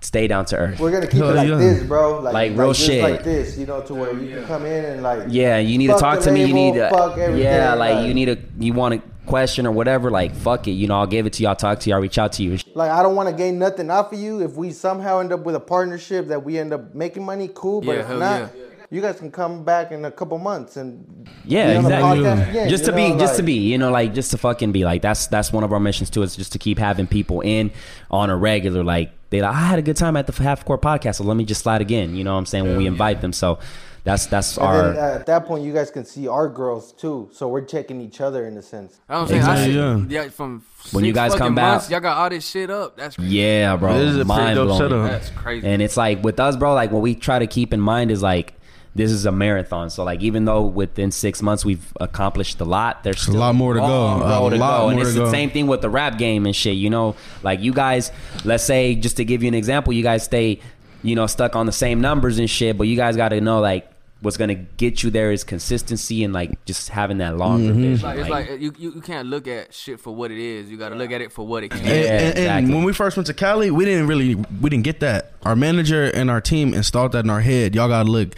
stay down to earth. We're gonna keep Hell it like yeah. this, bro. Like, Like, real just shit. Like this, you know, to where you can come in and like. Yeah, you need Fuck to talk the to me. You label, need to, fuck everything, yeah, like, like- you need to, you want to question or whatever. Like, fuck it, you know, I'll give it to you. I'll talk to you. I'll reach out to you. and shit. Like I don't want to gain nothing off of you. If we somehow end up with a partnership that we end up making money, cool. But Yeah, if hell not, yeah. you guys can come back in a couple months and Yeah, be on the exactly. podcast again, just you to be, know, just to like- be, you know, like just to fucking be like that's that's one of our missions too. Is just to keep having people in on a regular. Like they, like, I had a good time at the half court podcast, so let me just slide again. You know what I'm saying? When we invite them, so that's that's And our then uh, at that point, you guys can see our girls too. So we're checking each other in a sense. I don't think Exactly, I should, yeah. yeah. from When six you guys fucking come back- months, y'all got all this shit up. That's crazy. yeah, bro. This is a pretty mind dope blowing. setup. That's crazy. And it's like with us, bro, like what we try to keep in mind is like this is a marathon. So like even though within six months we've accomplished a lot, there's a still lot more to go. long A road to lot go. And more it's to the go. same thing with the rap game and shit. You know, like you guys, let's say just to give you an example, you guys stay, you know, stuck on the same numbers and shit, but you guys got to know like what's gonna get you there is consistency and like just having that longer Mm-hmm. vision. Like, it's like- like you, you you can't look at shit for what it is. You gotta look at it for what it can. Yeah, And, and- and exactly. when we first went to Cali, we didn't really we didn't get that. Our manager and our team installed that in our head. Y'all gotta look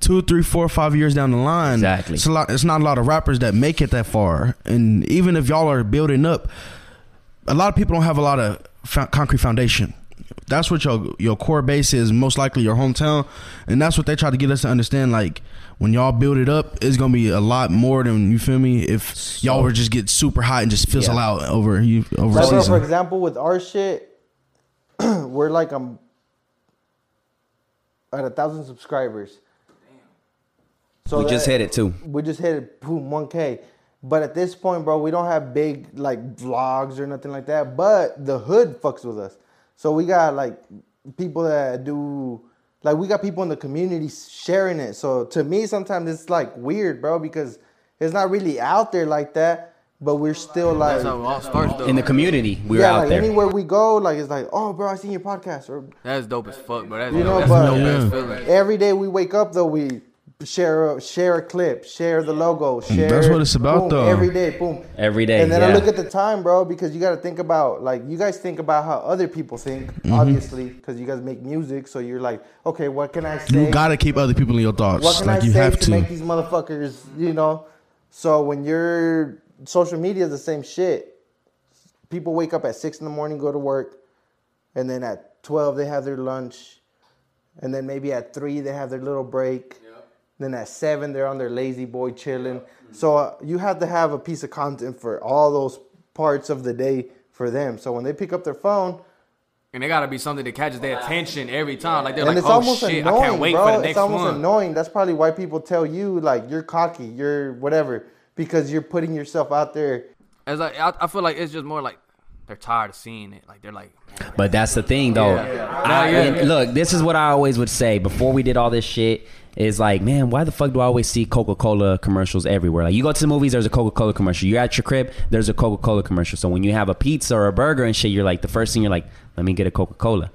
two, three, four, five years down the line. Exactly. It's a lot it's not a lot of rappers that make it that far. And even if y'all are building up, a lot of people don't have a lot of fo- concrete foundation. That's what your your core base is, most likely your hometown, and that's what they try to get us to understand. Like when y'all build it up, it's gonna be a lot more than you feel me. If y'all were just get super hot and just fizzle Yeah. out over you over Like, bro, season. for example, with our shit, we're like um at a thousand subscribers. So we just that- hit it too. we just hit it boom 1k but at this point bro we don't have big like vlogs or nothing like that but the hood fucks with us so we got like people that do like we got people in the community sharing it so to me sometimes it's like weird bro because it's not really out there like that but we're still like That's how it all starts though. In the community, we were yeah out like there. anywhere we go like it's like oh bro i seen your podcast or That's dope as fuck, bro. That's, You know, dope. that's but- dope Yeah. ass feeling. every day we wake up though we share a, share a clip, share the logo, share Mm, That's what it's about, boom, though. Every day, boom. Every day, And then I yeah. look at the time, bro, because you got to think about like you guys think about how other people think, Mm-hmm. obviously, because you guys make music, so you're like, okay, what can I say? You gotta keep other people in your thoughts. what can like I you say have to, make to. these motherfuckers, you know? So when you're social media is the same shit. People wake up at six in the morning, go to work, and then at twelve they have their lunch, and then maybe at three they have their little break. Then at seven they're on their lazy boy chilling. So uh, you have to have a piece of content for all those parts of the day for them. So when they pick up their phone, And there gotta be something that catches their attention every time. Like they're and like, it's oh almost shit, annoying, I can't wait bro. for the it's next almost one. annoying. That's probably why people tell you like you're cocky, you're whatever, because you're putting yourself out there. As like, I, I feel like it's just more like they're tired of seeing it. Like they're like, But that's the thing, though. I- Yeah, yeah. Look, this is what I always would say before we did all this shit. Is like, man, why the fuck do I always see Coca Cola commercials everywhere? Like, you go to the movies, there's a Coca Cola commercial. You're at your crib, there's a Coca Cola commercial. So when you have a pizza or a burger and shit, you're like, the first thing you're like, let me get a Coca Cola.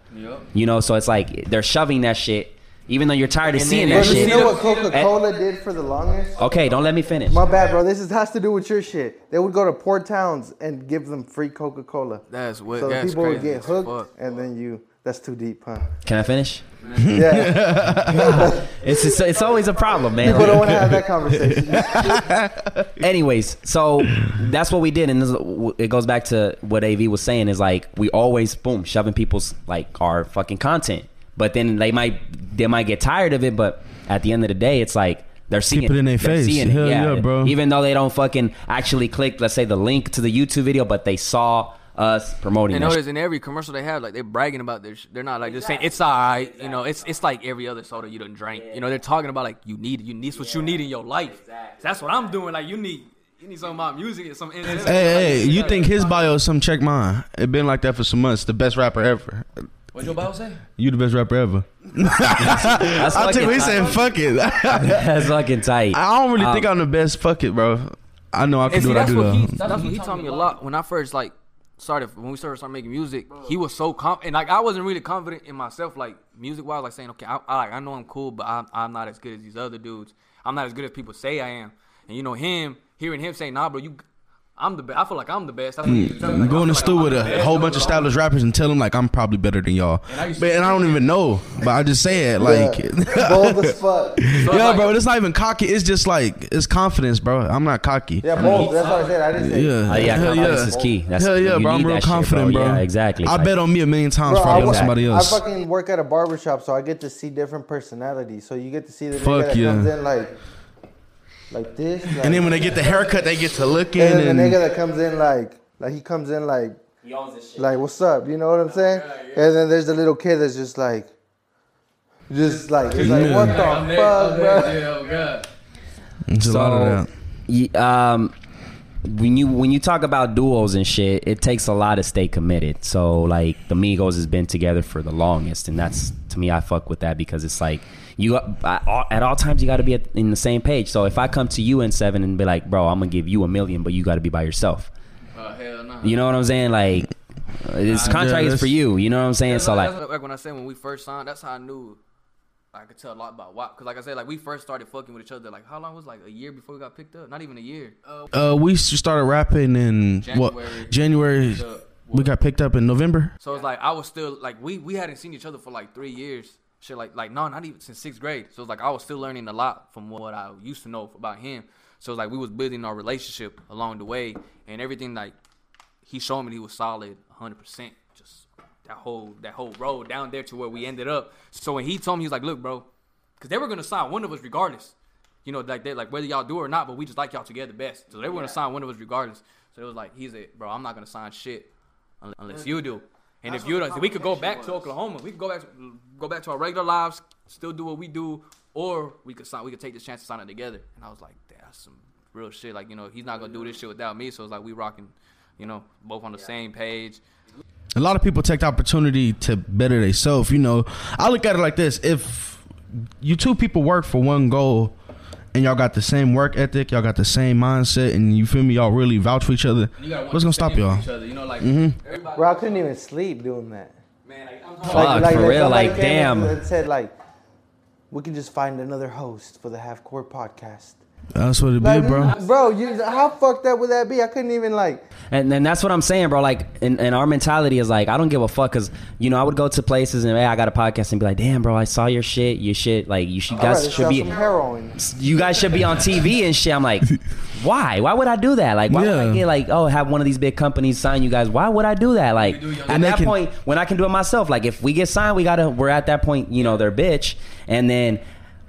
You know, so it's like they're shoving that shit, even though you're tired of And seeing then- that But Bro, you shit. know what Coca Cola did for the longest? Okay, don't let me finish. My bad, bro. This is, has to do with your shit. They would go to poor towns and give them free Coca Cola. that's what. So the that's people crazy would get as hooked, fuck. and then you. That's too deep, huh? Can I finish? Yeah, It's it's, it's always a problem, man. people don't want to have that conversation. Anyways, so that's what we did, and this, it goes back to what Av was saying is like we always boom shoving people's like our fucking content, but then they might they might get tired of it, but at the end of the day, it's like they're seeing it in their They're face. seeing it, Hell yeah, bro. Even though they don't fucking actually click, let's say the link to the YouTube video, but they saw us promoting. And that notice in every commercial they have, like they're bragging about their. Sh- they're not like just saying it's all right. You know, it's it's like every other soda you done drank. You know, they're talking about like you need you need it's what you need in your life. That's what I'm doing. Like you need you need some of my music and some. Hey, Hey, hey, you uh, think his bio is some check mine? It been like that for some months. The best rapper ever. What your bio say? You the best rapper ever. That's fucking I think we tight. said fuck it. I That's fucking tight. don't really Um, think I'm the best. Fuck it, bro. I know I can And do see, what I that's do what though. he that's what he taught me a lot when I first like started when we started started making music. He was so confident, and like I wasn't really confident in myself, like music wise, like saying, okay, I, I like I know I'm cool, but I'm I'm not as good as these other dudes. I'm not as good as people say I am. And you know him, hearing him say, nah, bro, you, I'm the best. I feel like I'm the best. That's what he was telling me, I'm like, Mm, I going to feel stew like I'm with the a best. whole bunch of established rappers and tell them like I'm probably better than y'all. But and I don't even know. But I just say it like Yeah. Bold as fuck. So Yeah, it's like- bro, it's not even cocky. It's just like it's confidence, bro. I'm not cocky. Yeah, bold. That's what I said. I didn't say. Yeah, Uh, yeah, hell confidence is key. That's- hell yeah, you bro. need I'm real that shit, confident, bro. bro. Yeah, exactly. I Like- bet on me a million times Bro, before I, I bet wa- on somebody else. I fucking work at a barber shop, so I get to see different personalities. So you get to see the nigga Fuck that yeah. comes in like, like this. Like, and then when they get the haircut, they get to looking and then and, the nigga that comes in like, like he comes in like, like what's up? You know what I'm saying? And then there's the little kid that's just like, just like, it's like what the fuck, bro? it's a lot of that. y- um, when you when you talk about duos and shit, it takes a lot to stay committed. So like the Migos has been together for the longest, and that's to me I fuck with that because it's like you I, all- at all times you got to be at, in the same page. So if I come to you in seven and be like, bro, I'm gonna give you a million, but you got to be by yourself. Uh, hell nah. You know what I'm saying? Like this yeah, contract is that's- for you. You know what I'm saying? That's So like, like that's when I said when we first signed, that's how I knew I could tell a lot about WAP. Because like I said, like we first started fucking with each other. Like how long was it? like a year before we got picked up? Not even a year. Uh, Uh, we s- started rapping in what January. We got picked up in November. so it's like I was still like we we hadn't seen each other for like three years. Shit, like like no, not even since sixth grade. So it's like I was still learning a lot from what I used to know about him. So it's like we was building our relationship along the way, and everything like he showed me he was solid 100%. Just that whole that whole road down there to where we ended up. So when he told me, he was like, "Look, bro, because they were gonna sign one of us regardless. You know, like they like whether y'all do or not, but we just like y'all together best. So they were gonna sign one of us regardless. So it was like he's like, bro, I'm not gonna sign shit unless, unless you do. And if you don't, we could go back to Oklahoma. We could go back to, go back to our regular lives, still do what we do, or we could sign. We could take this chance to sign it together. And I was like, that's some real shit. Like you know, he's not gonna do this shit without me. So it's like we rocking, you know, both on the same page. A lot of people take the opportunity to better themselves. You know, I look at it like this: if you two people work for one goal, and y'all got the same work ethic, y'all got the same mindset, and you feel me, y'all really vouch for each other. What's gonna stop y'all? Mm-hmm. You know, like everybody. Bro, I couldn't even sleep doing that. Man, like, I'm Fuck, for real, somebody like, came in damn. And said like, we can just find another host for the Half Core Podcast. That's what it be, Like, bro. Bro, you how fucked up would that be? I couldn't even like. And then that's what I'm saying, bro. Like, and, and our mentality is like, I don't give a fuck, cause you know I would go to places and hey, I got a podcast and be like, damn, bro, I saw your shit, your shit. Like, you should, I'd guys rather should sell be, some heroin. you guys should be on TV and shit. I'm like, why? Why would I do that? Like, why would I Yeah. get like, oh, have one of these big companies sign you guys? Why would I do that? Like, at And they that can- point, when I can do it myself, like if we get signed, we gotta. We're at that point, you know, they're bitch, and then.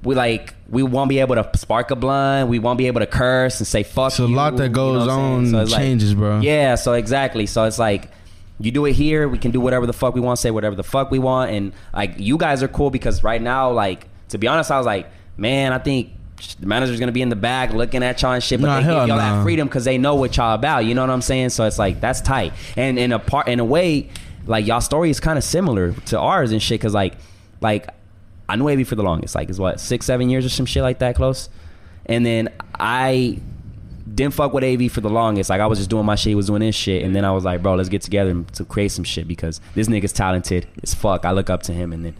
We like we won't be able to spark a blunt. We won't be able to curse and say fuck. It's a you," lot that you know goes what I'm saying? on, it's like- changes, bro. Yeah, yeah, so exactly. So it's like you do it here, we can do whatever the fuck we want, say whatever the fuck we want, and like you guys are cool because right now, like to be honest, I was like, man, I think the manager's gonna be in the back looking at y'all and shit, but Nah, they give hell y'all that nah. freedom because they know what y'all about. You know what I'm saying? So it's like that's tight. And in a part, in a way, like y'all story is kind of similar to ours and shit, because like, like I knew Avy for the longest, like it's what six, seven years or some shit like that close, and then I didn't fuck with AV for the longest. Like I was just doing my shit, he was doing his shit, and then I was like, bro, let's get together and to create some shit because this nigga's talented as fuck. I look up to him, and then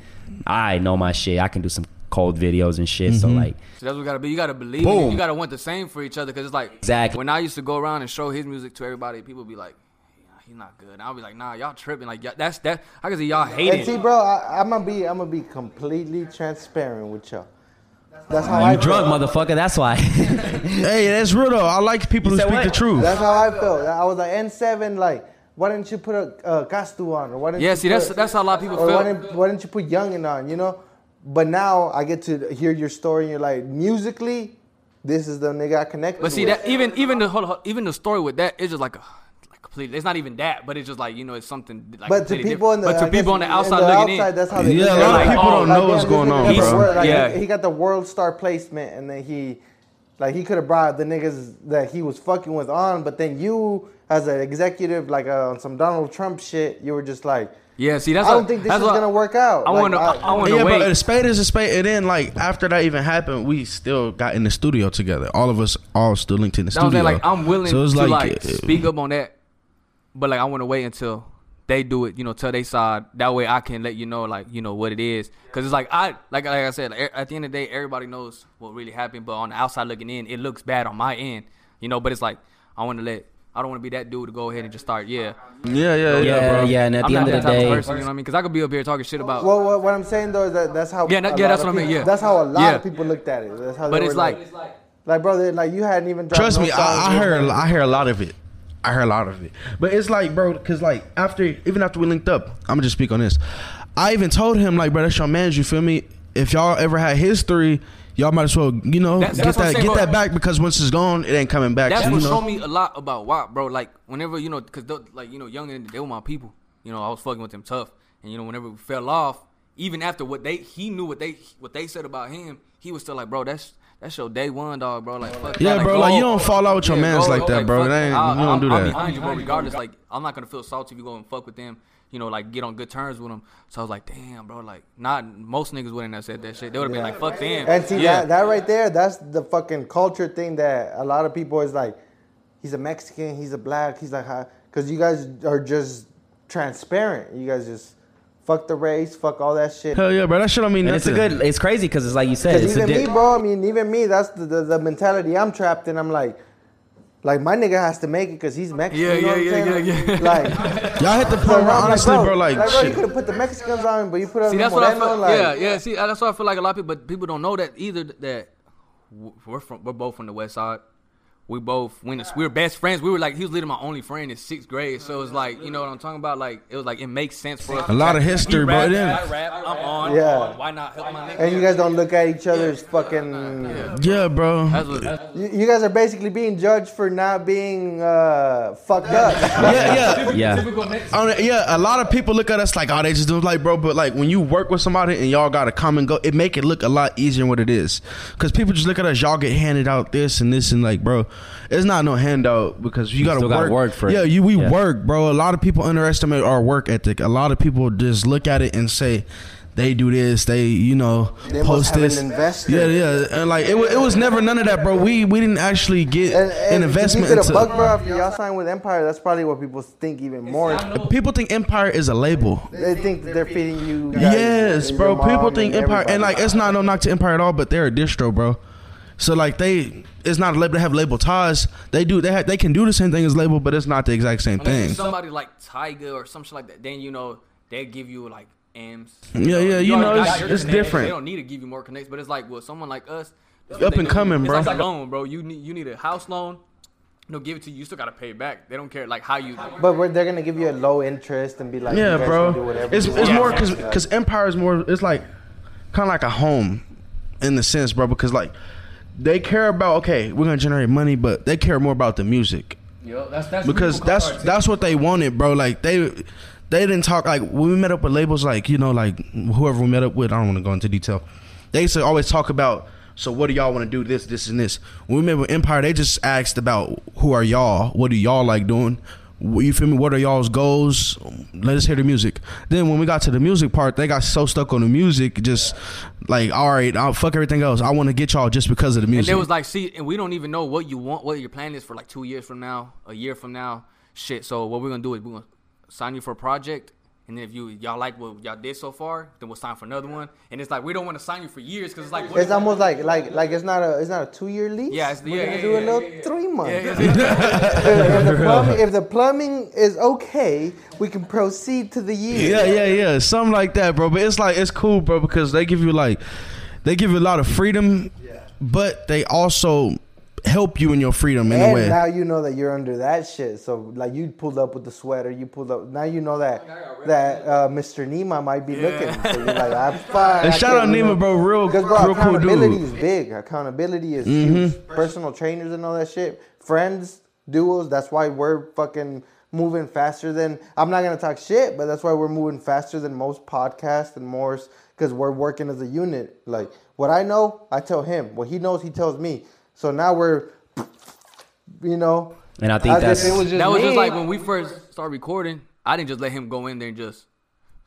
I know my shit. I can do some cold videos and shit. Mm-hmm. So like, So that's what gotta be. You gotta believe. in it. Boom. You gotta want the same for each other. Cause it's like Exactly. When I used to go around and show his music to everybody, people be like, he's not good. And I'll be like, nah, y'all tripping. Like y'all, that's that. I can see y'all And hating. see, bro, I, I'm gonna be I'm gonna be completely transparent with y'all. That's how I You feel. drunk, motherfucker. That's why. Hey, that's real though. I like people who said speak what? the truth. That's how I felt. I was like N7, like why didn't you put a uh, Castu on, or why didn't Yeah, you see, put- that's- that's how a lot of people or Why feel. didn't, why didn't you put Youngin on? You know, but now I get to hear your story, and you're like, musically, this is the nigga I connected. But see with. that even even the hold, on, hold- even the story with that it's just like a like completely. It's not even that, but it's just like you know it's something like. But to completely people on the, different. but I to people guess on the in outside looking outside, in, that's how they Yeah, look a at lot it. of people don't know damn, what's this going nigga on, got the bro. world- like, Yeah. he, he got the world star placement, and then he, like, he could have brought the niggas that he was fucking with on, but then you, as an executive, like uh, on some Donald Trump shit, you were just like, yeah, see that's I what- don't think this that's is what- gonna work out. I Like, want to I- I, I want yeah, to but a wait. spade is a spade. And then, like after that even happened, we still got in the studio together. All of us, all still linked in the That studio. was saying, like I'm willing So it's to like, like, uh, speak up on that, but like I want to wait until they do it. You know, tell they side. That way I can let you know like you know what it is. Because it's like I like like I said like, e- at the end of the day everybody knows what really happened, but on the outside looking in, it looks bad on my end. You know, but it's like I want to let. I don't want to be that dude to go ahead and just start. Yeah, yeah, yeah, yeah, yeah, bro. yeah. And at I'm the not end that of the type of day, person. You know what I mean? Because I could be up here talking shit about. Well, what, what I'm saying though is that that's how Yeah, no- a yeah, lot that's of what I mean, people- yeah. that's how a lot Yeah. of people looked at it. That's how. but they it's were like, like, bro, they- like you hadn't even dropped Trust no me, songs, I, I you heard I heard a lot of it. I heard a lot of it. But it's like, bro, cause like after even after we linked up, I'm gonna just speak on this. I even told him like, bro, that's your man. You feel me? If y'all ever had history, y'all might as well, you know, That's- get that's what I'm that saying, get bro. that back because once it's gone, it ain't coming back. That's you what know? showed me a lot about WAP, bro. Like whenever you know, because like you know, young and they were my people. You know, I was fucking with them tough, and you know, whenever we fell off, even after what they he knew what they what they said about him, he was still like, bro, that's that's your day one, dog, bro. Like fuck, Yeah, that. bro, go- like, you don't fall out with your mans like that, bro. fuck That ain't- I'll- you don't I'll- do I'll that. behind you, bro. Regardless, like I'm not gonna feel salty if you go and fuck with them. You know, like get on good terms with them. So I was like, damn, bro. Like, not most niggas wouldn't have said that shit. They would have been like, fuck them. And see Yeah. that that right there, that's the fucking culture thing that a lot of people is like, he's a Mexican, he's a black, he's like, because you guys are just transparent. You guys just fuck the race, fuck all that shit. Hell yeah, bro. That shit don't mean and it's nothing. a good. It's crazy because it's like you said. It's even a me, di- bro. I mean, even me. That's the, the, the mentality I'm trapped in. I'm like, like my nigga has to make it because he's Mexican. Yeah, you know what yeah, I'm yeah, saying? yeah, yeah. Like, Y'all hit the point so I'm where honestly, bro, like, you shit. could have put the Mexicans on, but you put on See, the that's what I Moreno. feel. like, yeah, yeah. See, uh, that's what I feel like a lot of people, but people don't know that either. That w- we're from, we're both from the West Side. We both went. To, we were best friends. We were like, he was literally my only friend in sixth grade. So it's like, you know what I'm talking about? Like, it was like it makes sense for us. A lot of history, bro. Then, I rap. I'm on. Yeah. I'm on. Why not help my nigga? And you guys don't look at each other's fucking. yeah, bro. That's what, that's You, you guys are basically being judged for not being uh, fucked up. Yeah, yeah. yeah. On- yeah, a lot of people look at us like, oh, they just do it like, bro. But like, when you work with somebody and y'all got a common goal, it make it look a lot easier than what it is. Cause people just look at us, y'all get handed out this and this and like, bro, it's not no handout because you, gotta still gotta work. work for it. yeah, you we Yeah. work, bro. A lot of people underestimate our work ethic. A lot of people just look at it and say. They do this. They, you know, They must post have an this. investor. Yeah, yeah, and like it, wa- it was never none of that, bro. We we didn't actually get And, an and investment. To keep it a into- buck, bro, after y'all sign with Empire, that's probably what people think even more. People think Empire is a label. They think that they're feeding you. guys Yes, and bro. your mom People think and Empire, and everybody. like it's not no knock to Empire at all, but they're a distro, bro. So like they, it's not a label. They have label ties. They do. They have, they can do the same thing as label, but it's not the exact same Unless thing. it's somebody like Tiger or some shit like that, then you know they give you like M's. Yeah, yeah, you already know, got it's- your it's connects. different. They don't need to give you more connects, but it's like with someone like us, that's Up what they and do. coming, It's bro. Like a loan, bro. You need you need a house loan. They'll give it to you. You still gotta pay it back. They don't care like how you. But we're, they're gonna give you a low interest and be like, Yeah, you guys bro. Can do whatever It's you it's want. more because because Empire is more. It's like kind of like a home in the sense, bro. Because like they care about okay, we're gonna generate money, but they care more about the music. that's, that's because that's that's what they wanted, bro. Like they they didn't talk like when we met up with labels, like you know, like whoever we met up with. I don't want to go into detail. They used to always talk about. So what do y'all want to do? This, this, and this. When we met with Empire, they just asked about who are y'all? What do y'all like doing? Wh- You feel me? What are y'all's goals? Let us hear the music. Then when we got to the music part, they got so stuck on the music, just like all right, I'll fuck everything else. I want to get y'all just because of the And music. there was like, see, and we don't even know what you want, what your plan is for like two years from now, a year from now, shit. So what we're gonna do is we're gonna sign you for a project, And then if you y'all like what y'all did so far, then we'll sign for another one. And it's like we don't want to sign you for years because it's like what It's almost like like like it's not a it's not a two year lease. Yeah, it's- We're yeah, gonna yeah, do a yeah, little yeah, yeah. three month. Yeah, it's- if, the plumbing, if the plumbing is okay, we can proceed to the year. Yeah, yeah, yeah. Something like that, bro. But it's like it's cool, bro, because they give you like they give you a lot of freedom, but they also help you in your freedom in a And way. now you know that you're under that shit. So like you pulled up with the sweater, you pulled up. Now you know that that uh, Mr. Nima might be looking. So you're like, I'm fine. And I shout can't out even- Nima, bro. Real, Because bro, real cool accountability dude. Mm-hmm. is big. Accountability is huge. Personal trainers and all that shit. Friends, duos. That's why we're fucking moving faster than. I'm not gonna talk shit, but that's why we're moving faster than most podcasts and more because we're working as a unit. Like what I know, I tell him. What he knows, he tells me. So now we're, you know. And I think as if that's- it was just that was just me. like when we first started recording. I didn't just let him go in there and just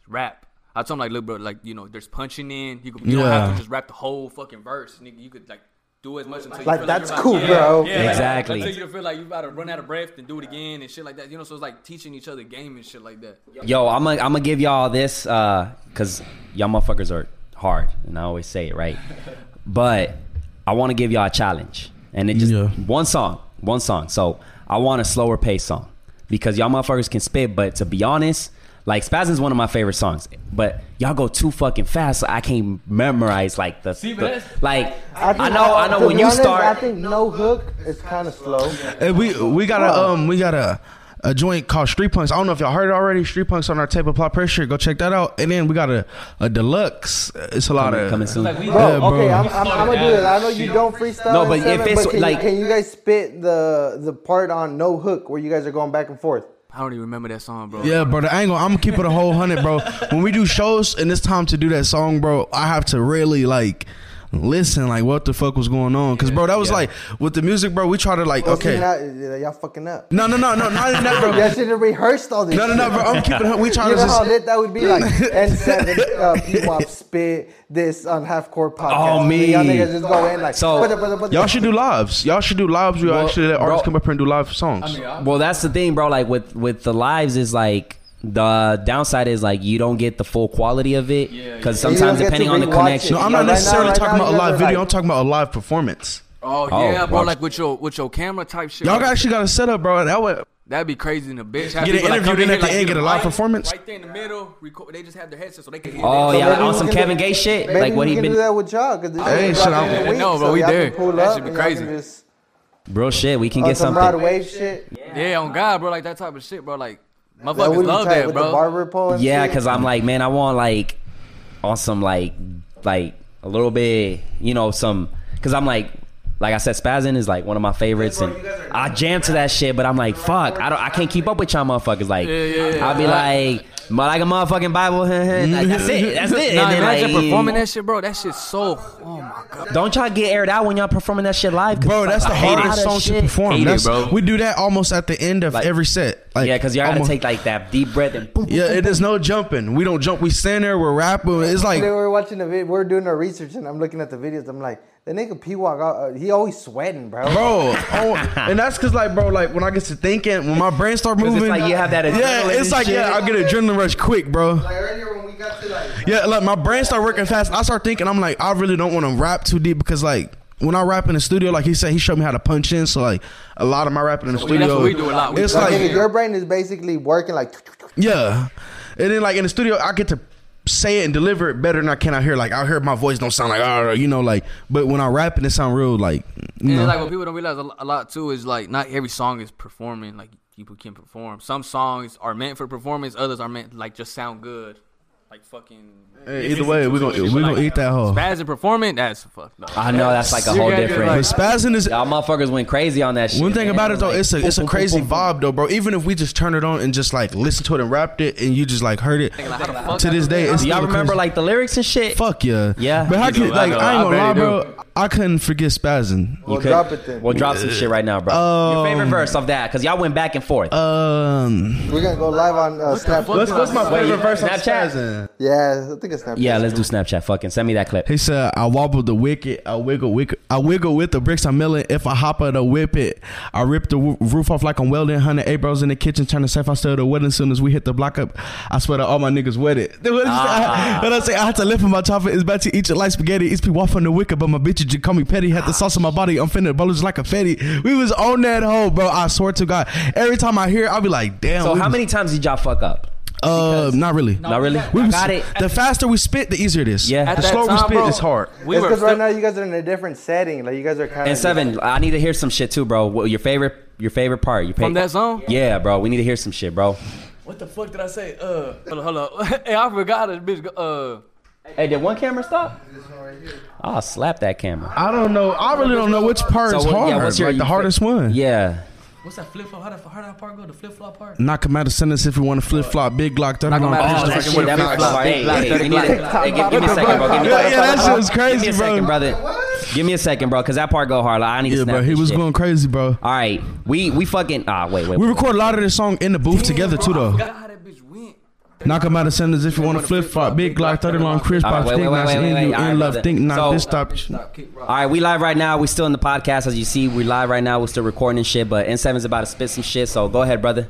rap. I told him like, look, bro, like you know, there's punching in. You, could, you don't have Yeah. to just rap the whole fucking verse. Nigga, you could like do as much until you Like, feel that's like cool, you're about- bro. like, Exactly. until you feel like you about to run out of breath and do it again and shit like that. You know, so it's like teaching each other game and shit like that. Yo, I'm gonna I'm gonna give y'all this uh cuz y'all motherfuckers are hard and I always say it, right? but I want to give y'all a challenge. And it just Yeah. one song, one song. So, I want a slower pace song because y'all motherfuckers can spit, but to be honest, like Spaz is one of my favorite songs, but y'all go too fucking fast. So I can't memorize like the, the- like I, think- know I know to when be you honest, start I think no hook is kind of slow. And we we got a um we got a a joint called Street Punks. I don't know if y'all heard it already. Street Punks on our tape apply pressure. Go check that out. And then we got a a deluxe. It's a lot of coming soon. Bro, Yeah, bro. okay, I'm, I'm, I'm gonna do it. I know you don't freestyle. No, and but if seven, it's can, you- like- can you guys spit the the part on no hook where you guys are going back and forth? I don't even remember that song, bro. Yeah, bro. The angle. I'm gonna keep it a whole hundred, bro. When we do shows and it's time to do that song, bro, I have to really like listen, like what the fuck was going on, because bro, that was like with the music, bro. We try to like, Well, see, okay, now, uh, y'all fucking up. no, no, no, no, not even that, Y'all bro. should have rehearsed all this. No, no, no, bro. I'm keeping. it. We try You to know how just. lit that would be like N7 uh, P-Wop spit this on half core podcast. Oh, me. Y'all niggas just go in like So- "Bada, bada, bada." Y'all should do lives. Y'all should do lives. We Well, actually let bro- artists come up here and do live songs. Well, that's the thing, bro. Like with with the lives is like the downside is like you don't get the full quality of it because You don't sometimes get to depending on the rewatch connection. no, I'm Yeah, not right now- necessarily right talking now about a you guys live are video. like- I'm talking about a live performance. Oh, Oh, yeah, bro. watch. Like with your with your camera type shit. Y'all like, actually got to set up, bro. That way, That'd be crazy in a bitch. Get an interview, then at the end, get a live performance. Right there in the middle, record, they just have their headset so they can hear Oh that. yeah, like maybe on we some can Kevin do- Gates shit, Maybe like what we he can do been that with y'all because this Hey, is shit, dropping I'm- in a week, No, bro, so we y'all there. Can pull That up should be and y'all can crazy. Just, Real shit, we can on get some Rod something. Wave shit. Yeah, on God, bro. Like that type of shit, bro. Like That would motherfuckers be love tight that, with bro. the barber pole. and Yeah, shit. because I'm like, man, I want like on some like like a little bit, you know, some because I'm like. Like I said, spazzing is like one of my favorites, and I jam to that shit. But I'm like, fuck, I don't, I can't keep up with y'all motherfuckers. Like, yeah, yeah. I'll be like, "Ma- like a motherfucking Bible. like, that's it, that's it. Nah, And then, imagine like, performing that shit, bro. That shit's so. Oh my god. Don't y'all get aired out when y'all performing that shit live? 'Cause bro, it's that's like, the I hate it. hardest That song to shit. perform. Hate it, That's- bro. We do that almost at the end of Like- every set. Like, yeah, because y'all gotta almost- take like that deep breath and boom. Yeah, it is no jumping. We don't jump. We stand there. We're rapping. It's like They were watching the video. We're doing our research, and I'm looking at the videos. I'm like, the nigga P walk out. Uh, he always sweating, bro. bro. Oh, and that's because, like, bro, like when I get to thinking, when my brain start 'Cause moving, it's like you have that yeah, adrenaline it's like and yeah, I shit. get adrenaline rush quick, bro. Like earlier when we got to like. Yeah, like my brain start working fast. I start thinking, I'm like, I really don't want to rap too deep because, like, when I rap in the studio, like he said, he showed me how to punch in. So, like, a lot of my rapping in the Yeah, studio, that's what we do a lot. We It's do- Like, like- nigga, your brain is basically working like. yeah. And then, like in the studio, I get to say it and deliver it better than I can out here. Like out here, my voice don't sound like, ah, you know, like. But when I rap it, it sound real, like, you and know. like what people don't realize a lo- a lot too is like not every song is performing. Like people can perform. Some songs are meant for performance. Others are meant like just sound good. Like fucking. Hey, either way, we gonna we gonna eat that hoe. Spaz and performing. That's fucked up. I know that's like a whole different. But spazzing is y'all motherfuckers went crazy on that shit. One thing man. about it though, Like, it's a it's a boom, boom, crazy boom, boom, vibe though, bro. Even if we just turn it on and just like listen to it and rapped it, and you just like heard it Like, how the fuck to I this do that? day, it's boom. Do still y'all a remember crazy- like the lyrics and shit? fuck yeah, Yeah. But I You do, could I like know, I I ain't gonna bet lie, you bro. I couldn't forget spazzing. Well, drop it then. Well, drop some shit right now, bro. Your favorite verse of that? Cause y'all went back and forth. Um, We're gonna go live on uh, Snapchat. what's, what's my Wait, favorite verse on Snapchat? spazzing? Snapchat? Yeah, I think it's Snapchat. Yeah, let's do Snapchat. Fucking send me that clip. He said, "I wobble the wicket, I wiggle wicket, I wiggle with the bricks I'm milling. If I hop out, I whip it. I rip the wo- roof off like I'm welding. Hundred eight bros in the kitchen trying to safe. I still the wedding. Soon as we hit the block up, I swear to all my niggas wet it. Then what did you say? Ah. I, when I say I had to lift in my chopper, it's about to eat it like spaghetti. It's be waffling the wicket, but my bitches just call me petty. Had the sauce on my body, I'm finna bubbles like a fetty. We was on that hoe, bro. I swear to God. Every time I hear, it, I be like, damn. So we how was- many times did y'all fuck up? Uh, not really. Not really. We I was- got it. The faster we spit, the easier it is. Yeah. At The that slower we time, spit, bro, it's hard. We it's were because still, right now you guys are in a different setting. Like you guys are kind And of seven, I need to hear some shit too, bro. What your favorite your favorite part? Your From favorite- that song? Yeah, bro. We need to hear some shit, bro. What the fuck did I say? Uh, hold on, hold on. hey, I forgot this bitch. go- Uh, Hey, did one camera stop? I'll slap that camera. I don't know. I really don't know which part So is what- hard. yeah, what's your- like the you- hardest one. Yeah. what's that flip flop? How did how did that part go? The flip flop part? Knock him out of sentence if you want to flip flop. Big Glock. Knock him out of Oh, Just that fucking shit, with that flip was flop. hey, Hey, hey, flip you need to- hey, give, give me a second, bro. Give me Yeah, yeah, that shit was Give me crazy, a bro. second, brother. Give me a second, bro, because that part go hard. Like, I need to Yeah, snap bro. He this was shit. going crazy, bro. All right, we we fucking ah wait wait. We record a lot of this song in the booth together too, I though. forgot how that bitch went. Knock him out of sentence if you want to flip flop. Big Glock. Thirty long crisp All right, box. wait, Think wait, not wait, wait, in you wait, all in love. right, Think brother. not this So- stop. Stop, kick, rock. All right, we live right now. we still in the podcast, as you see. We live right now. We're still recording and shit, but N7's about to spit some shit, so go ahead, brother.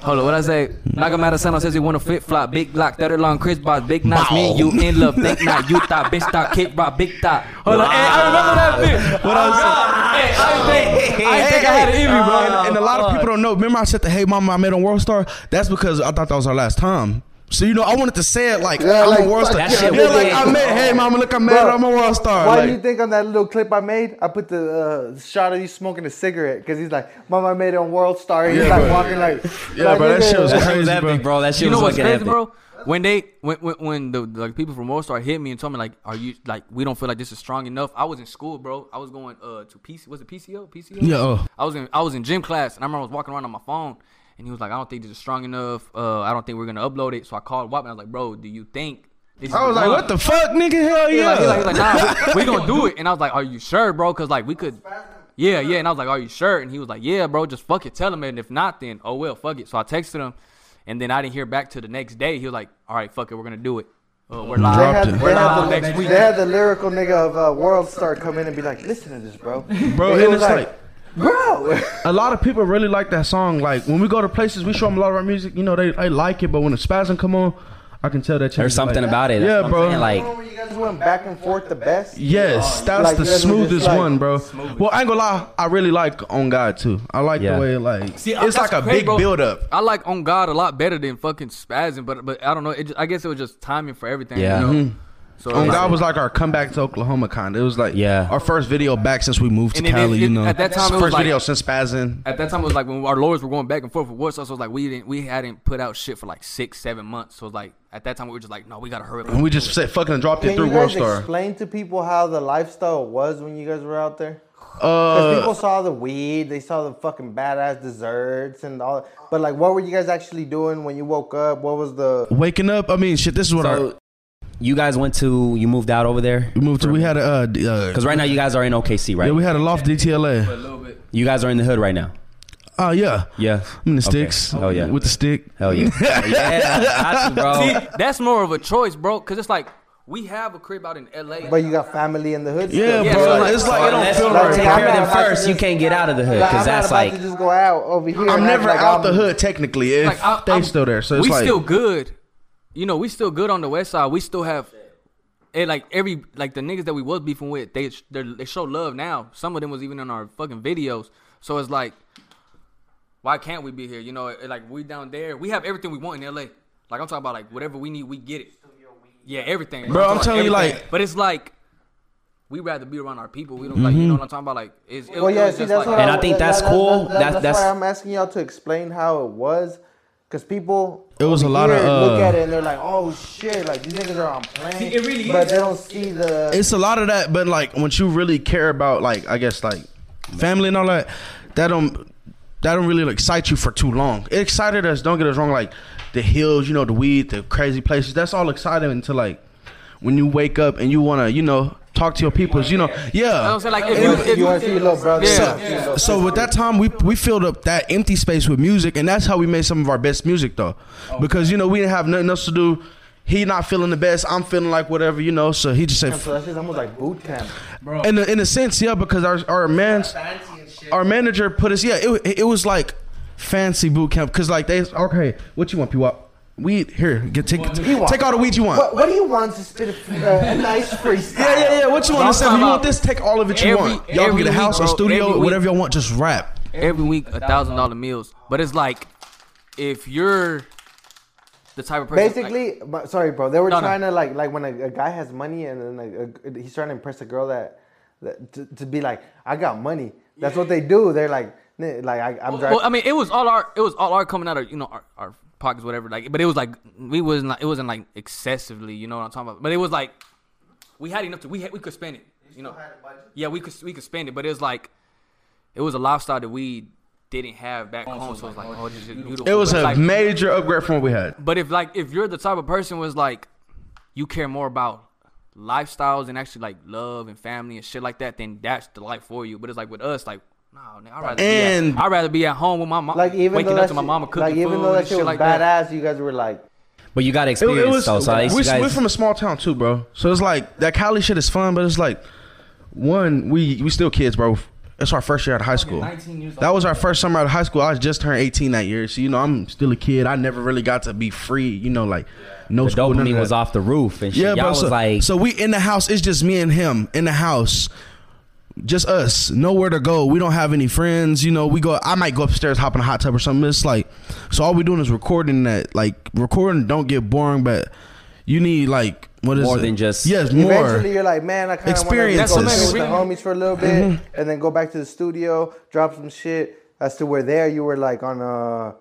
Hold on, what I say? Knock him out of San says he want a flip flop. Big Glock, 30 long, Chris box, big knots. Me and you in love, think not. You thought, bitch, thought, kick rock, big thought. Hold on, hey, I remember that bitch. What I was saying? Hey, I didn't think I had it in me, bro. And and a lot of people don't know. Remember, I said the Hey Mama, I made on World Star. That's because I thought that was our last time. So you know, I wanted to say it like Yeah, I'm like, a world fuck star. that shit Yeah, was like big. I met Hey Mama, look, I made Bro, it. I'm a world star. Why Like- do you think on that little clip I made, I put the uh, shot of you smoking a cigarette? Because he's like, Mama, I made it on World Star. And he's Yeah, like bro. walking like, Yeah, like, bro, that nigga, shit was That shit was crazy, epic, bro. bro. That shit You know was what's fucking crazy, epic. bro? When they when when, when the like people from World Star hit me and told me like, are you like we don't feel like this is strong enough? I was in school, bro. I was going uh to PC was it PCO PCO? Yeah, uh. I was in I was in gym class and I remember I was walking around on my phone and he was like, I don't think this is strong enough. Uh, I don't think we're gonna upload it. So I called WAP and I was like, bro, do you think? This is I was like, one?" what the fuck, nigga? Hell He yeah. like, he like, he like, nah, we, we gonna do it. And I was like, are you sure, bro? Cause like we could. Yeah, yeah. And I was like, are you sure? And he was like, yeah, bro. Just fuck it. Tell him, and if not, then oh well, fuck it. So I texted him, and then I didn't hear back to the next day. He was like, all right, fuck it, we're gonna do it. Uh, we're live. They had, Dropped it. they, had the, Nah, next week. they had the lyrical nigga of uh, World Star come in and be like, listen to this, bro. Bro, he and was it's bro. a lot of people really like that song. Like when we go to places, we show them a lot of our music. You know, they, they like it, but when the spasm come on, I can tell that changes, There's something like- about it. That's Yeah, what I'm bro. saying, Like Remember when you guys went back and forth the best? Yes, Oh, that's Like, the literally just smoothest like- one, bro. Well, I ain't gonna lie, I really like On God too. I like Yeah. the way it like See, I- it's like that's a crazy, big bro. build up. I like on God a lot better than fucking spazzing, but but I don't know. It just, I guess it was just timing for everything. Yeah. You know? So On it's- God was like our comeback to Oklahoma kind. It was like Yeah. our first video back since we moved to And it- Cali. it- you it- know, at that time, it was first like- video since spazzing. at that time it was like when our lawyers were going back and forth with what's so it was like we didn't we hadn't put out shit for like six seven months so it's like at that time we were just like no we gotta hurry up And we just said fucking dropped it Can through you World guys Star. explain to people how the lifestyle was when you guys were out there? Because Uh, people saw the weed, they saw the fucking badass desserts and all. But like, what were you guys actually doing when you woke up? What was the? waking up. I mean, shit. This is what I so, you guys went to you moved out over there we moved to. We had a uh, d- uh, because right now you guys are in OKC, right? yeah, we had a loft DTLA. you guys are in the hood right now. Oh yeah. Yeah. I'm in the Okay. sticks. Hell yeah. With the stick. Hell yeah. yeah, got you, bro. See, that's more of a choice bro because it's like we have a crib out in la But you got family in the hood. Yeah, still. Yeah, bro. so like- it's like it don't Unless feel you like- right. take I'm care of not them about to first, you just- can't get out of the hood Like, because I'm that's not about like to just go out over here. I'm and act never like out I'm- the hood technically. If like I, they I'm- still there, so it's we like still good. You know, we still good on the west side. We still have, and like every like the niggas that we was beefing with, they they're- they show love now. Some of them was even in our fucking videos. So it's like, why can't we be here? You know, it- like we down there, we have everything we want in L.A. Like I'm talking about, like whatever we need, we get it. Yeah, everything, Bro, I'm talking telling you, about like- but it's like. We rather be around our people. We don't like, Mm-hmm. you know what I'm talking about. Like, it's, it, Well, it yeah, was see, just like, that's what And I think that's cool. That's- That's, that's- why I'm asking y'all to explain how it was, because people. It was over a lot of, here look uh, at it and they're like, "Oh shit!" Like these niggas are on plan, but they don't see the. it's a lot of that. But like once you really care about like I guess like family and all that, that don't that don't really excite you for too long. It excited us. Don't get us wrong. Like the hills, you know, the weed, the crazy places. That's all exciting until like when you wake up and you wanna, you know, talk to your peoples. You know, I yeah. don't say like if you, you, want- if you want to see your little brother. Yeah. you So, wanna see your little so with that time, we we filled up that empty space with music, and that's how we made some of our best music, though, because you know we didn't have nothing else to do. He not feeling the best. I'm feeling like whatever, you know. So he just said, So that's just almost like boot camp. in a, in a sense, yeah, because our our man's our manager put us. Yeah, it it was like fancy boot camp because like they okay, what you want, P-Wop? Weed here, get take want? take all the weed you want. What, what do you want to spit a, a nice freestyle? Yeah, yeah, yeah. What you want? I'm to say? talking You want about this? Take all of it you every- want. Y'all can every get a week, house or bro, every studio, week. whatever y'all want. Just rap. every week a thousand dollar meals. But it's like if you're the type of person like- Basically, but- sorry, bro. They were No, no. trying to like, like when a, a guy has money and then a, a, he's trying to impress a girl that, that to, to be like, I got money. That's what they do. They're like, "Nah, like I, I'm driving. well, I mean, it was all our it was all our coming out of you know our, our pockets, whatever. Like, but it was like we wasn't like, it wasn't like excessively, you know what I'm talking about. But it was like we had enough to we had, we could spend it, you know. Yeah, we could we could spend it, but it was like it was a lifestyle that we didn't have back home. So it was like, oh, this is beautiful. It was But, a like, major upgrade from what we had. But if like if you're the type of person was like you care more about lifestyles and actually like love and family and shit like that, then that's the life for you. But it's like with us, like nah, nigga, I'd rather And- be at, I'd rather be at home with my mom, like even waking though up that to my shit- mama cooking like even food though that and shit shit was like badass, that. you guys were like, But you got It, experience it was. though, so at least we, you guys, we're from a small town too, bro. So it's like that Cali shit is fun, but it's like one we we still kids, bro. It's our first year out of high school. That was our first summer out of high school. I was just turned 18 that year, so you know I'm still a kid. I never really got to be free, you know, like no the school. none of dopamine that. was off the roof and shit. Yeah, Y'all bro. was So, like, so we in the house. It's just me and him in the house. Just us. Nowhere to go. We don't have any friends. You know, we go. I might go upstairs, hop in a hot tub or something. It's like, so all we doing is recording that. Like recording. Don't get boring, but you need like what is More it? than just- yes, more. Eventually, you're like, man, I kind of want to Experiences. go with the That's what I'm homies for a little bit, and then go back to the studio, drop some shit. As to where there, you were like on a,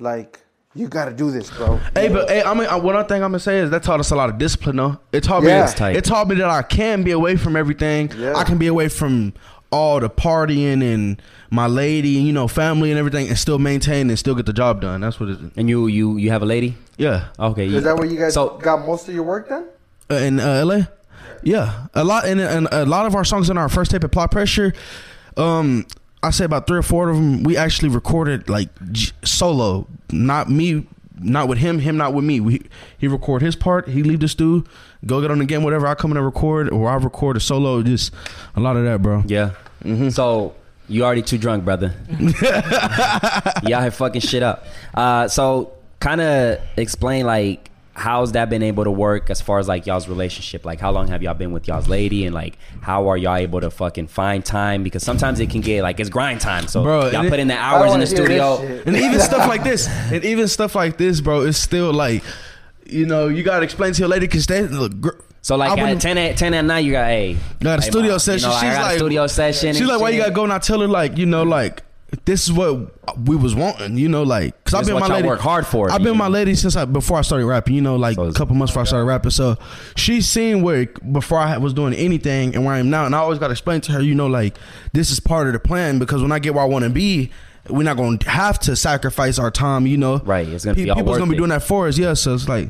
like you got to do this, bro. Hey, but hey, I mean, uh, one other thing I'm gonna say is that taught us a lot of discipline. Though it taught me, Yeah. that- That's tight. it taught me that I can be away from everything. Yeah. I can be away from all the partying and my lady, and you know, family and everything, and still maintain and still get the job done. That's what it is. and you you you have a lady? Yeah, Okay, Is that where you guys So got most of your work done? uh, in uh, LA. Yeah, a lot and, and a lot of our songs on our first tape at Plot Pressure. Um, I say about three or four of them we actually recorded like j- solo, not me, not with him, him not with me. We he record his part, he leave the stew, go get on the game, whatever. I come in and record, or I record a solo. Just a lot of that, bro. yeah. Mm-hmm. So you already too drunk, brother. Y'all here fucking shit up. Uh, so kind of explain like how's that been able to work as far as like y'all's relationship? Like how long have y'all been with y'all's lady, and like how are y'all able to fucking find time? Because sometimes it can get like it's grind time. So Bro, y'all and it- put in the I hours in wanna the hear this studio. shit. and even stuff like this, and even stuff like this, bro, it's still like, you know, you gotta explain to your lady because they look. Gr- So I like at wouldn't- 10 at 10 at night, you got hey, Got a hey, studio mom, you session. know, I She's got a like studio session. She's and like, why you shit." gotta go? And I tell her like, you know, like this is what we was wanting. You know, like because I've This is been what my y'all lady. work hard for, I've you been my know? lady since I before I started rapping. You know, like So a it's- couple months before I started rapping. So she's seen where before I was doing anything and where I am now, and I always gotta explain to her. You know, like this is part of the plan because when I get where I want to be. We're not gonna have to sacrifice our time, you know. Right, it's gonna be all people's worth gonna be it. doing that for us, yeah. So it's like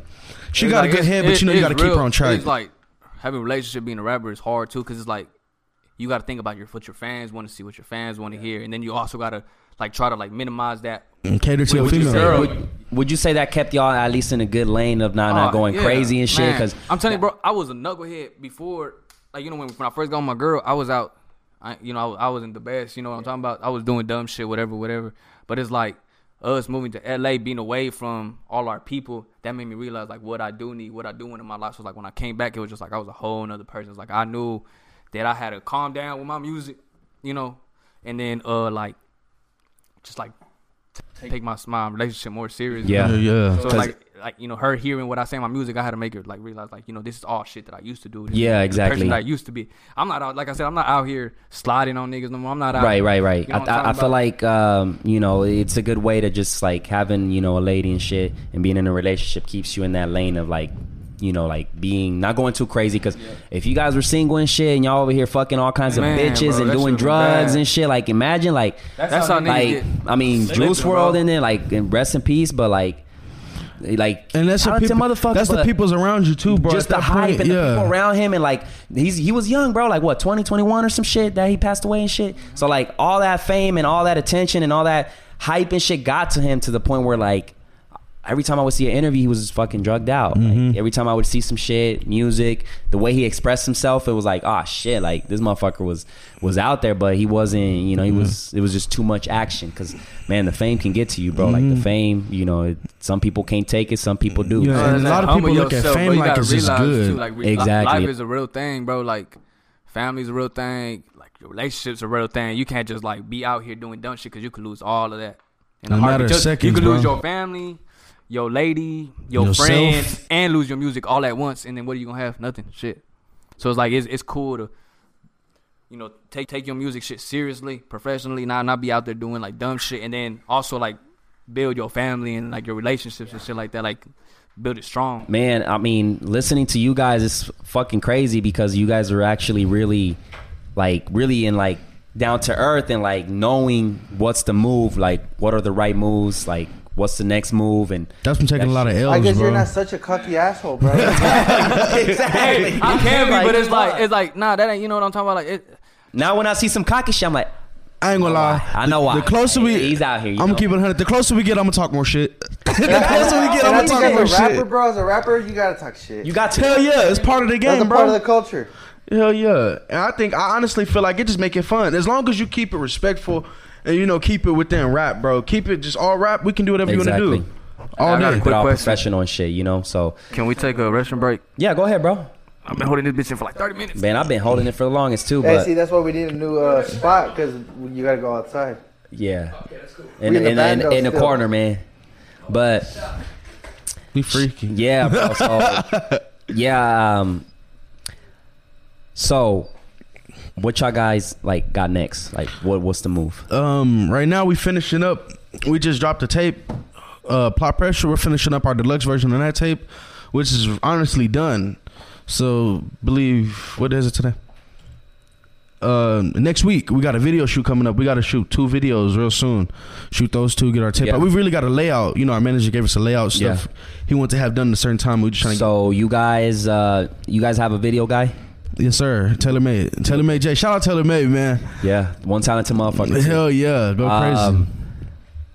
she It's got a like, good it's- head, but it- you know you it's gotta keep real. her on track. It's like having a relationship being a rapper is hard too, because it's like you got to think about your what your fans want to see, what your fans want to hear, and then you also got to like try to like minimize that. and cater to your Would you female. say- Girl. Would, would you say that kept y'all at least in a good lane of not, Oh, not going yeah, crazy and shit? man. Because I'm telling you, bro, I was a knucklehead before. Like you know, when, when I first got with my girl, I was out. I you know I, was- I wasn't the best. You know what I'm talking about? I was doing dumb shit, whatever, whatever. But it's like us moving to LA, being away from all our people, that made me realize like what I do need, what I do want in my life. So like when I came back, it was just like I was a whole nother person. It's like I knew that I had to calm down with my music, you know, and then uh like just like t- take my my relationship more serious. Yeah. Yeah, yeah. So 'Cause- like, like you know, her hearing what I say in my music, I had to make her like realize like you know this is all shit that I used to do. This is Yeah, the exactly. Person that I used to be. I'm not out like I said. I'm not out here sliding on niggas no more. I'm not out. right, right, right. You I, know what I'm I, I talking feel about? like um, you know it's a good way to just like having you know a lady and shit and being in a relationship keeps you in that lane of like you know like being not going too crazy because if you guys were single and shit and y'all over here fucking all kinds Man, of bitches bro, and that shit doing was drugs bad. and shit like imagine like that's how niggas like get. I mean slipping, Juice World bro. in there like and rest in peace but like like And that's the talented people. motherfucker, That's the but- people's around you too, bro. just At the that hype point, and yeah. the people around him and like he's he was young bro like what 20 21 or some shit that he passed away and shit so like all that fame and all that attention and all that hype and shit got to him to the point where like every time I would see an interview, he was just fucking drugged out. Like, every time I would see some shit, music, the way he expressed himself, it was like, ah, shit, like this motherfucker was was out there, but he wasn't. You know, he was. It was just too much action because man, the fame can get to you, bro. Like the fame, you know, it, some people can't take it, some people do. Oh, Yeah. And a lot of Humble people look at yourself, fame but you like gotta it's just realize, good. Too, like, re- li- Exactly. Life is a real thing, bro. Like, family's a real thing. Like, your relationship's a real thing. You can't just, like, be out here doing dumb shit because you could lose all of that. In In a matter heartbeat. of Just- You seconds, could lose bro. your family, your lady, your Yourself. friends, and lose your music all at once. And then what are you going to have? Nothing. Shit. So it's like, it's, it's cool to. You know, take take your music shit seriously, professionally, not not be out there doing like dumb shit, and then also like build your family and like your relationships and shit like that. Like build it strong. man i mean listening to you guys is fucking crazy because you guys are actually really like really in like down to earth and like knowing what's the move like what are the right moves like what's the next move and That's been taking a lot of L's, I guess bro. you're not such a cocky asshole, bro. exactly I can be, but it's like it's like nah, that ain't you know what I'm talking about. Like it, now when i see some cocky shit i'm like I ain't gonna lie. I know The- why. The closer we, He's out here, you I'm know. gonna keep it 100. The closer we get, I'm gonna talk more shit. the closer we get, I'm And I gonna think talk as more a rapper, shit. bro, as a rapper, you gotta talk shit. you got to Hell yeah, it's part of the That's a game, part of the bro. culture. Hell yeah, and I think I honestly feel like it just make it fun as long as you keep it respectful and you know keep it within rap, bro. Keep it just all rap. We can do whatever you exactly want to do. All I got a day. put all question. professional and shit you know so can we take a restroom break? yeah go ahead bro I've been holding this bitch in for like 30 minutes. man i've been holding it for the longest too Hey, but see, that's why we need a new uh, spot because you gotta go outside. yeah We in, in the in, band in, though in the still. corner man but We freaky. Yeah, bro. So, yeah. Um, so, what y'all guys like got next? Like, what what's the move? Um, right now we finishing up. We just dropped a tape. Uh, plot pressure. We're finishing up our deluxe version of that tape, which is honestly done. So believe what is it today? Um, next week we got a video shoot coming up. We got to shoot two videos real soon. Shoot those two, get our tape. Yeah. out. We really got a layout. You know, our manager gave us a layout Yeah. stuff. He wanted to have done at a certain time. We just trying to So you guys, uh, you guys have a video guy? get, yes, sir. Taylor May, Taylor May J. Shout out Taylor May, man. Yeah, one talented motherfucker. too. Hell yeah, go crazy. Um,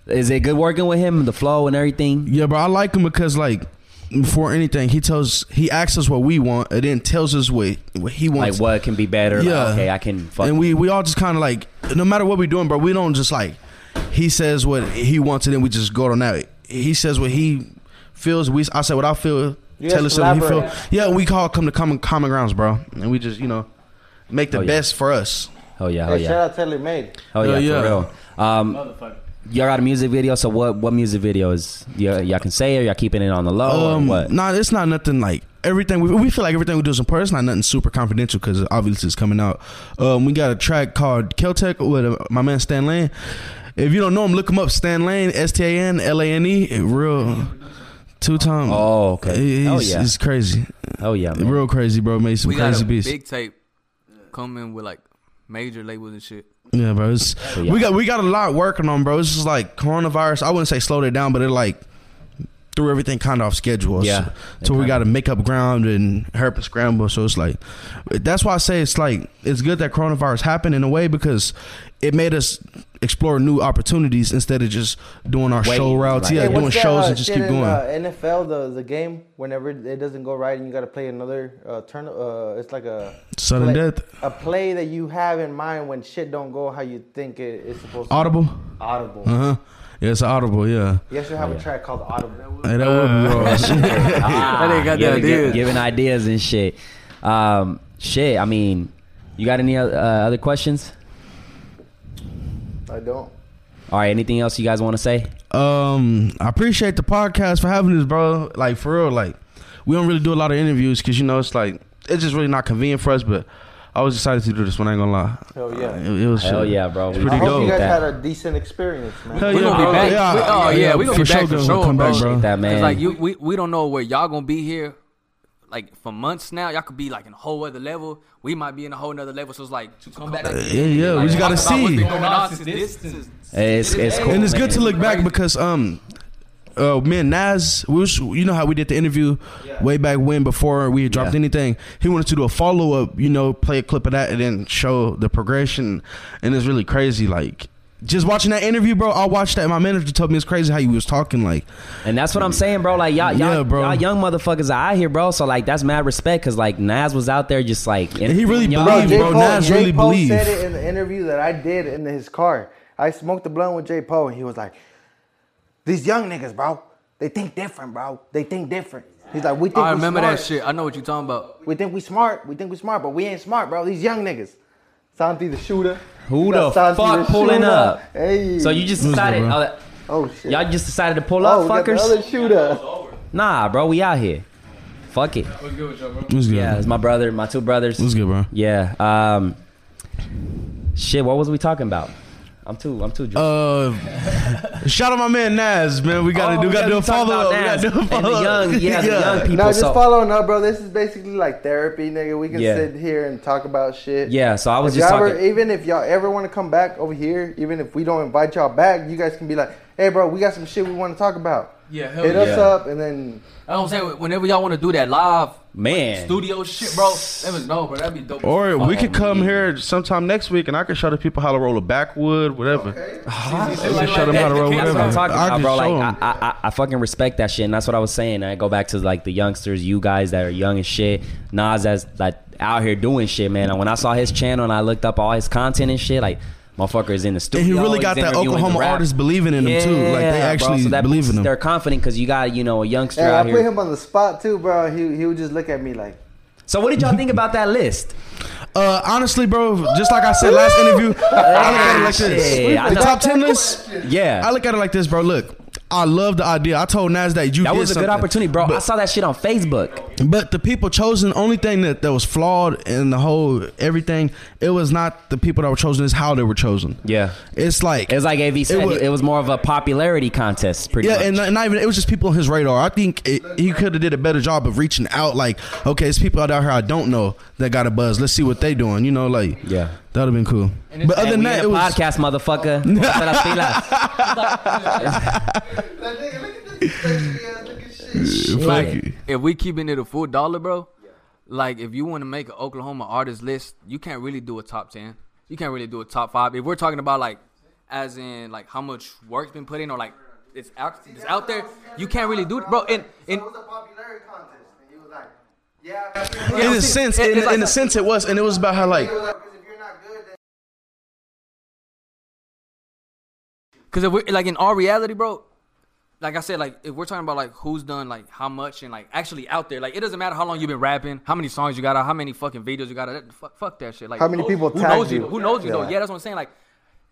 is it good working with him? The flow and everything. Yeah, bro, I like him because like before anything, he tells he asks us what we want and then tells us what what he Like, wants. what can be better? Like, Yeah. okay, I can. Fuck. and we we all just kind of like no matter what we're doing, bro, we don't just like he says what he wants and then we just go on that. He says what he feels. We I say what I feel. You Taylor guys said what he feel. collaborate. Yeah, we all come to common common grounds, bro, and we just you know make the Oh, yeah. best for us. oh yeah, oh Hey, yeah, shout out Taylor Made. oh yeah, Hell, yeah. for real. Um, y'all got a music video. So what? What music video is? Y'all, y'all can say it. Y'all keeping it on the low. Um, or what? Nah, it's not nothing like everything. We, we feel like everything we do is important. It's not nothing super confidential because obviously it's coming out. Um, we got a track called Keltec with uh, my man Stan Lane. If you don't know him, look him up. Stan Lane, S T A N L A N E. Real two time. Oh, okay. He- Hell He's, yeah. he's crazy. Oh yeah, man. Real crazy, bro. Made some We got crazy a beats. big tape coming with like major labels and shit. yeah, bro. It's, yeah. We got we got a lot working on, bro. It's just like coronavirus. I wouldn't say slowed it down, but it like threw everything kind of off schedule. Yeah. So, so we got to make up ground and help and scramble. So it's like, that's why I say it's like, it's good that coronavirus happened in a way because it made us explore new opportunities instead of just doing our Wait, show routes. right. Yeah, Hey, doing what's that, shows uh, and just shit keep in, going. Uh, NFL, the the game, whenever it doesn't go right and you gotta play another uh, turn, uh, it's like a Sudden play- death. A play that you have in mind when shit don't go how you think it is supposed to. Audible? Audible. Uh huh. Yeah, it's audible. Oh, Yeah. You actually have a track called Audible. Hey, that would be Uh. raw. Ah, That ain't got giving, the gi- ideas. giving ideas and shit. Um, shit. I mean, you got any oth- uh, other questions? I don't. All right. Anything else you guys want to say? um, I appreciate the podcast for having this, bro. Like for real, like we don't really do a lot of interviews because you know it's like it's just really not convenient for us. But I was excited to do this one. I ain't gonna lie. Hell yeah. Uh, it, it was Hell uh, yeah, bro. We pretty I appreciate hope you dope. guys that. had a decent experience, man. Hell We yeah, gonna be bro. back. Yeah, We- oh, yeah, we gonna for be back for gonna sure, come back, bro. bro. That man. Cause like you, we, we don't know where y'all gonna be here, like for months now. Y'all could be like in a whole other level. We might be in a whole other level. So it's like to come back. Yeah, yeah, we just gotta see. it's it's cool. and it's good man. to look back because um uh me and Nas we was, you know how we did the interview way back when before we had dropped Yeah. anything he wanted to do a follow up you know play a clip of that and then show the progression and it's really crazy like just watching that interview, bro, I watched that. My manager told me it's crazy how you was talking. Like, And that's what I'm saying, bro. Like y'all, y'all, Yeah, bro. y'all young motherfuckers are out here, bro. So like that's mad respect because like Nas was out there just like and he really y'all- believed, bro. Nas Jay really Paul believed. said it in the interview that I did in his car. I smoked the blunt with J. Paul, and he was like, "These young niggas, bro, they think different, bro. They think different." He's like, "We think I we remember smart. that shit. I know what you're talking about. We think we smart. We think we smart, but we ain't smart, bro. These young niggas." Santi the shooter. Who We the fuck got Santi the pulling shooter. up? Hey. So you just Who's that, decided, bro? oh, Oh shit. y'all just decided to pull oh, up, we got the fuckers? other shooter. Nah, bro, we out here. Fuck it. what's good? Yeah, it's my brother, my two brothers. what's good, bro? Yeah. Um. Shit, what was we talking about? I'm too. I'm too. drunk. Uh, shout out my man Nas, man. We gotta Oh, do, we gotta do a be talking follow about up. We Nas gotta do a and follow the up. young, yeah, the young people. No, just so, following up, bro. This is basically like therapy, nigga. We can Yeah. sit here and talk about shit. Yeah, so I was If just y'all ever- talking- even if y'all ever want to come back over here, even if we don't invite y'all back, you guys can be like, "Hey, bro, we got some shit we want to talk about." Yeah, hell Hit us yeah. up, and then I don't say whenever y'all want to do that live man, studio shit, bro. Let us know, bro. That'd be dope. Or Oh, we could come here sometime next week, and I can show the people how to roll a backwood, whatever. Like, I like can show them that. how to roll That's whatever. That's what I'm I talking about, can bro. Like, show 'em. I, I, I- I fucking respect that shit, and that's what I was saying. I go back to like the youngsters, you guys that are young as shit. Nas that's like out here doing shit, man. And when I saw his channel and I looked up all his content and shit, like motherfucker is in the studio. And he really got he's that interviewing Oklahoma the rap. artist believing in him, too. Like, they Yeah, actually that believe puts- in him. They're confident because you got you know a youngster hey, I out put here. him on the spot too, bro. He he would just look at me like, So what did y'all think about that list? Uh, honestly, bro, just like I said last interview, I look at it like Ah, Shit, I this. The thought- top ten list. Yeah. I look at it like this, bro. Look, I love the idea. I told Nas that you That did was a good something. opportunity, bro. I But, saw that shit on Facebook. but the people chosen, the only thing that, that was flawed in the whole everything, it was not the people that were chosen. It's how they were chosen. Yeah. it's like It was like AV said, it was, was- more of a popularity contest, pretty yeah, much. and not, not even it was just people on his radar. I think it, he could have did a better job of reaching out. Like, okay, it's people out here I don't know that got a buzz. Let's see what they doing. You know, like Yeah. that'd have been cool. But other than we in that, a it was podcast, motherfucker. Vamos a las pilas. Fuck Like, you. if we keeping it a full dollar, bro, like if you want to make an Oklahoma artist list, you can't really do a top ten. You can't really do a top five. If we're talking about like, as in like how much work's been put in, or like it's out, it's out there, you can't really do it, bro. And and a popularity contest, and he was like, "Yeah." in a see, sense, it- in, it's like- in a sense, it was, and it was about how like Because if we're like in all reality, bro, like I said, like if we're talking about like who's done like how much and like actually out there, like it doesn't matter how long you've been rapping, how many songs you got out, how many fucking videos you got out. that- Fuck, fuck that shit. Like How many who- people who tagged knows you? you? Who knows you though? Yeah. Yeah, that's what I'm saying. Like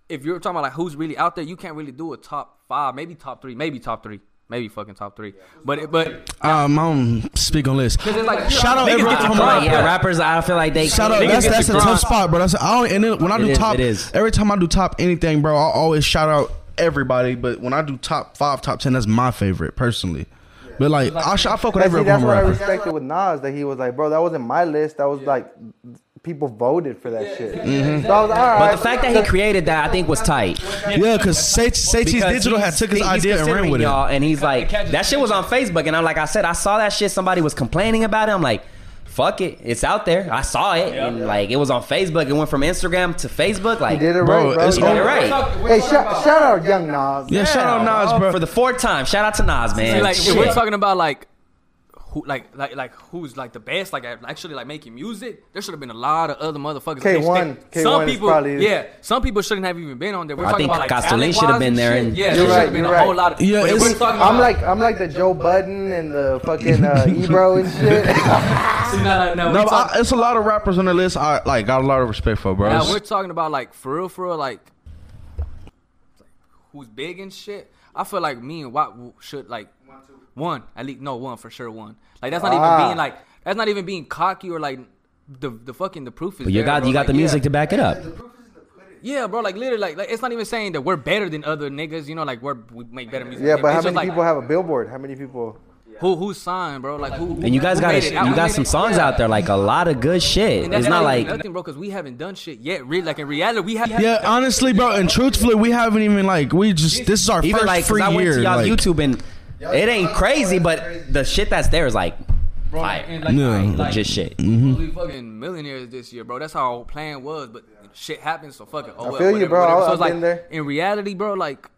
if you're talking about like who's really out there, you can't really do a top five, maybe top three, maybe top three, maybe fucking top three. But it, but um, I'm speak on this. it's like Shout out niggas every get I to feel Oklahoma grind, like, rapper. yeah, bro. rappers, I feel like they. Shout out. Niggas That's get that's to a tough grind. spot, bro. That's I don't, and then when I It do is, top, it is. every time I do top anything, bro, I always shout out everybody. But when I do top five, top ten, that's my favorite personally. But like, I, sh- I fuck with But every see, that's Oklahoma what I rapper. respected with Nas that he was like, bro, that wasn't my list. That was like people voted for that shit. So I was like, all right. But the fact that he created that, I think, was tight. Yeah, because Seichi's Because Digital had he's- took his he's idea and ran considering with it. y'all, And he's like, that shit was on Facebook. And I'm like, I said, I saw that shit. Somebody was complaining about it. I'm like, fuck it. It's out there. I saw it. And like, it was on Facebook. It went from Instagram to Facebook. Like, he did it Bro, right, bro. it's He did all it right. Hey, shout, shout out Young Nas. Yeah, shout out Yeah, Nas, bro. For the fourth time. Shout out to Nas, man. And, like Shit. if we're talking about like who like like like who's like the best like at actually like making music there should have been a lot of other motherfuckers K1 Like, they- K1 some is people probably- yeah some people shouldn't have even been on there we're I talking think about like Castellan talent-wise should have been and there shit. and- yeah You're there should right, have been you're a whole right. lot of Yeah, but if it's- we're talking I'm about- like I'm like the Joe Budden and the fucking uh, Ebro and shit. See, no, no, no, No, we're but talk- I, it's a lot of rappers on the list. I like got a lot of respect for, bro. now we're talking about like for real for real like who's big and shit I feel like me and Watt should like one at least no one for sure one like that's not Ah. even being like that's not even being cocky or like the the fucking the proof is But you there, got bro. you got Like, the yeah. music to back it up. Yeah, bro. Like literally, like, like it's not even saying that we're better than other niggas. You know, like we're we make better music. Yeah, but it's how just many like, people have a billboard? How many people? who who signed, bro? Like who? And you guys got a, you got some songs out there, like a lot of good shit. It's not like nothing, bro, because we haven't done shit yet. Really, like in reality, we have. yeah, honestly, bro, and truthfully, we haven't even like we just this is our even first like 'cause free I went year. to y'all like, YouTube and it ain't crazy, but the shit that's there is like bro. Fire. And like, Yeah. I ain't, like Legit shit. We fucking millionaires this year, bro. That's how our plan was, but shit happened, so fuck it. Oh, well, feel you, whatever, bro. whatever. So I've it's like been there. in reality, bro, like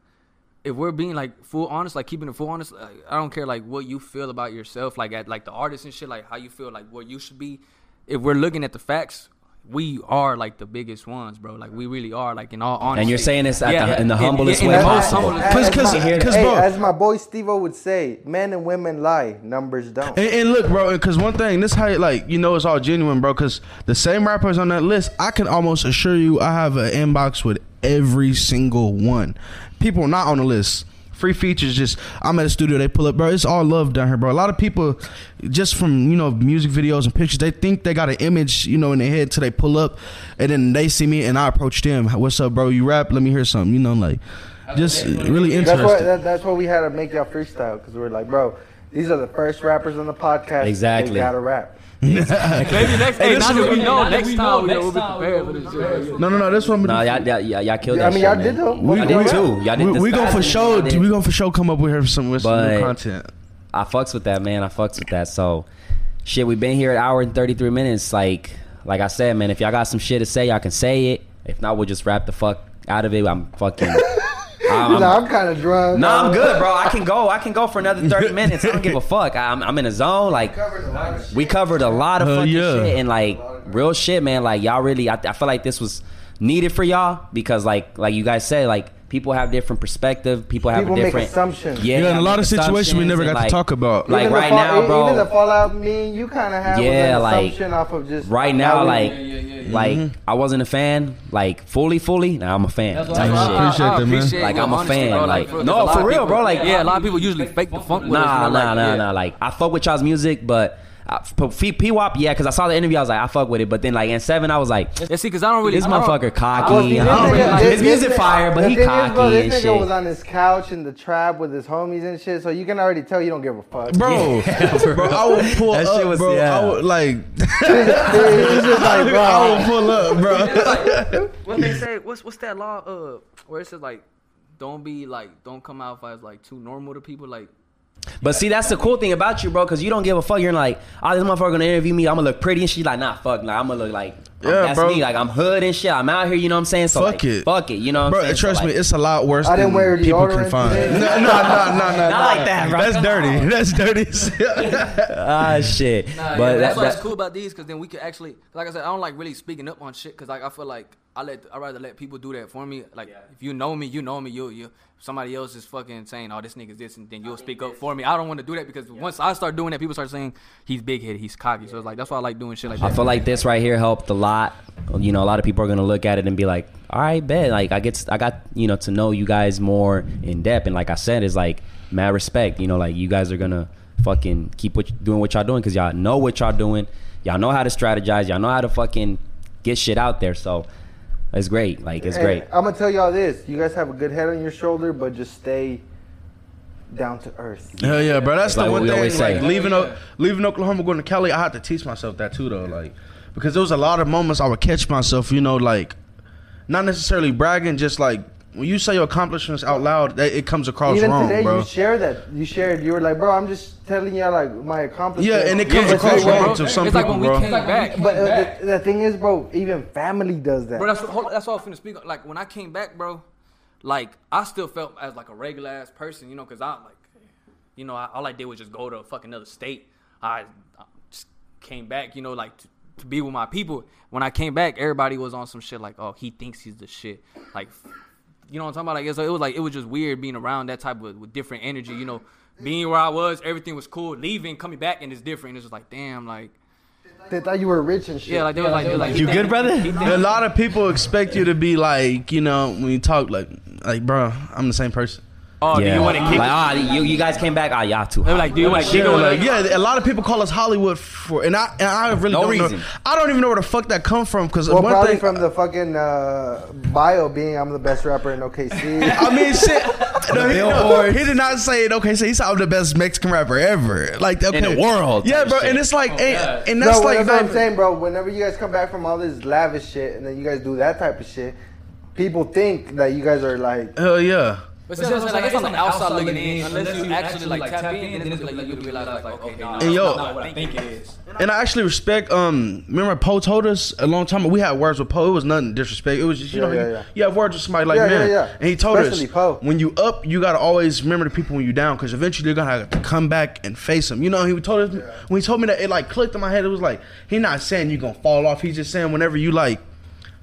if we're being like full honest, like keeping it full honest, like, I don't care like what you feel about yourself, like at like the artist and shit, like how you feel, like what you should be. If we're looking at the facts, we are like the biggest ones, bro. Like we really are, like in all honesty. you're saying this at the- in the humblest way the most possible. humblest- Cause- As cause- my- cause, hey, bro- as my boy Stevo would say, men and women lie, numbers don't. And, and look, bro, because one thing, this how it, like you know it's all genuine, bro. Because the same rappers on that list, I can almost assure you, I have an inbox with every single one. People not on the list. Free features, just I'm at a studio, they pull up, bro. It's all love down here, bro. A lot of people, just from you know music videos and pictures, they think they got an image, you know, in their head till they pull up, and then they see me and I approach them. What's up, bro? You rap? Let me hear something. You know, like just really That's interesting. why that, that's why we had to make y'all freestyle because we were like, bro, these are the first rappers on the podcast. Exactly. They gotta rap. Maybe next hey, this is now that what- we know, next time we know, we'll be prepared for this shit. no, no, no. That's what I'm. Nah, y'all, y'all, y'all, y'all killed I that shit, mean, y'all man. did though. We- Y'all we did too. rap. Y'all did we, this we gonna fast for and sure. y'all did- We gonna for sure come up with her some with some But- new content. I fucks with that, man. I fucks with that. So, shit, we've been here an hour and 33 minutes. Like, like I said, man, if y'all got some shit to say, y'all can say it. If not, we'll just wrap the fuck out of it. I'm fucking. I'm, Nah, I'm kind of drunk. no, Uh, I'm good, bro. I can go. I can go for another 30 minutes. I don't give a fuck. I'm, I'm in a zone. Like, we covered a lot of Hell fucking yeah. shit and like real shit, man. Like, y'all really, I, I feel like this was needed for y'all because, like, like you guys said, like, people have different perspective. People have People a make different assumptions. Yeah, and a lot make of situations we never assumptions got and, to like, talk about. like, Even the right fall- now, e- bro. Even the fallout, me and you kind of had Yeah, was an like, assumption off of just right how now, we- like, like Mm-hmm. I wasn't a fan, like fully, fully. Now I'm a fan. type I- shit. I- appreciate that, man. Like, your I'm a honesty, fan, bro, like- real, no, 'cause a lot for of real, people- bro, like- yeah, a lot of people usually fake the funk with us. Nah, you know, nah, like, nah, yeah. nah. Like I fuck with y'all's music, but I, P- P-Wop, yeah, because I saw the interview, I was like, I fuck with it. But then like in seven, I was like, Yeah, see, cause I don't really. this I don't- motherfucker cocky. Well, see, I this don't really nigga- like this- his music this- fire, but the he thing is, bro, cocky and this nigga was shit. on his couch in the trap with his homies and shit, so you can already tell you don't give a fuck. Bro, bro, I would pull That shit up, was- bro. yeah. I would like, It's just like, bro, I would pull up, bro. What they say? What's what's that law? Uh, where it says like, don't be like, don't come out as like too normal to people. Like, But see, that's the cool thing about you, bro, because you don't give a fuck. You're like, oh, this motherfucker gonna interview me. I'm gonna look pretty and shit. Like, nah, fuck, nah, I'm gonna look like, I'm- Yeah, that's bro. me. Like, I'm hood and shit. I'm out here. You know what I'm saying? So Fuck like, it. fuck it. You know what Bro, I'm saying? So, trust like, me, it's a lot worse. I didn't than wear people can deodorant find. today. No, no, no, no, no. Not like that, bro. That's Come dirty. on. That's dirty. ah shit. Nah, but yeah, that's that, what's that- cool about these, because then we could actually, like I said, I don't like really speaking up on shit, because like I feel like I let, I rather let people do that for me. Like if you know me, you know me. You you somebody else is fucking saying, oh, this nigga's this, and then you'll speak up for me. I don't want to do that because once I start doing that, people start saying he's big headed, he's cocky. So it's like that's why I like doing shit like that. I feel like this right here helped a lot. You know, a lot of people are gonna look at it and be like, "All right, bet." Like, I get, I got, you know, to know you guys more in depth, and like I said, it's like mad respect. You know, like you guys are gonna fucking keep what doing what y'all doing because y'all know what y'all doing. Y'all know how to strategize. Y'all know how to fucking get shit out there. So it's great. Like it's great. I'm gonna tell y'all this: you guys have a good head on your shoulder, but just stay down to earth. Hell yeah, bro. That's Like the what one we thing. always like say. leaving O- leaving Oklahoma, going to Cali, I had to teach myself that too, though. Like because there was a lot of moments I would catch myself, you know, like not necessarily bragging, just like when you say your accomplishments out loud, that, it comes across Even wrong, today, bro. you shared that. You shared. You were like, bro, I'm just telling y'all like my accomplishments. Yeah, and it comes But across you know wrong what? to some it's like when people, we bro. came back. But uh, the, the thing is, bro, even family does that. Bro, that's what, hold- that's what I was finna speak. on. Like when I came back, bro, like I still felt as like a regular ass person, you know, because I like, you know, I, all I did was just go to a fucking another state. I, I just came back, you know, like to, to be with my people. When I came back, everybody was on some shit like, oh, he thinks he's the shit, like, you know what I'm talking about? Like, it's- it was like it was just weird being around that type of with different energy, you know. Being where I was, everything was cool. Leaving, coming back, and it's different. It's just like, damn, like, they thought you were rich and shit. yeah, like they was like, they was like, You good, brother? A lot of people expect you to be like, you know, when you talk like, like, bro, I'm the same person. Oh, do you want to kick? Like, ah, you, you guys came back. Ah, y'all too. They hot. were like, do you want to kick? Yeah, him? like, yeah, a lot of people call us Hollywood for, and I, and I really No don't reason. know. I don't even know where the fuck that come from. Because Well, one probably thing, from the fucking uh, bio being I'm the best rapper in OKC. I mean, shit. No, he, no, he did not say it. Okay, so he said I'm the best Mexican rapper ever, like okay. In the world. Yeah, bro, and it's like, and, and no, that's well, like, that's what I'm not- saying, bro. Whenever you guys come back from all this lavish shit, and then you guys do that type of shit, people think that you guys are like Hell yeah. But see, that's what I'm saying, like, it's on the outside looking in. Unless you actually like tap in, then it's gonna let you realize like, okay, nah, And yo, what I think it is. And I actually respect. Um, remember Poe told us a long time. ago, We had words with Poe. It was nothing disrespect. It was just you Yeah, know yeah, you, yeah. you have words with somebody like Yeah, yeah, man. yeah. And he told Especially us Poe. when you up, you gotta always remember the people when you down because eventually you're gonna have to come back and face them. You know, he told us when he told me that it like clicked in my head. It was like he not saying you gonna fall off. He's just saying whenever you like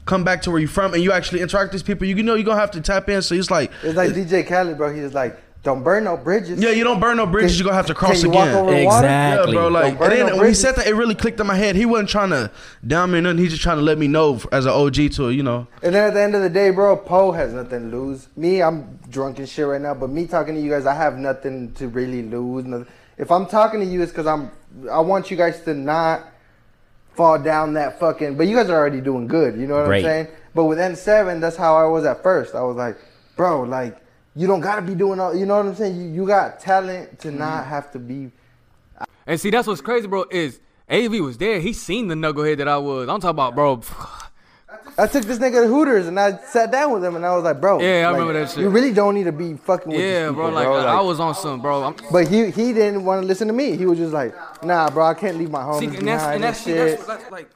come back to where you from and you actually interact with these people, you, know you're gonna have to tap in. So it's like It's like DJ Khaled, bro. He's like, don't burn no bridges. yeah, you don't burn no bridges. Can- you're gonna have to can cross you walk again. over water? Exactly. Yeah, bro. Like, Don't burn and then no when he bridges. said that, it really clicked in my head. He wasn't trying to down me or nothing. He just trying to let me know f- as an OG to you know. And then at the end of the day, bro, Poe has nothing to lose. Me, I'm drunk and shit right now, but me talking to you guys, I have nothing to really lose. noth- If I'm talking to you, it's because I'm. I want you guys to not fall down that fucking. But you guys are already doing good. You know what Great. I'm saying? But with N7, that's how I was at first. I was like, bro, like you don't gotta be doing all. You know what I'm saying? You, you got talent to not have to be. And see, that's what's crazy, bro. Is Av was there? He seen the knucklehead that I was. I'm talking about, bro. I took this nigga to Hooters and I sat down with him and I was like, bro. Yeah, I like, remember that shit. You really don't need to be fucking with these Yeah, people, bro. Like, bro. I was on some, bro. I'm, But he he didn't want to listen to me. He was just like, nah, bro, I can't leave my homies see, behind and that's and that's, see, shit. that's what- that's like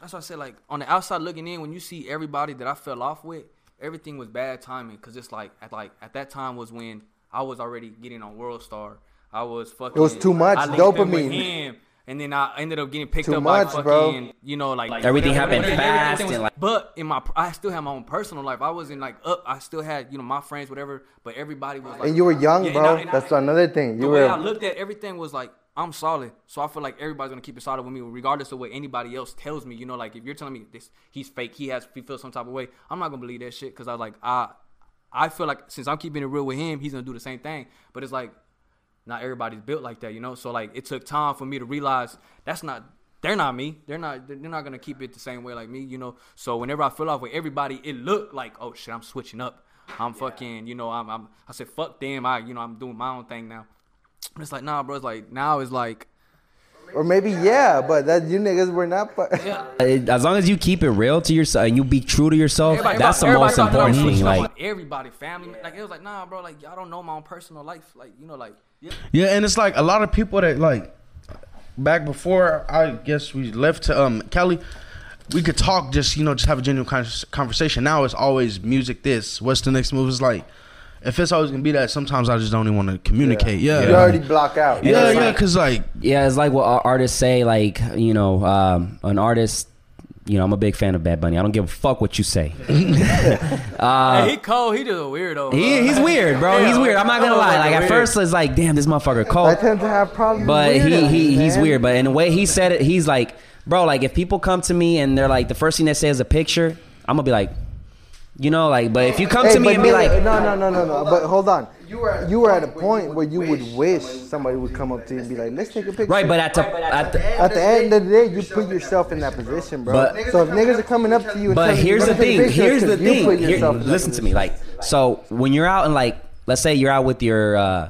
that's what I said. Like on the outside looking in, when you see everybody that I fell off with, everything was bad timing. Cause it's like at like at that time was when I was already getting on World Star. I was fucking. was too much I linked up with dopamine. him, and then I ended up getting picked Too up by much, fucking, bro. you know, like Everything happened everything- fast everything was- and, like- But in my, I still had my own personal life. I wasn't like up. I still had you know my friends, whatever. But everybody was like. And you were young, Yeah, and bro. I- and I- that's another thing. the You way were I looked at everything was like I'm solid, so I feel like everybody's gonna keep it solid with me, regardless of what anybody else tells me. You know, like if you're telling me this, he's fake, he has, he feels some type of way. I'm not gonna believe that shit because I like I, I feel like since I'm keeping it real with him, he's gonna do the same thing. But it's like not everybody's built like that, you know. So like it took time for me to realize that's not they're not me. They're not they're not gonna keep it the same way like me, you know. So whenever I fell off with everybody, it looked like oh shit, I'm switching up. I'm fucking, you know, I'm, I'm I said fuck them. I you know I'm doing my own thing now. But It's like nah, bro. It's like now it's like or maybe yeah, but that you niggas were not. But It- As long as you keep it real to yourself and you be true to yourself, everybody, that's the everybody most thought that I was important thing. switching Like, up on everybody, family, like it was like nah, bro. Like y'all don't know my own personal life, like you know, like Yeah, and it's like a lot of people that like back before I guess we left to um Cali, we could talk just you know just have a genuine con- conversation. Now it's always music. This what's the next move? It's like if it's always gonna be that. Sometimes I just don't even want to communicate. Yeah, you yeah, already block out. yeah, it's like- because like yeah, it's like what ar- artists say. Like, you know, um, an artist. You know, I'm a big fan of Bad Bunny. I don't give a fuck what you say. hey, he cold, he just a weirdo. Uh, He, he's weird, bro. Yeah. he's weird. I'm not gonna Oh, lie. like, Like at weird. first, it's like, damn, this motherfucker cold. I tend to have problems. But with he, weirdos, he he's man. weird. But in the way he said it, he's like, bro, like if people come to me and they're like, the first thing they say is a picture, I'm gonna be like, you know, like, but if you come Hey, to me but and be no, like, no, no, no, no, no. But hold on, you were you were at a point where you would wish somebody would come up to you and be like, let's take a picture. right, but at the at the At the end of the day, you put yourself in that position, bro. But- so if niggas are coming up to you, and but telling you, here's "Bro, the take a thing. picture," Here's the you thing. put Here- yourself in that listen to me. position. Like, so when you're out and like, let's say you're out with your uh,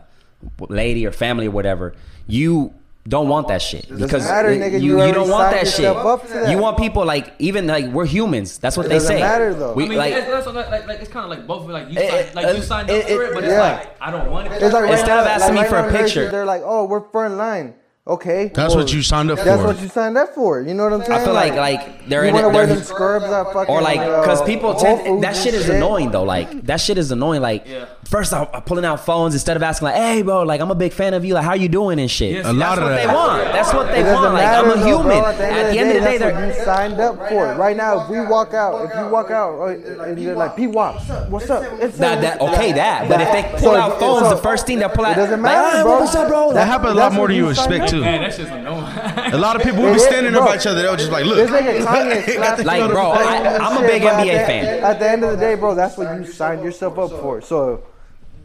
lady or family or whatever, you don't want that shit because matter, it- nigga. You you, you already don't want signed that shit. yourself up to that. You want people like even like we're humans. That's what they doesn't say. matter, though. We, I I mean, like, that's, that's what, like, like, like, it's kind of like both. Like you, It- signed, like it- you signed up it- for it, but yeah. it's like I don't want it. It's like right Instead now- of asking like me for right a now in Hershey, picture- they're like, "Oh, we're front line." Okay, That's well, what you signed up That's for. what you signed up for. You know what I'm saying? I feel like like they're you in want to it. wear They're, them scrubs that fucking or like uh, because people Whole tend, Foods that and shit is annoying though like that shit is annoying like first off I'm pulling out phones instead of asking like hey bro like i'm a big fan of you like how you doing and shit a lot that's of what that. they want that's what they It doesn't want like i'm a matter, though, human bro. at, the end of the day that's they're what you signed up for. Right now, if we walk out, if you walk out, right, and you're like, "P Wop, what's up?" It's Nah, that, okay, that. But if they pull So- out phones, so- the first thing they pull out. It doesn't like, matter, "Hey, bro. What's up, bro? That happens a lot That's more what than you you signed expect up too. for. that's just annoying. A lot of people will be It is, standing there bro. by each other. They'll just like look. This nigga Kanye slapped Like, you bro, on the I- phone and I'm a shit, big but at NBA the- fan. At the end of the day, bro, that's what you signed yourself up for. So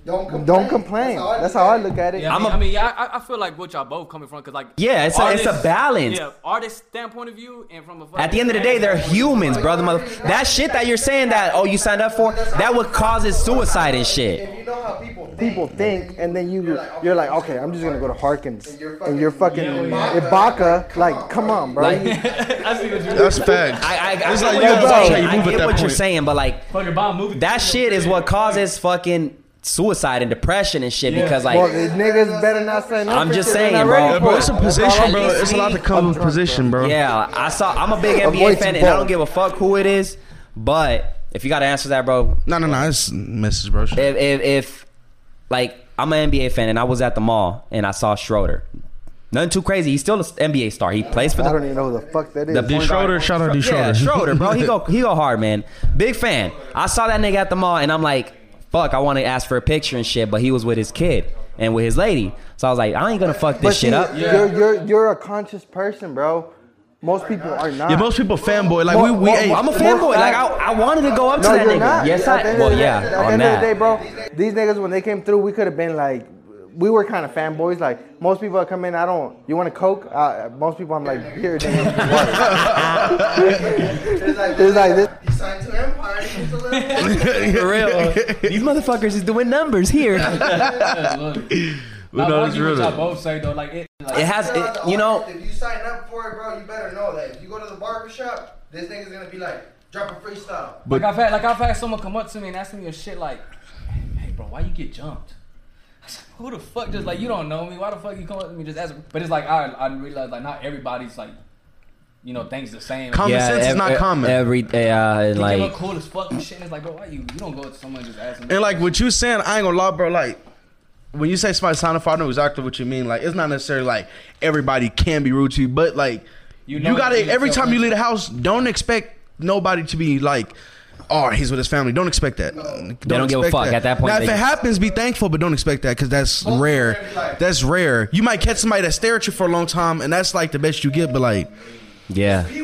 don't complain. That's how I look at it. I I'm mean, a- I mean, yeah, I, I feel like what y'all both coming from, cause like Yeah, it's a- it's a balance. Yeah, artist standpoint of view and from a fucking At the end of the day, they're humans, brother. Mother, that shit that you're saying that oh you signed up for that would causes suicide and shit. People think, and then you you're like, okay, I'm just gonna go to Harkins, and you're fucking Ibaka. Like, come on, bro. Like- You- That's facts. I, I, It's I, I, like, you gotta bro, watch how you I move at get that what you're point. saying, but like fucking bomb movie. that shit is what causes fucking suicide and depression and shit because like well, the niggas better not sign up. I'm for just shit they're saying, not bro. ready Yeah, Bro, for. it's a position, Like, bro. It's a lot to come with position, bro. Yeah, I saw. I'm a big way NBA too fan, and I bold. don't give a fuck who it is. But if you got to answer that, bro, No, no, no. It's message, bro. if, if if like I'm an NBA fan, and I was at the mall and I saw Schroeder, nothing too crazy. He's still an NBA star. He plays for I don't the even know who the fuck that is. The D. big- Schroeder, shout out D. Schroeder. yeah Schroeder, bro. He go he go hard, man. Big fan. I saw that nigga at the mall, and I'm like, fuck, I want to ask for a picture and shit. But he was with his kid and with his lady, so I was like, I ain't gonna fuck this But shit see, up. You're, you're you're a conscious person, bro. Most people are not. Yeah, most people fanboy. Like we, we. Well, hey, well, I'm a Most fanboy. Like I, fact- I wanted to go up no, to that you're nigga. not. Yes, At I. the end Well, of the- yeah. At the on end that. of the day, bro, these niggas when they came through, we could have been like, we were kind of fanboys. Like most people that come in, I don't. You want a coke? Uh, most people, I'm like, here, nigga. it's like this. For real. These motherfuckers is doing numbers here. it we know I it's you what y'all real. both say though. Like it, like has, it, you know, If you sign up for it, bro, you better know that. If you go to the barber shop, this nigga's gonna be like, drop a freestyle. like I've had like I've had someone come up to me and ask me a shit like, hey bro, why you get jumped? I said, Who the fuck just like you don't know me? Why the fuck you come up to me just ask? But it's like I I realize like not everybody's like, you know things the same. Common sense is ev- not ev- common. Every day, uh, and They give like, up cool as fuck and shit. And it's like bro, why you you don't go up to someone and just ask them? and like what you saying, I ain't gonna lie, bro. Like when you say somebody sign up, I know exactly what you mean. Like it's not necessarily like everybody can be rude to you, but like You you, know gotta it's you every yourself, time you man. leave the house, don't expect nobody to be like. Oh, he's with his family. Don't expect that. Don't, don't give a expect fuck. At that point, now, if they- it happens, be thankful, but don't expect that because that's rare. That's rare. You might catch somebody that stare at you for a long time, and that's like the best you get. But like, yeah. yeah,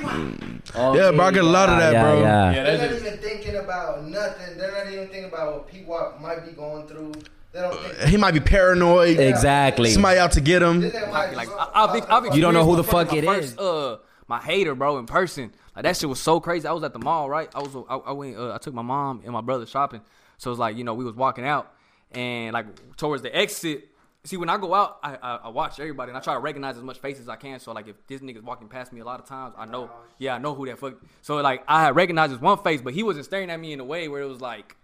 bro, I get a lot of Oh, Yeah, that, bro. yeah, yeah. They're not even thinking about nothing. They're not even thinking about what P-Wop might be going through. They don't think. He might be paranoid. Exactly. Somebody out to get him. They might Like as I, well- I've, been- I've You don't know who the experienced fuck my it first, is. Uh, my hater, bro, in person. Like that shit was so crazy. I was at the mall, right? I was, I, I went, uh, I took my mom and my brother shopping. So it's like, you know, we was walking out, and like towards the exit. See, when I go out, I, I, I watch everybody and I try to recognize as much faces as I can. So like, if this nigga's walking past me a lot of times, I know, yeah, I know who that fuck. So like, I had recognized his one face, but he wasn't staring at me in a way where it was like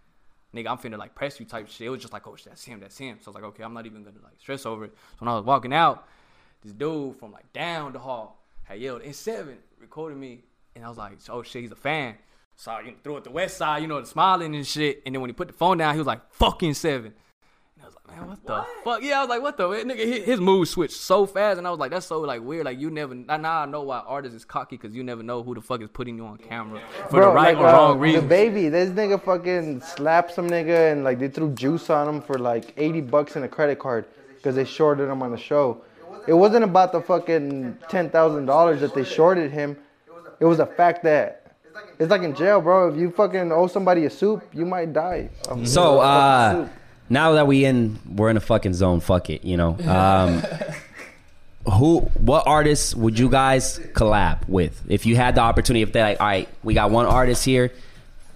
nigga, I'm finna like press you type shit. It was just like, oh, shit, that's him, that's him. So I was like, okay, I'm not even gonna like stress over it. So when I was walking out, this dude from like down the hall had yelled in seven, recorded me, and I was like, oh shit, he's a fan. So I you know, threw it the west side, you know, smiling and shit. And then when he put the phone down, he was like, fucking seven. And I was like, man, what the fuck? Yeah, I was like, what the nigga? His, his mood switched so fast, and I was like, that's so like weird. Like you never. Now now I know why artists is cocky because you never know who the fuck is putting you on camera for the right or uh, wrong The reason. baby, this nigga fucking slapped some nigga and like they threw juice on him for like 80 bucks in a credit card because they shorted him on the show. It wasn't about the fucking $10,000 that they shorted him. It was the fact that it's like in jail, bro. If you fucking owe somebody a soup, you might die. of- So, of fucking uh, soup. now that we in, we're in a fucking zone. Fuck it, you know. Um, who, what artists would you guys collab with if you had the opportunity? If they're like, all right, we got one artist here,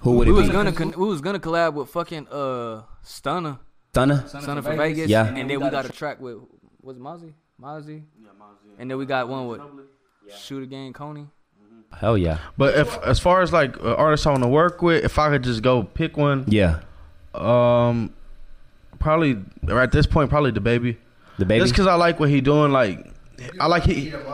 who would We it was be? gonna con- we was gonna collab with fucking uh Stunner, Stunner? Stunner from Vegas. Yeah. And then we got a track with was it Mozzie? Mozzie? Yeah, Mozzie. And then we got one with Shooter Gang Coney. Hell yeah, But if as far as like uh, artists I want to work with, if I could just go pick one, yeah. um, probably or at this point probably the baby. The baby. Just because I like what he doing, like I like he he can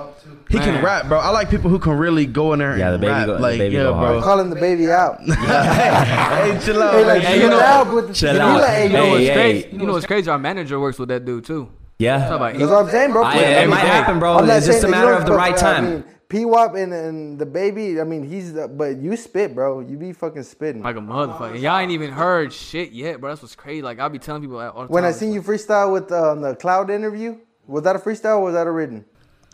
Man. rap, bro. I like people who can really go in there Yeah, the and baby rap. go- the like baby yeah, go hard. bro. calling the baby out. hey, chill out, Hey, man. like, chill You know- out with the chill you out. like, hey, You know yo, what's hey. crazy? You know what's crazy? Our manager works with that dude too. Yeah. Talk about- That's what I'm saying, bro. I- Put it might everything- happen, bro. I'm not It's just saying a that you matter don't of the right fuck- I time. mean, P-Wop and, and the baby, I mean, he's the, but you spit, bro. You be fucking spitting. Like a motherfucker. Y'all ain't even heard shit yet, bro. That's what's crazy. Like I be telling people all the time. when I seen you freestyle with uh, on the cloud interview, was that a freestyle or was that a written?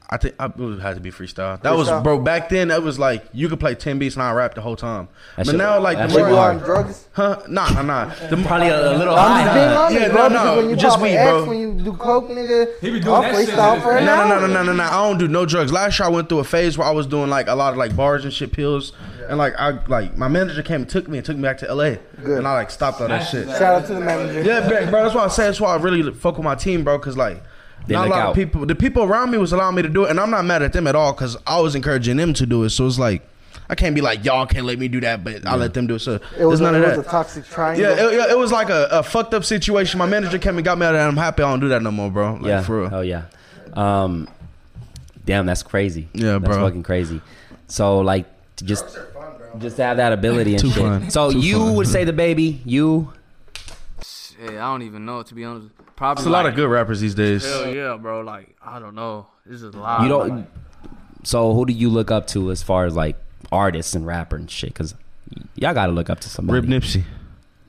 I think I, it had to be freestyle. That was Freestyle. bro. Back then, that was like you could play ten beats and I rap the whole time. but shit- now, like that the shit Were more, you on hard. drugs? huh? Nah, nah, nah. The more- Probably a, a little I'm high. just huh? being honest, Yeah, bro. no, because no, when you just pop weed, X, bro. when you do coke, nigga, He be doing I'll that shit freestyle in for his- an No, no, hour. no, no, no, no, no. I don't do no drugs. Last year I went through a phase where I was doing like a lot of like bars and shit, pills, and like I like my manager came and took me and took me back to L.A. and I like stopped all that shit. Shout out to the manager. Yeah, bro, bro. That's why I say that's why I really fuck with my team, bro. Cause like. They not a look lot out. of people. The people around me was allowing me to do it, and I'm not mad at them at all because I was encouraging them to do it. So it's like, I can't be like y'all can't let me do that, but I'll let them do it. So It was, there's none a, of it that. was a toxic triangle. Yeah, it, yeah, it was like a, a fucked up situation. My manager came and got me out of that. I'm happy I don't do that no more, bro. Like, yeah. for real. Oh yeah. Um, damn, that's crazy. Yeah, That's bro. fucking crazy. So like, to just just to have that ability and Too shit. fun. So Too you fun. would say the baby, you Shit, I don't even know to be honest. Probably There's a lot like- of good rappers these days. Hell yeah, bro. Like I don't know. This is a lot. you don't. Like, so who do you look up to as far as like artists and rapper and shit? Because y'all got to look up to somebody. Rip Nipsey.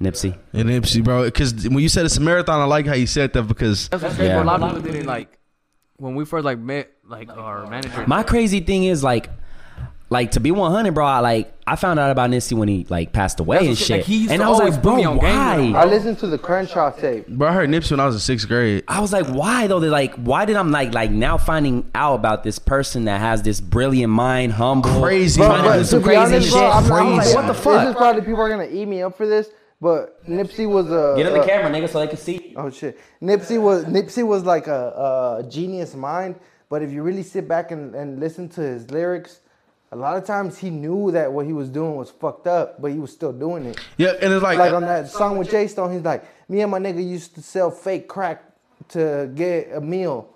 Nipsey. And Nipsey, bro. Because when you said it's a marathon, I like how you said that because that's what's crazy. Yeah. A lot of people didn't like when we first like met like our manager. My crazy thing is like, like to be one hundred, bro. I like I found out about Nipsey when he like passed away That's and what- shit, like, he used and to I was always like, put me bro, on game. why? I listened to the Crenshaw tape. bro, I heard Nipsey when I was in sixth grade. I was like, why though? They're like, why did I'm like like now finding out about this person that has this brilliant mind, humble, Crazy trying mind. to do some to be crazy honest, shit. bro, I'm, I'm like, Crazy. what the This is fuck? probably people are gonna eat me up for this, but Nipsey was a. Get on the a- camera, nigga, so they can see. Oh shit! Nipsey was Nipsey was like a, a genius mind, but if you really sit back and, and listen to his lyrics, a lot of times he knew that what he was doing was fucked up, but he was still doing it. Yeah, and it's like, Like on that song with J Stone, he's like, "Me and my nigga used to sell fake crack to get a meal."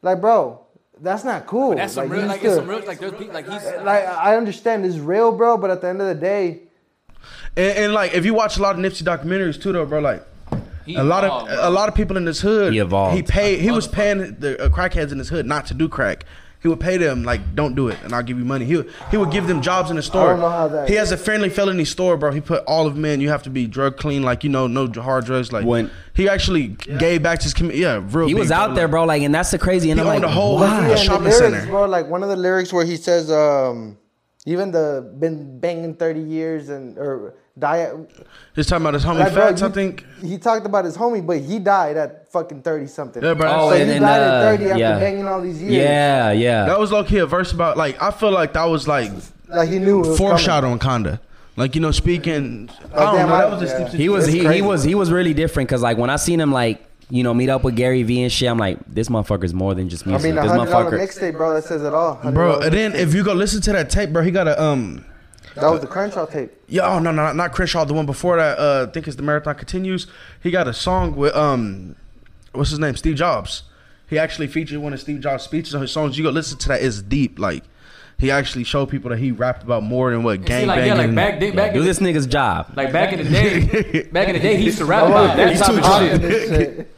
Like, bro, that's not cool. That's some like, real, you like used it's to- some real, like there's people like he's like I understand it's real, bro, but at the end of the day, and, and like if you watch a lot of Nipsey documentaries too, though, bro, like. a lot of evolved, a lot of people in this hood. He evolved. He paid. He was paying the uh, crackheads in this hood not to do crack. He would pay them like, "Don't do it," and I'll give you money. He would, he would give them jobs in the store. know how that- he has a friendly felony store, bro. He put all of men. You have to be drug clean, like you know, no hard drugs. Like When- he actually gave back to his community. Yeah, real. He was big, out there, bro. Like, and that's the crazy. And He I'm like, owned a whole why? a and the shopping lyrics, center. bro. Like one of the lyrics where he says, um, "Even the been banging thirty years and or die." He's talking about his homie Like, bro, Fats, you- I think. he talked about his homie, but he died at fucking thirty something. Yeah, bro. Oh, So and he then died at uh, thirty after yeah. banging all these years. yeah, yeah. That was low key a verse about like I feel like that was like like he knew. It was foreshadowing kinda. Like you know, speaking. I don't Oh, damn, know. I- That was just yeah. he was It's he, he crazy. was he was really different because like when I seen him like you know meet up with Gary Vee and shit, I'm like, this motherfucker's more than just Coming. music. I mean, a this hundred dollar motherfucker. mixtape, bro. That says it all, $100 Bro, and then mixtape. if you go listen to that tape, bro, he got a um. that was the Crenshaw tape. Yeah, oh no, no, not Crenshaw. The one before that, uh, I think it's the marathon continues. He got a song with um, what's his name? Steve Jobs. He actually featured one of Steve Jobs' speeches on his songs. You go listen to that; it's deep. Like he actually showed people that he rapped about more than what See, gang like yeah, like banging. back then, back Do in this nigga's job. like back in the day, back in the day he used to rap about that he's type too of drunk. shit. This shit.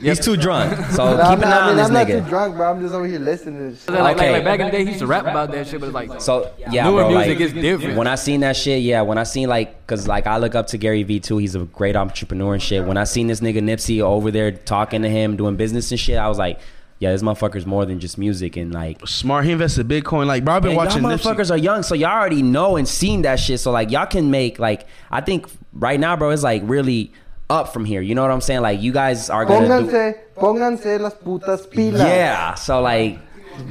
He's too drunk, so Nah, keep I'm an not, eye I on mean, this I'm not too nigga. drunk, bro. I'm just over here listening to this. Shit. Like, like, Okay. like back in the day, he used to rap about that shit, but it's like So yeah, newer bro, music like, is different. When I seen that shit, yeah. When I seen like, cause like I look up to Gary Vee too. He's a great entrepreneur and shit. When I seen this nigga Nipsey over there talking to him, doing business and shit, I was like, yeah, this motherfucker's more than just music and like. Smart. He invested Bitcoin. Like, bro, I've been And watching y'all Nipsey. motherfuckers are young, so y'all already know and seen that shit. So like y'all can make like I think right now, bro, it's like really up from here. You know what I'm saying? Like you guys are gonna do, Pónganse, pónganse las putas pilas. yeah. So like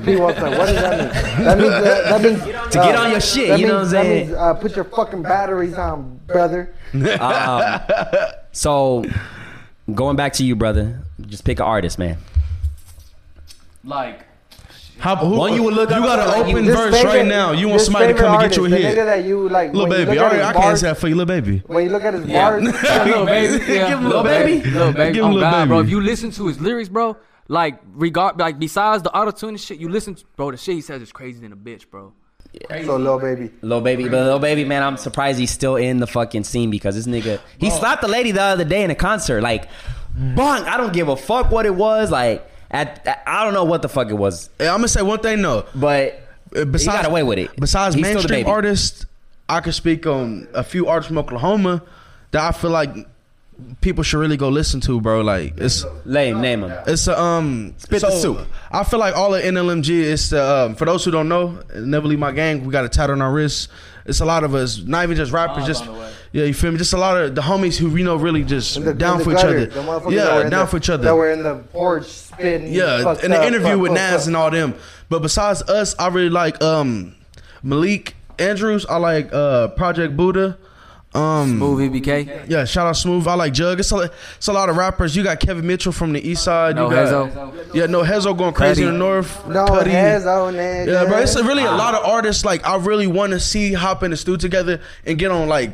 He was like, what does that mean? That means, uh, that means To get on your shit, that you know what I'm means- that saying? means, uh, put your fucking batteries on, brother. so. Going back to you, brother. Just pick an artist, man. like How, who, One you would look You up got to, like, an you- open This verse favorite- right now. You want this somebody to come favorite and get you a artist, the nigga hit. that you like, Little when you baby, look at all right, his I can't bars- answer that for you, little baby. When you look at his Yeah. bars, little baby, yeah. Give him Lil Baby. little baby. Give him oh Lil god, Baby. bro! If you listen to his lyrics, bro, like regard, like besides the auto tune and shit, you listen, to, bro. The shit he says is crazy than a bitch, bro. so little baby. Lil Baby, but Lil Baby, man, I'm surprised he's still in the fucking scene because this nigga, he slapped a lady the other day in a concert. Like, bunk, I don't give a fuck what it was. Like, at, at- I don't know what the fuck it was, I'm gonna say one thing though. but Uh, besides, he got away with it. Besides He's still the mainstream baby. artists, I could speak on a few artists from Oklahoma that I feel like people should really go listen to, bro. Like it's Lame, name him. it's a, um spit the soup. I feel like all of NLMG is uh, um, for those who don't know, never leave my gang. We got a tattoo on our wrists. It's a lot of us, not even just rappers, Mine's just on the way. yeah, you feel me? Just a lot of the homies who we know really just The- down the for gutter, each other. the motherfuckers that were Yeah, in down the- for each other. That were in the porch spitting. Yeah, fucked in the up, interview fuck, with fuck, Nas fuck. and all them. But besides us, I really like um Malik Andrews. I like uh Project Buddha. Um, Smooth EBK. yeah, shout out Smooth. I like Jug. It's a, it's a lot of rappers. You got Kevin Mitchell from the East Side. No you got, Hezo. Yeah, no Hezo going crazy in the North. No Cudi. hands on it. Yeah, bro, it's really a lot of artists. Like I really want to see hop in the studio together and get on like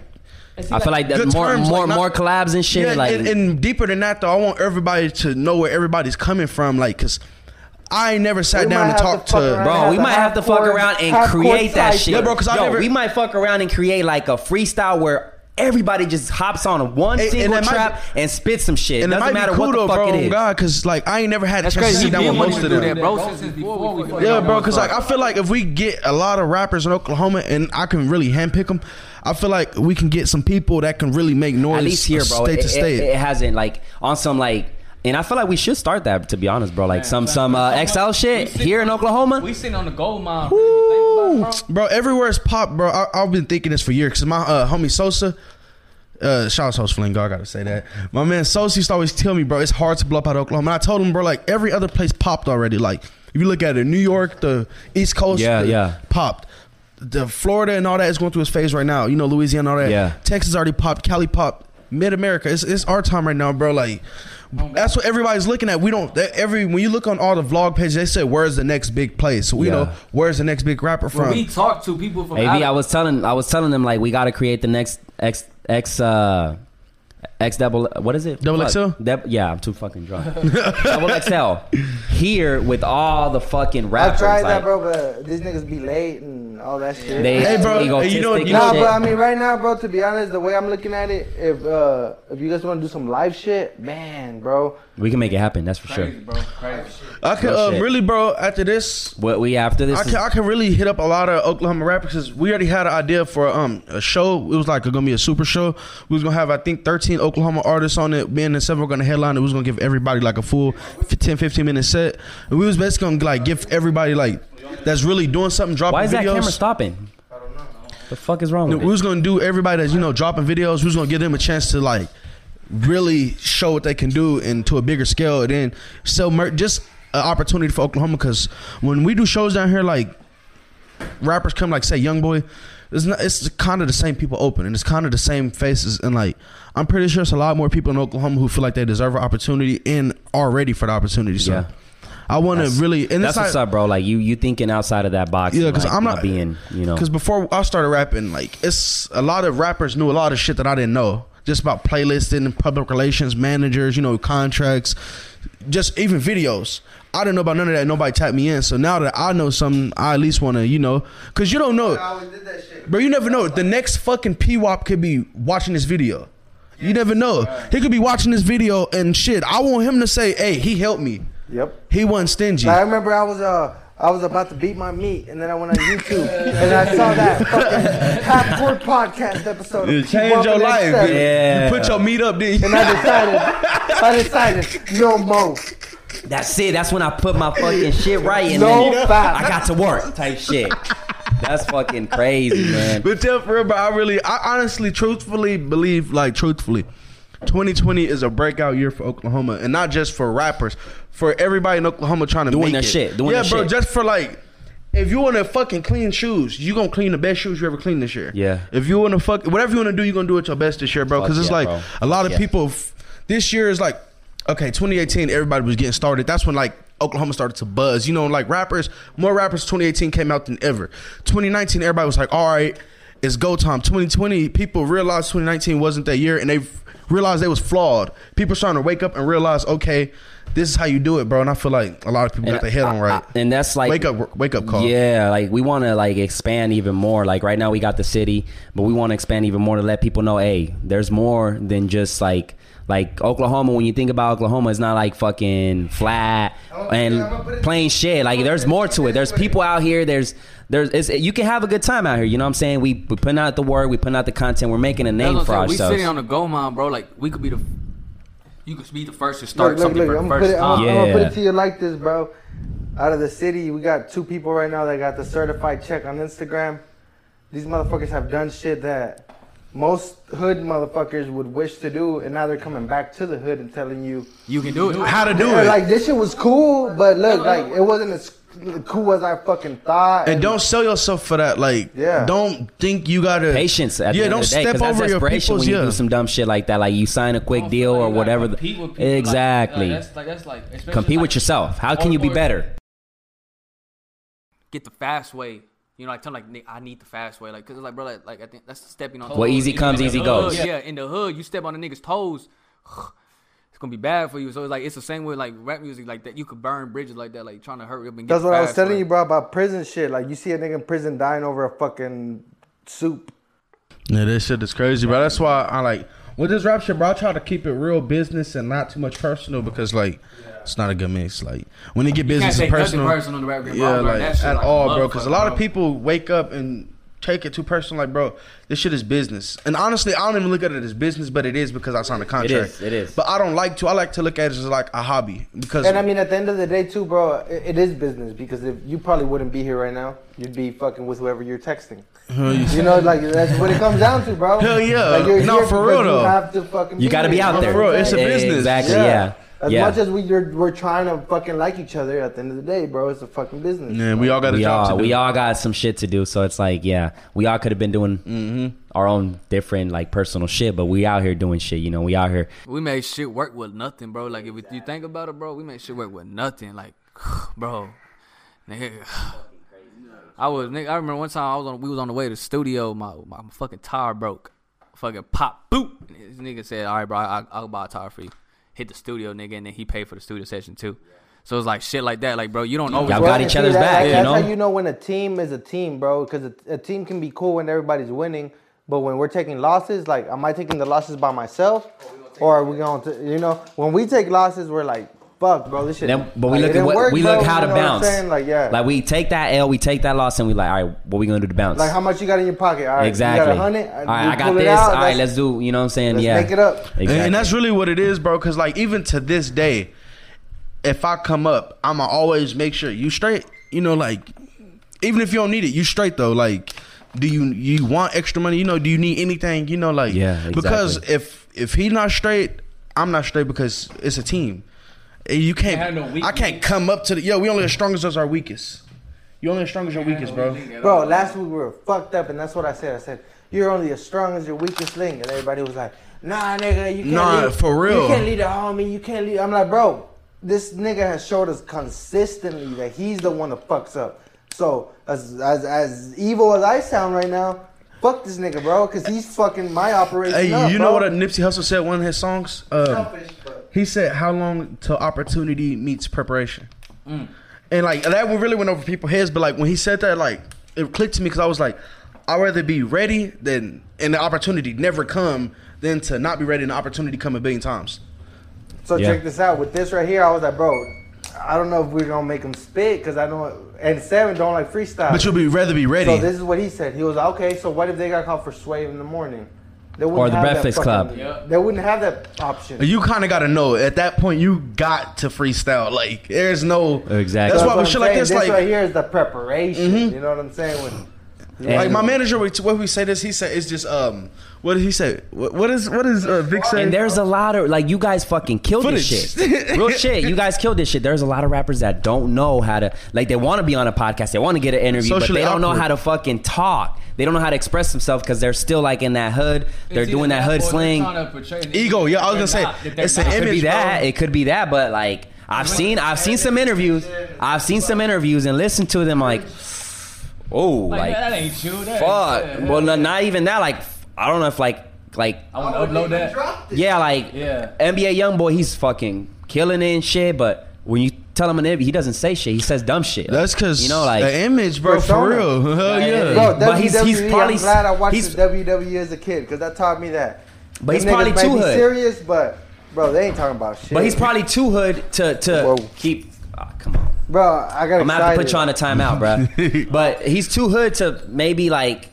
I feel like that Good more terms, more like, not- more collabs and shit. yeah, like and, and deeper than that though, I want everybody to know where everybody's coming from, like because I ain't never sat We down might and have talked to fuck around. to. Bro, we the might have to fuck half-court- around and half-court create that side. shit. Yeah, bro, 'cause I Yo, never- we might fuck around and create like a freestyle where everybody just hops on one And- and single it might trap and spits some shit. And it doesn't might matter be cool what the though, fuck bro, it on is. God, because like I ain't never had a That's chance to sit crazy. He down with been wanting most to of do them. that, bro. Yeah, Since before we fucking Yeah, got bro, on because the like I feel like if we get a lot of rappers in Oklahoma and I can really handpick them, I feel like we can get some people that can really make noise. At least here, bro. State it, to it- state. it hasn't like on some like. And I feel like we should start that to be honest, bro. Like some some uh, XL shit sit- here in Oklahoma. We sitting on the gold mine. Really, think about it, bro. Bro, everywhere is pop, bro. I, I've been thinking this for years because my uh, homie Sosa, uh, shout out to Sosa Flingo, I gotta say that. My man Sosa used to always tell me, bro, it's hard to blow up out of Oklahoma. And I told him, bro, like every other place popped already. Like if you look at it, New York, the East Coast, Yeah, the- yeah. popped. The Florida and all that is going through its phase right now. You know, Louisiana, all that. Yeah. Texas already popped. Cali popped. Mid America, it's, it's our time right now, bro. Like, that's what everybody's looking at. We don't that every when you look on all the vlog pages, they say where's the next big place. So we Yeah. know where's the next big rapper from. We talked to people from. AV, out- I was telling I was telling them like we got to create the next X X uh X double what is it Double Fuck. XL? Deb- yeah, I'm too fucking drunk. double XL here with all the fucking I rappers. tried like, that, bro, but these niggas be late and all that shit. They Hey, bro, egotistic you know- you and Nah, shit. but I mean, right now, bro. To be honest, the way I'm looking at it, if uh, if you guys want to do some live shit, man, bro, we can make it happen. That's for sure. Crazy, bro. Crazy. I could Oh, uh, shit. really, bro. After this, What we after this? I is- can I can really hit up a lot of Oklahoma rappers because we already had an idea for um a show. It was like gonna be a super show. We was gonna have I think thirteen Oklahoma artists on it. Me and the seven were gonna headline. It We was gonna give everybody like a full 10, 15 minute set. And we was basically gonna like give everybody like that's really doing something, dropping why is that videos. camera stopping? The fuck is wrong No, with we it? was gonna do everybody that's you know dropping videos. We was gonna give them a chance to like really show what they can do and to a bigger scale, and then sell mer- just an opportunity for Oklahoma. Because when we do shows down here, like rappers come, like say YoungBoy, it's not, it's kind of the same people open, and it's kind of the same faces, and like I'm pretty sure it's a lot more people in Oklahoma who feel like they deserve an opportunity and are ready for the opportunity. So Yeah. I want to That's- really, and That's it's what's not, up, bro. Like you, you thinking outside of that box. Yeah, and, 'cause like, I'm not- being, you know. Because before I started rapping, like it's a lot of rappers knew a lot of shit that I didn't know, just about playlisting and public relations, managers, you know, contracts, just even videos. I didn't know about none of that. Nobody tapped me in. So now that I know something, I at least want to, you know, because you don't I know, always did that shit. bro. You never know. The next fucking PWAP could be watching this video. You never know. He could be watching this video and shit. I want him to say, "Hey, he helped me. yep. He wasn't stingy." Like, I remember I was uh I was about to beat my meat, and then I went on YouTube and I saw that fucking half-court podcast episode. of It Keep Up changed your and life. Excel. Yeah. You put your meat up, did you? And I decided, I decided, no more, That's it. That's when I put my fucking shit right, and no then fat. I got to work type shit. That's fucking crazy, man. But tell for real, bro, I really, I honestly, truthfully believe, like, truthfully, 2020 is a breakout year for Oklahoma, and not just for rappers, for everybody in Oklahoma trying to Doing make their it. shit, doing yeah, their bro, shit. just for like. If you want to fucking clean shoes, you gonna clean the best shoes you ever cleaned this year. Yeah. If you want to fuck whatever you want to do, you gonna do it your best this year, bro. Fuck Because it's yeah, like bro. a lot of Yeah. people. F- this year is like, okay, 2018, everybody was getting started. That's when like Oklahoma started to buzz. You know, like rappers, more rappers 2018 came out than ever. 2019, everybody was like, all right, it's go time. 2020, people realized 2019 wasn't that year, and they f- realized they was flawed. People starting to wake up and realize, okay, this is how you do it, bro. And I feel like a lot of people got their head on I- right. I- and that's like wake up, wake up call. Yeah, like we want to like expand even more. Like right now we got the city, but we want to expand even more to let people know, hey, there's more than just like like Oklahoma. When you think about Oklahoma, it's not like fucking flat and plain shit. Like there's more to it. There's people out here. There's there's it's, you can have a good time out here. You know what I'm saying? We we putting out the word. We putting out the content. We're making a That's name what I'm for saying. We ourselves. sitting on the gold mine, bro. Like we could be the, you could be the first to start Look, look, something look, for I'm the gonna first put it- I'm- time. I'm gonna put Yeah. it to you like this, bro. Out of the city, we got two people right now that got the certified check on Instagram. These motherfuckers have done shit that most hood motherfuckers would wish to do, and now they're coming back to the hood and telling you, You can do it. How to do Yeah, it? Like this shit was cool, but look, like it wasn't as cool as I fucking thought. And don't sell yourself for that. Like, Yeah. don't think you gotta Patience at yeah, the end don't of the day, step 'cause that's over your desperation people's. when you yeah, do some dumb shit like that. Like you sign a quick deal or whatever. the- exactly. that's like that's like especially compete like- with yourself. How can or- you be or- better? Get the fast way. You know, I tell them, like, "Nick, I need the fast way. Like, cause it's like, bro, like, like, I think that's stepping on. What toes. easy In comes, the easy hood, goes. Yeah, in the hood, you step on a nigga's toes, it's gonna be bad for you. So it's like it's the same way like rap music, like that. You could burn bridges like that, like trying to hurry up and get. That's the what I was fast telling way. you, bro, about prison shit. Like you see a nigga in prison dying over a fucking soup. yeah, that shit is crazy, bro. That's why I like with this rap shit, bro. I try to keep it real business and not too much personal because like it's not a good mix. Like when it get Can't business take and personal, nothing personal to rap game. yeah, I'll learn like that shit at like a all, bro. Because a motherfucker, lot bro. of people wake up and take it too personal. Like, bro, this shit is business. And honestly, I don't even look at it as business, but it is because I signed a contract. is, it is. But I don't like to. I like to look at it as like a hobby because And I mean, at the end of the day, too, bro, it, it is business because if you probably wouldn't be here right now, you'd be fucking with whoever you're texting. you know, like that's what it comes down to, bro. Hell yeah. Like, you're No, for here because real, you though. have to fucking. You got to be out there. For real, it's a Yeah, business. Exactly. Yeah. As Yeah. much as we are, we're trying to fucking like each other, at the end of the day, bro, it's a fucking business. yeah, we all got a we job all to do. we all got some shit to do. So it's like, yeah, we all could have been doing Mm-hmm. our own different like personal shit, but we out here doing shit. You know, we out here. We made shit work with nothing, bro. Like if you think about it, bro, we made shit work with nothing. Like, bro, nigga. I was nigga. I remember one time I was on. We was on the way to the studio. My my fucking tire broke. Fucking pop boop. And This nigga said, "All right, bro, I, I'll buy a tire for you." Hit the studio, nigga, and then he paid for the studio session too. So it's like shit like that. Like, bro, you don't always. Y'all Bro, got and each see, other's that- back, like, you that's know? how you know when a team is a team, bro. Because a, a team can be cool when everybody's winning, but when we're taking losses, like, am I taking the losses by myself, or are we going to, you know, when we take losses, we're like, fuck, bro, this shit. Then, but we like, it look at didn't what work, we bro, look how to you know what I'm bounce. saying? Like, yeah, like, we take that L, we take that loss, and we like, all right, what we gonna do to bounce? how much you got in your pocket? All right, exactly. You got a hundred. all you right, I got pull it this. all out, right, that's- let's do. You know what I'm saying? let's yeah, make it up. And- Exactly. And that's really what it is, bro. Because like even to this day, if I come up, I'ma always make sure you straight. You know, like even if you don't need it, you straight though. Like, do you you want extra money? You know, do you need anything? You know, like Yeah, exactly. because if if he not straight, I'm not straight because it's a team. And You have can't. no weak I can't link. come up to the yo. We only as strong as us our weakest. You only as strong as your weakest, bro. Bro, last week we were fucked up, and that's what I said. I said, You're only as strong as your weakest link. And everybody was like, Nah, nigga, you can't. Nah, lead- for real. You can't lead a homie. You can't lead. I'm like, Bro, this nigga has showed us consistently that he's the one that fucks up. So, as, as, as evil as I sound right now, fuck this nigga, bro, because he's fucking my operation. Hey, up, you know bro. what uh, Nipsey Hussle said in one of his songs? Um, he said, "How long till opportunity meets preparation?" Mm. And like that one really went over people's heads. But like when he said that, like it clicked to me because I was like, "I'd rather be ready than and the opportunity never come than to not be ready and the opportunity come a billion times." So Yeah. check this out. With this right here, I was like, Bro, I don't know if we're gonna make him spit, because I don't. And Seven don't like freestyle. But you'll be rather be ready. So this is what he said. He was like, okay, so what if they got called for sway in the morning? They wouldn't Or the Breakfast that Club. They wouldn't have that option. you kind of got to know at that point. You got to freestyle. Like there's no Exactly. That's why what with I'm shit like saying. this, like right here is the preparation. Mm-hmm. You know what I'm saying? When, Like And- my manager, we- when we say this, he said it's just um. What did he say? What, what is what is uh, Vic say? And there's a lot of like you guys fucking killed Footage. this shit. Real shit. You guys killed this shit. There's a lot of rappers that don't know how to like they want to be on a podcast, they want to get an interview, Socially but they don't know awkward. how to fucking talk. They don't know how to express themselves because they're still like in that hood. They're It's doing either that hood or they're sling. trying to portray the- Ego, yeah, I was they're gonna not, say, that they're it's an not. It could be image, that. bro. It could be that. But like I've seen, I've seen some interviews. I've seen some interviews and listened to them. Like, oh, Like, like, that ain't you. That ain't- yeah, fuck. yeah. Well, no, not even that. Like, I don't know if like, like, I want to upload that. yeah, like, Yeah. NBA young boy, he's fucking killing it and shit. But when you tell him an interview, he doesn't say shit. He says dumb shit. That's because you know, like, the image, bro. For Persona. real, hell yeah. Bro, WWE, But he's- he's probably- I'm glad I watched he's- the WWE as a kid because that taught me that. But he's Them niggas probably may too be hood. serious, but bro, they ain't talking about shit. but he's probably too hood to to Whoa. keep. ah, come on. bro. I I'm got gonna excited. have to put you on a timeout, bro. but he's too hood to maybe like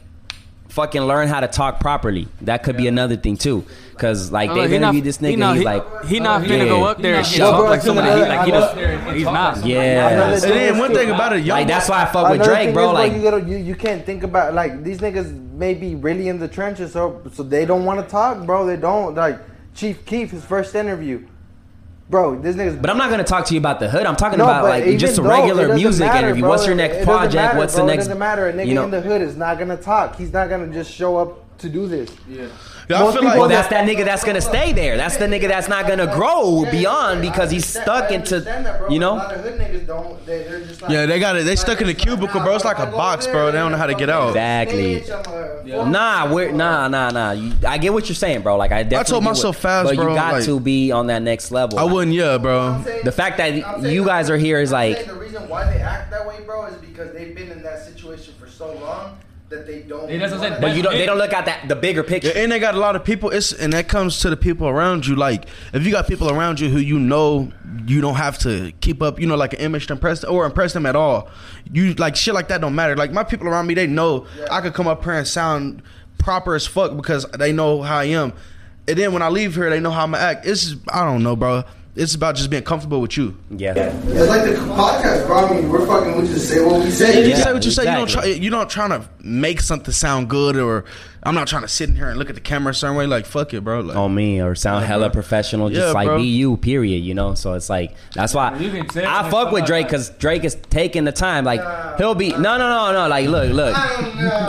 fucking learn how to talk properly. That could be another thing too, because like Uh, they he interviewed not- this he nigga, and not- he's he- like, he not yeah. finna go up there and He shit not talk finna like go somebody. up He, there like he and does, talk he's not. Yeah, And then one thing about it, y'all like that's why I fuck with Another Drake, thing bro. is, Like, you, gotta, you you can't think about like these niggas may be really in the trenches, so so they don't want to talk, bro. They don't like Chief Keef his first interview, bro. This niggas. but I'm not gonna talk to you about the hood. I'm talking No, about but like even just a though, it regular doesn't music matter, interview. bro. What's your It- next it doesn't project? matter, What's bro. the next? It doesn't matter. A nigga you know, in the hood is not gonna talk. He's not gonna just show up to do this. Yeah. Y'all feel like Well, that's that nigga that's gonna stay there. That's the nigga that's not gonna grow beyond because he's stuck into, you A know. lot of hood niggas don't. They, they're just like, Yeah, they got it. They stuck in a cubicle, bro. It's like a box, oh, bro. They don't know how to get out. Exactly. uh, Nah, we're nah, nah, nah. You, I get what you're saying, bro. Like I definitely told get myself what, fast, but bro, you got like- to be on that next level. I wouldn't, yeah, bro. The fact that you guys are here is like- The reason why they act that way, bro, is because they've been in that situation for so long that they don't. It doesn't wanna- say- but you don't. They don't look at that the bigger picture. Yeah, and they got a lot of people. It's and that comes to the people around you. Like if you got people around you who you know you don't have to keep up, you know, like an image to impress or impress them at all. You like shit like that don't matter. Like my people around me, they know I could come up here and sound proper as fuck because they know how I am. And then when I leave here, they know how I'm gonna act. It's I don't know, bro. It's about just being comfortable with you. Yeah. It's like the podcast, bro. I mean, we're fucking. We just say what we say. You Yeah, say what you say. You don't try. exactly. You don't trying to make something sound good, or I'm not trying to sit in here and look at the camera a certain way. Like fuck it, bro. Like, on me or sound hella professional, just Yeah, like bro. be you, period. You know, so it's like that's why You can tell I when fuck with somebody- Drake because Drake is taking the time. Like he'll be no, no, no, no. Like look, look.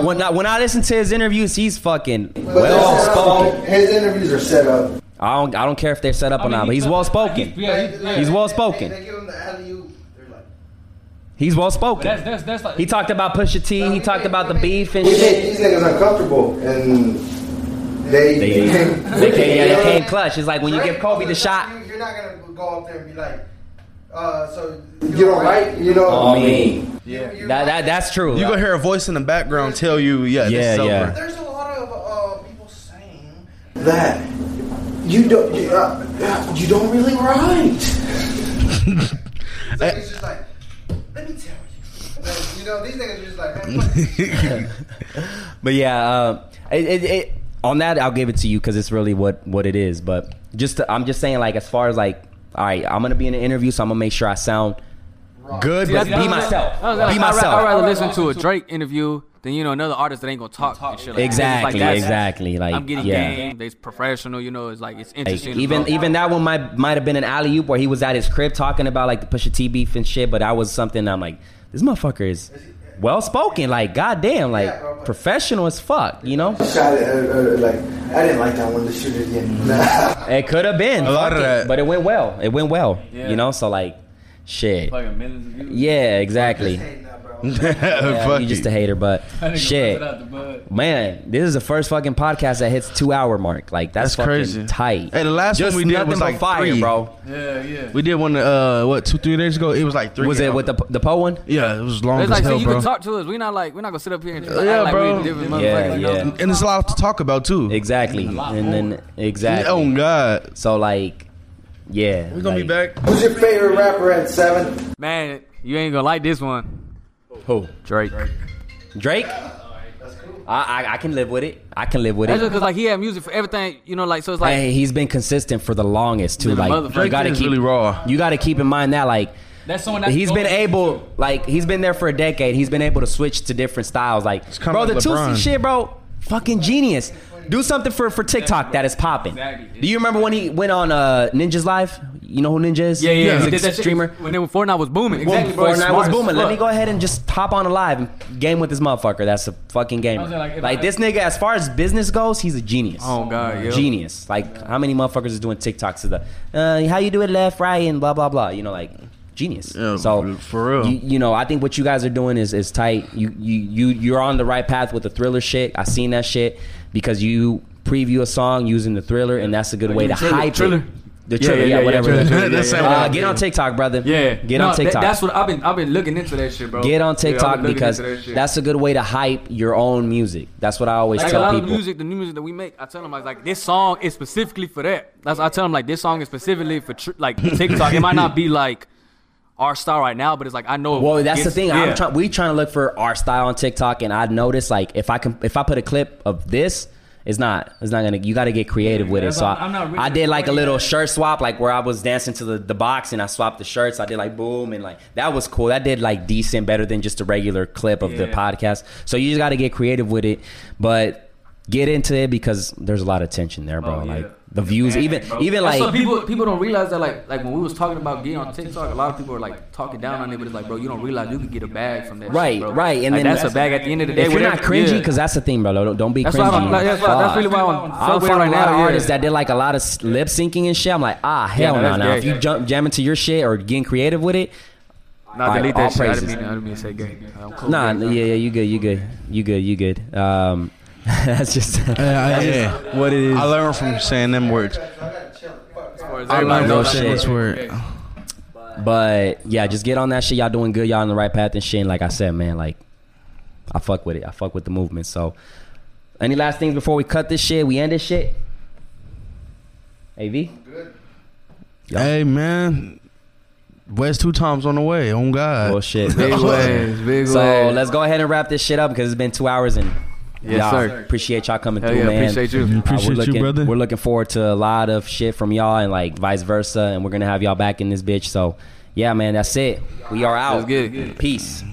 When I, when I listen to his interviews, he's fucking uh, But they're well set up. spoken. His interviews are set up. I don't I don't care if they're set up or mean, not, but he he's took- well spoken. Yeah, he- yeah. He's well They, they spoken. give him the alley-oop. They're like, He's well That's spoken. that's that's like He talked about Pusha T. He talked about the beef and we shit. made these niggas uncomfortable, and they They, they came, yeah, they came clutch. It's like when you give Kobe the shot. You, are not gonna go up there and be like, uh, so you don't write, you know. On Oh, me. Yeah. That, that that's true. You gonna hear a voice in the background tell you, yeah, this Yeah, is over. yeah. There's a lot of uh, people saying that you don't you, uh, you don't really write. so it's just like, let me tell you. Like, you know, these niggas are just like, man, fuck But yeah, uh, it, it, it, on that I'll give it to you because it's really what what it is. But just to, I'm just saying, like as far as like, all right, I'm gonna be in an interview, so I'm gonna make sure I sound Good, but be myself. Be myself. I'd rather listen to a Drake interview than you know another artist that ain't gonna talk, and shit like that. It's exactly, like, that's- exactly. Like I'm getting yeah. game. They's professional. You know, it's like it's Like, interesting. to even know. even that one might might have been an alley oop where he was at his crib talking about like the Pusha T beef and shit. But that was something I'm like, this motherfucker is well spoken. Like goddamn, like professional as fuck. You know, this guy, uh, uh, like, I didn't like that one. The shooter again. Nah. it could have been A lot fuck of it, that. but it went well. It went well. Yeah. You know, so like, shit. fucking millions of views. Yeah, exactly. Yeah, Fuck you just it. a hater, but That nigga shit, busted out the bud. man, this is the first fucking podcast that hits two hour mark. Like that's, That's fucking crazy. tight. Hey, the last Just one we did nothing was but like fire, three. bro. Yeah, yeah. We did one, uh, what, two, three days ago? It was like three. Was it with the the Poe one? Yeah, it was long It's as like hell, so you bro. can talk to us. We're not like we're not gonna sit up here and just, Yeah, like, act like bro. we different Yeah, motherfuckers. yeah. Yeah, and it's a lot to talk about too. Exactly, and then exactly. Oh God, So like, yeah, we gonna be back. Who's your favorite rapper at seven? Man, you ain't gonna like this one. Who Drake. Drake? I, I I can live with it. I can live with That's just it. because like he had music for everything, you know. Like so, it's like Hey, he's been consistent for the longest too. Been a Like motherfucker. you gotta Drake is keep really raw. You gotta keep in mind that like That's someone that He's been Oh, able, like, he's been there for a decade. He's been able to switch to different styles. Like, kinda bro, like the LeBron. two shit, bro, fucking genius. Do something for, for TikTok that is popping. Exactly. Do you remember when he went on uh, Ninja's Live? You know who Ninja is? yeah, yeah. He's he a did that shit streamer. when then when Fortnite was booming. Exactly, bro. He's Fortnite was smart as booming. Let fuck. me go ahead and just hop on a live and game with this motherfucker. That's a fucking gamer. I'm saying, like, Like, if I- this nigga, as far as business goes, he's a genius. Oh god, yeah. Genius. Like, how many motherfuckers is doing TikToks to the, uh, how you do it left, right, and blah, blah, blah. You know, like, genius. Yeah, so, for- for real. You, you know, I think what you guys are doing is, is tight. You, you, you, you're on the right path with the thriller shit. I seen that shit because you preview a song using the thriller, and that's a good way to Thriller, hype Thriller. it. The thriller, yeah, whatever. Thriller, Thriller, That's yeah, how yeah, Uh, yeah. get on TikTok, brother. Yeah, Get No, on that- TikTok. that's what I've been. I've been looking into that shit, bro. Get on Yeah, I've been TikTok looking because into that shit. that's a good way to hype your own music. That's what I always like a tell lot people. of music. The new music that we make, I tell them I was like, this song is specifically for that. That's I tell them like this song is specifically for tr- like TikTok. it might not be like our style right now, but it's like I know. Well, that's the it's- thing. yeah. I'm try- we trying to look for our style on TikTok, and I noticed like if I can, if I put a clip of this, it's not, it's not gonna. You got to get creative with it. that's So why I, I'm not really I did like a recording little that. shirt swap, like where I was dancing to the, the box and I swapped the shirts. I did like boom and like that was cool. That did like decent, better than just a regular clip of the Yeah. podcast. So you just got to get creative with it, but. Get into it because there's a lot of tension there, bro. Oh, yeah. Like the views, even even like That's what people people don't realize that like like when we was talking about getting on TikTok, a lot of people are like talking down on it, but it's like, bro, you don't realize you could get a bag from that. shit, Right, bro. right, and Like, then- that's a bag at the end of the day. if you're not whatever- yeah. cringy, because that's the thing, bro. Don't, don't be that's cringy. why I'm like, that's, why, that's really why I'm I fuck don't with find right a lot now. of yeah. artists that did like a lot of s- lip syncing and shit. I'm like, ah, hell no, no, that's no. gay. If you jump jam into your shit or getting creative with it, Nah, All delete right, all that shit. I didn't praises. mean I didn't mean to say gay. I'm cool. nah, yeah, yeah, you good, you good, you good, you good. Um, that's just that's just yeah. what it is. I learned from saying them words. I learned learned no those shit. shit. Word. But yeah, just get on that shit. Y'all doing good. Y'all on the right path and shit. And like I said, man, like I fuck with it. I fuck with the movement. So, any last things before we cut this shit? We end this shit. Av. Hey man, West two times on the way. On God. Oh shit. Big waves, big So waves. let's go ahead and wrap this shit up because it's been two hours and Yes, y'all, sir. appreciate y'all coming Hell through, yeah, man. appreciate you. Uh, Appreciate we're you, looking, brother. We're looking forward to a lot of shit from y'all and like vice versa, and we're gonna have y'all back in this bitch. So yeah, man, that's it. We are out. Let's get it. Peace.